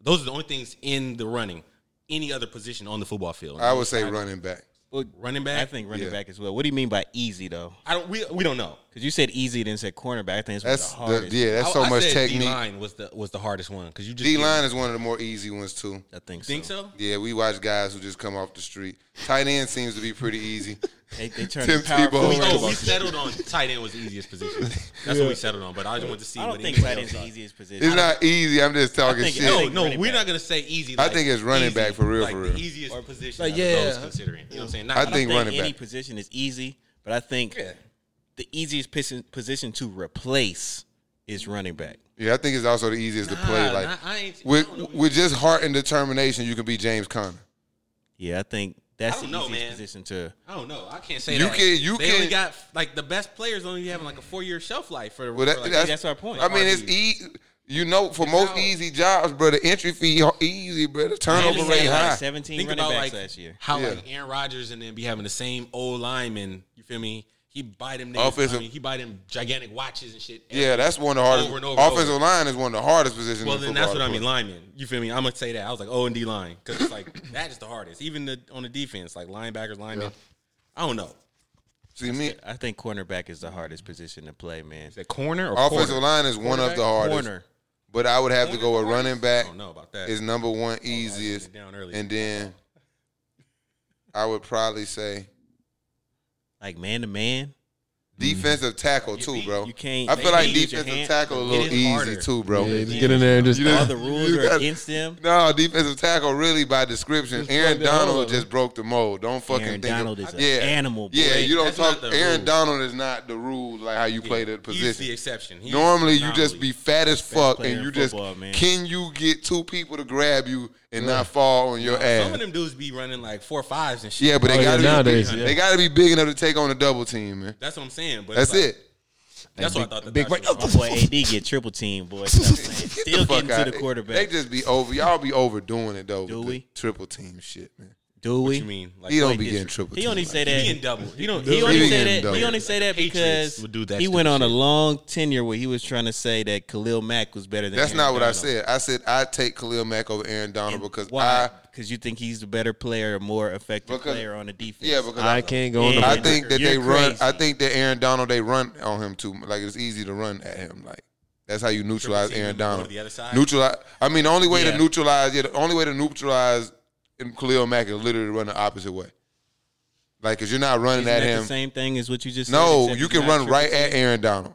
Speaker 5: those are the only things in the running. Any other position on the football field?
Speaker 1: I would say running back.
Speaker 4: Well,
Speaker 5: running back.
Speaker 4: I think running
Speaker 1: Yeah.
Speaker 4: back as well. What do you mean by easy though?
Speaker 5: I don't. We, we don't know.
Speaker 4: Because you said easy, then said cornerback. I think it's one of
Speaker 1: That's
Speaker 4: the
Speaker 1: the,
Speaker 4: hardest.
Speaker 1: yeah. That's so
Speaker 5: I- I
Speaker 1: much
Speaker 5: said
Speaker 1: technique.
Speaker 5: D-line was the was the hardest one because you just
Speaker 1: D line is one of the more easy ones too.
Speaker 4: I think so.
Speaker 5: think so.
Speaker 1: Yeah, we watch guys who just come off the street. Tight end seems to be pretty easy.
Speaker 4: They, they turned
Speaker 1: Tim
Speaker 4: the power
Speaker 1: Tebow.
Speaker 4: forward
Speaker 1: We-
Speaker 4: into
Speaker 5: Oh,
Speaker 4: a-
Speaker 5: we settled on tight end was the easiest position. That's what we settled on. But I just want to see.
Speaker 4: I
Speaker 5: what
Speaker 4: don't think
Speaker 5: anybody
Speaker 4: tight end's
Speaker 5: else
Speaker 4: the
Speaker 5: thought.
Speaker 4: easiest position.
Speaker 1: It's not easy. I'm just talking
Speaker 4: think-
Speaker 1: shit.
Speaker 4: I
Speaker 5: No,
Speaker 4: think
Speaker 5: no,
Speaker 4: running
Speaker 5: we're
Speaker 4: back.
Speaker 5: not gonna say easy.
Speaker 1: I
Speaker 5: like,
Speaker 1: think it's running
Speaker 5: easy,
Speaker 1: back for real,
Speaker 5: Like
Speaker 1: for
Speaker 5: the
Speaker 1: real.
Speaker 5: easiest position.
Speaker 2: Like,
Speaker 5: out of those
Speaker 2: yeah.
Speaker 5: considering. You know what I'm saying?
Speaker 1: I
Speaker 5: don't
Speaker 1: think
Speaker 4: I
Speaker 1: running
Speaker 4: think any
Speaker 1: back.
Speaker 4: position is easy, but I think
Speaker 5: Yeah.
Speaker 4: the easiest pis- position to replace is running back.
Speaker 1: Yeah, I think it's also the easiest to play.
Speaker 5: Nah,
Speaker 1: Like
Speaker 5: nah, I ain't-
Speaker 1: with
Speaker 5: I don't know.
Speaker 1: with just heart and determination, you can be James Conner.
Speaker 4: Yeah, I think
Speaker 5: I
Speaker 4: that's the
Speaker 5: don't know,
Speaker 4: easiest
Speaker 5: man.
Speaker 4: position to.
Speaker 5: I don't know. I can't say
Speaker 1: You
Speaker 5: that.
Speaker 1: can- you
Speaker 5: they
Speaker 1: can-
Speaker 5: only got like the best players only having like a four year shelf life for.
Speaker 1: Well,
Speaker 5: for,
Speaker 1: that-
Speaker 5: like,
Speaker 1: that's,
Speaker 4: that's our point.
Speaker 1: I mean, it's
Speaker 5: RB.
Speaker 1: easy. You know, for most
Speaker 5: out.
Speaker 1: easy jobs, bro, the entry fee are easy, bro. The turnover
Speaker 5: Miami
Speaker 1: rate
Speaker 5: had,
Speaker 1: high.
Speaker 4: like, 17
Speaker 5: think
Speaker 4: running
Speaker 5: about
Speaker 4: backs
Speaker 5: like
Speaker 4: last year.
Speaker 5: how
Speaker 1: Yeah.
Speaker 5: like Aaron Rodgers and then be having the same old lineman. You feel me? He buy them niggas. I
Speaker 1: Offensive-
Speaker 5: mean, he buy them gigantic watches and shit.
Speaker 1: yeah, that's one of the hardest.
Speaker 5: Over and over and
Speaker 1: offensive
Speaker 5: over.
Speaker 1: line is one of the hardest positions.
Speaker 5: Well,
Speaker 1: in
Speaker 5: then
Speaker 1: football
Speaker 5: that's what
Speaker 1: to
Speaker 5: I mean,
Speaker 1: play.
Speaker 5: lineman. You feel me? I'm gonna say that. I was like O and D line because it's like that is the hardest. Even the, on the defense, like linebackers, linemen. I don't know.
Speaker 1: See me,
Speaker 4: I think cornerback is the hardest position to play, man.
Speaker 5: Is that corner or
Speaker 1: offensive
Speaker 5: quarter?
Speaker 1: line is one of the hardest.
Speaker 4: Corner.
Speaker 1: But I would have to go with running back
Speaker 5: I don't know about that.
Speaker 1: is number one easiest,
Speaker 5: it down earlier.
Speaker 1: and then I would probably say
Speaker 4: Like man to man.
Speaker 1: defensive tackle too,
Speaker 4: you-
Speaker 1: bro.
Speaker 4: you can't-
Speaker 1: I
Speaker 4: they
Speaker 1: feel like
Speaker 4: can't use your
Speaker 1: defensive
Speaker 4: hand.
Speaker 1: tackle a little
Speaker 5: is
Speaker 1: easy
Speaker 5: harder.
Speaker 1: too, bro.
Speaker 2: Yeah, just get in there and just.
Speaker 4: All the rules
Speaker 1: you
Speaker 4: are
Speaker 1: gotta-
Speaker 4: against them.
Speaker 1: No, defensive tackle really by description. Aaron
Speaker 2: plug that hole
Speaker 1: Donald
Speaker 2: up.
Speaker 1: just broke the mold. Don't fucking
Speaker 4: Aaron
Speaker 1: think
Speaker 4: Donald
Speaker 1: of,
Speaker 4: is a animal, boy.
Speaker 1: Yeah, you don't
Speaker 5: That's
Speaker 1: talk.
Speaker 5: not the
Speaker 1: Aaron
Speaker 5: rule.
Speaker 1: Donald is not the rule like how you play the
Speaker 5: He's
Speaker 1: position.
Speaker 5: the exception. He's
Speaker 1: Normally, you
Speaker 5: anomaly.
Speaker 1: just be fat as fuck,
Speaker 4: player
Speaker 1: and you
Speaker 4: in
Speaker 1: just
Speaker 4: football, man.
Speaker 1: can you get two people to grab you and not fall on your ass?
Speaker 5: Some of them dudes be running like four fives and shit.
Speaker 1: Yeah, but
Speaker 2: Oh,
Speaker 1: they
Speaker 2: yeah,
Speaker 1: gotta
Speaker 2: nowadays,
Speaker 1: be,
Speaker 2: yeah.
Speaker 1: they gotta be big enough to take on a double team, man.
Speaker 5: that's what I'm saying. But
Speaker 1: That's
Speaker 5: it's like-
Speaker 1: it.
Speaker 5: That's what I thought. The
Speaker 2: Big
Speaker 5: big
Speaker 2: right-
Speaker 4: My boy AD get triple team, boy. You know what I'm saying? Still
Speaker 1: Fuck
Speaker 4: getting to
Speaker 1: out.
Speaker 4: the
Speaker 1: They
Speaker 4: quarterback.
Speaker 1: just be over. Y'all be overdoing it though.
Speaker 4: Do
Speaker 1: with
Speaker 4: we?
Speaker 1: The triple team shit, man.
Speaker 4: Do
Speaker 5: What
Speaker 4: we?
Speaker 5: you mean? Like
Speaker 1: He don't
Speaker 5: like
Speaker 1: be getting
Speaker 5: this-
Speaker 1: triple team.
Speaker 4: He only say
Speaker 5: He in
Speaker 4: that.
Speaker 5: double. You don't.
Speaker 4: He only
Speaker 1: He
Speaker 4: say
Speaker 1: in
Speaker 4: that. He
Speaker 1: double.
Speaker 4: only say that
Speaker 5: Patriots
Speaker 4: because
Speaker 5: would do that
Speaker 4: he
Speaker 5: stupid
Speaker 4: went on a
Speaker 5: shit.
Speaker 4: long tenure where he was trying to say that Khalil Mack was better than.
Speaker 1: That's
Speaker 4: Aaron
Speaker 1: not what I
Speaker 4: Donald.
Speaker 1: said. I said I take Khalil Mack over Aaron Donald because
Speaker 4: Why?
Speaker 1: I
Speaker 4: Because you think he's the better player, a more effective
Speaker 1: Because-
Speaker 4: player on the defense.
Speaker 1: yeah because I,
Speaker 2: I can't go on the.
Speaker 4: Yeah.
Speaker 1: I think that
Speaker 4: You're
Speaker 1: they run.
Speaker 4: crazy.
Speaker 1: I think that Aaron Donald they run on him too. Like it's easy to run at him. Like that's how you neutralize
Speaker 5: Triple team
Speaker 1: Aaron
Speaker 5: and go to
Speaker 1: Donald.
Speaker 5: the other side?
Speaker 1: Neutralize. I mean, the only way
Speaker 4: Yeah.
Speaker 1: to neutralize. Yeah, the only way to neutralize in Khalil Mack is literally to run the opposite way. Like, cause you're not running
Speaker 4: Isn't
Speaker 1: at
Speaker 4: that
Speaker 1: him.
Speaker 4: the same thing as what you just said?
Speaker 1: No,
Speaker 4: except
Speaker 1: you
Speaker 4: he's
Speaker 1: can
Speaker 4: not
Speaker 1: run
Speaker 4: triple
Speaker 1: right at Aaron Donald.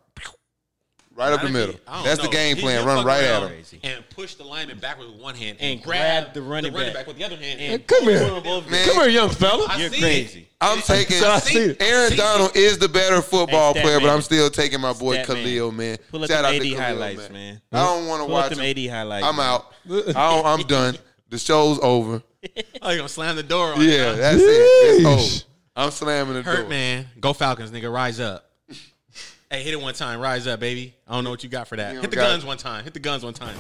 Speaker 1: Right up the
Speaker 5: Honestly,
Speaker 1: middle.
Speaker 5: I don't
Speaker 1: That's the
Speaker 5: know.
Speaker 1: game
Speaker 5: He
Speaker 1: plan.
Speaker 5: can
Speaker 1: Run
Speaker 5: fuck
Speaker 1: right at
Speaker 5: around
Speaker 1: him.
Speaker 5: and push the lineman backwards with one hand
Speaker 4: And grab the running back.
Speaker 5: with the other hand.
Speaker 4: And
Speaker 2: Come here.
Speaker 4: pull him over.
Speaker 1: Man,
Speaker 2: Come here, young fella.
Speaker 5: I
Speaker 4: You're
Speaker 5: seen
Speaker 4: crazy.
Speaker 1: I'm taking
Speaker 2: I see it.
Speaker 1: Aaron
Speaker 5: See?
Speaker 1: Donald is the better football
Speaker 4: Hey, stat
Speaker 1: player, but
Speaker 4: man.
Speaker 1: I'm still taking my boy
Speaker 4: Stat man.
Speaker 1: Khalil, man.
Speaker 4: Pull up
Speaker 1: Shout
Speaker 4: them
Speaker 1: out to
Speaker 4: AD
Speaker 1: Khalil,
Speaker 4: highlights, man.
Speaker 1: I don't want to
Speaker 4: Pull up
Speaker 1: watch
Speaker 4: them
Speaker 1: him.
Speaker 4: AD highlights.
Speaker 1: I'm out. I don't, I'm done. The show's over.
Speaker 5: it. Oh, you gonna slam the door on
Speaker 1: Yeah,
Speaker 5: you.
Speaker 1: that's it. It's
Speaker 2: Yeesh.
Speaker 1: over. I'm slamming the
Speaker 5: Hurt
Speaker 1: door.
Speaker 5: man. Go Falcons, nigga. Rise up. hey, hit it one time. Rise up, baby. I don't know what you got for that.
Speaker 1: You
Speaker 5: Hit the
Speaker 1: got
Speaker 5: guns
Speaker 1: it.
Speaker 5: one time. Hit the guns one time.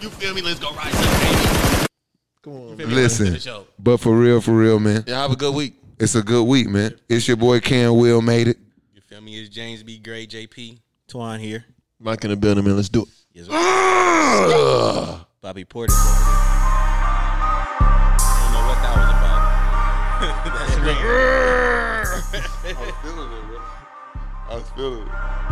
Speaker 5: You feel me? Let's go rise up, baby. Come on.
Speaker 1: Listen, but for real, for real, man,
Speaker 7: Yeah, have a good week.
Speaker 1: it's a good week, man. It's your boy Cam Will made it.
Speaker 5: You feel me? Is James B. Gray, JP?
Speaker 4: Twan here.
Speaker 7: Mike in the building, man. Let's do it.
Speaker 4: Bobby Porter.
Speaker 5: I don't know what that was about. That's weird.
Speaker 1: I was feeling it, bro. I was feeling it.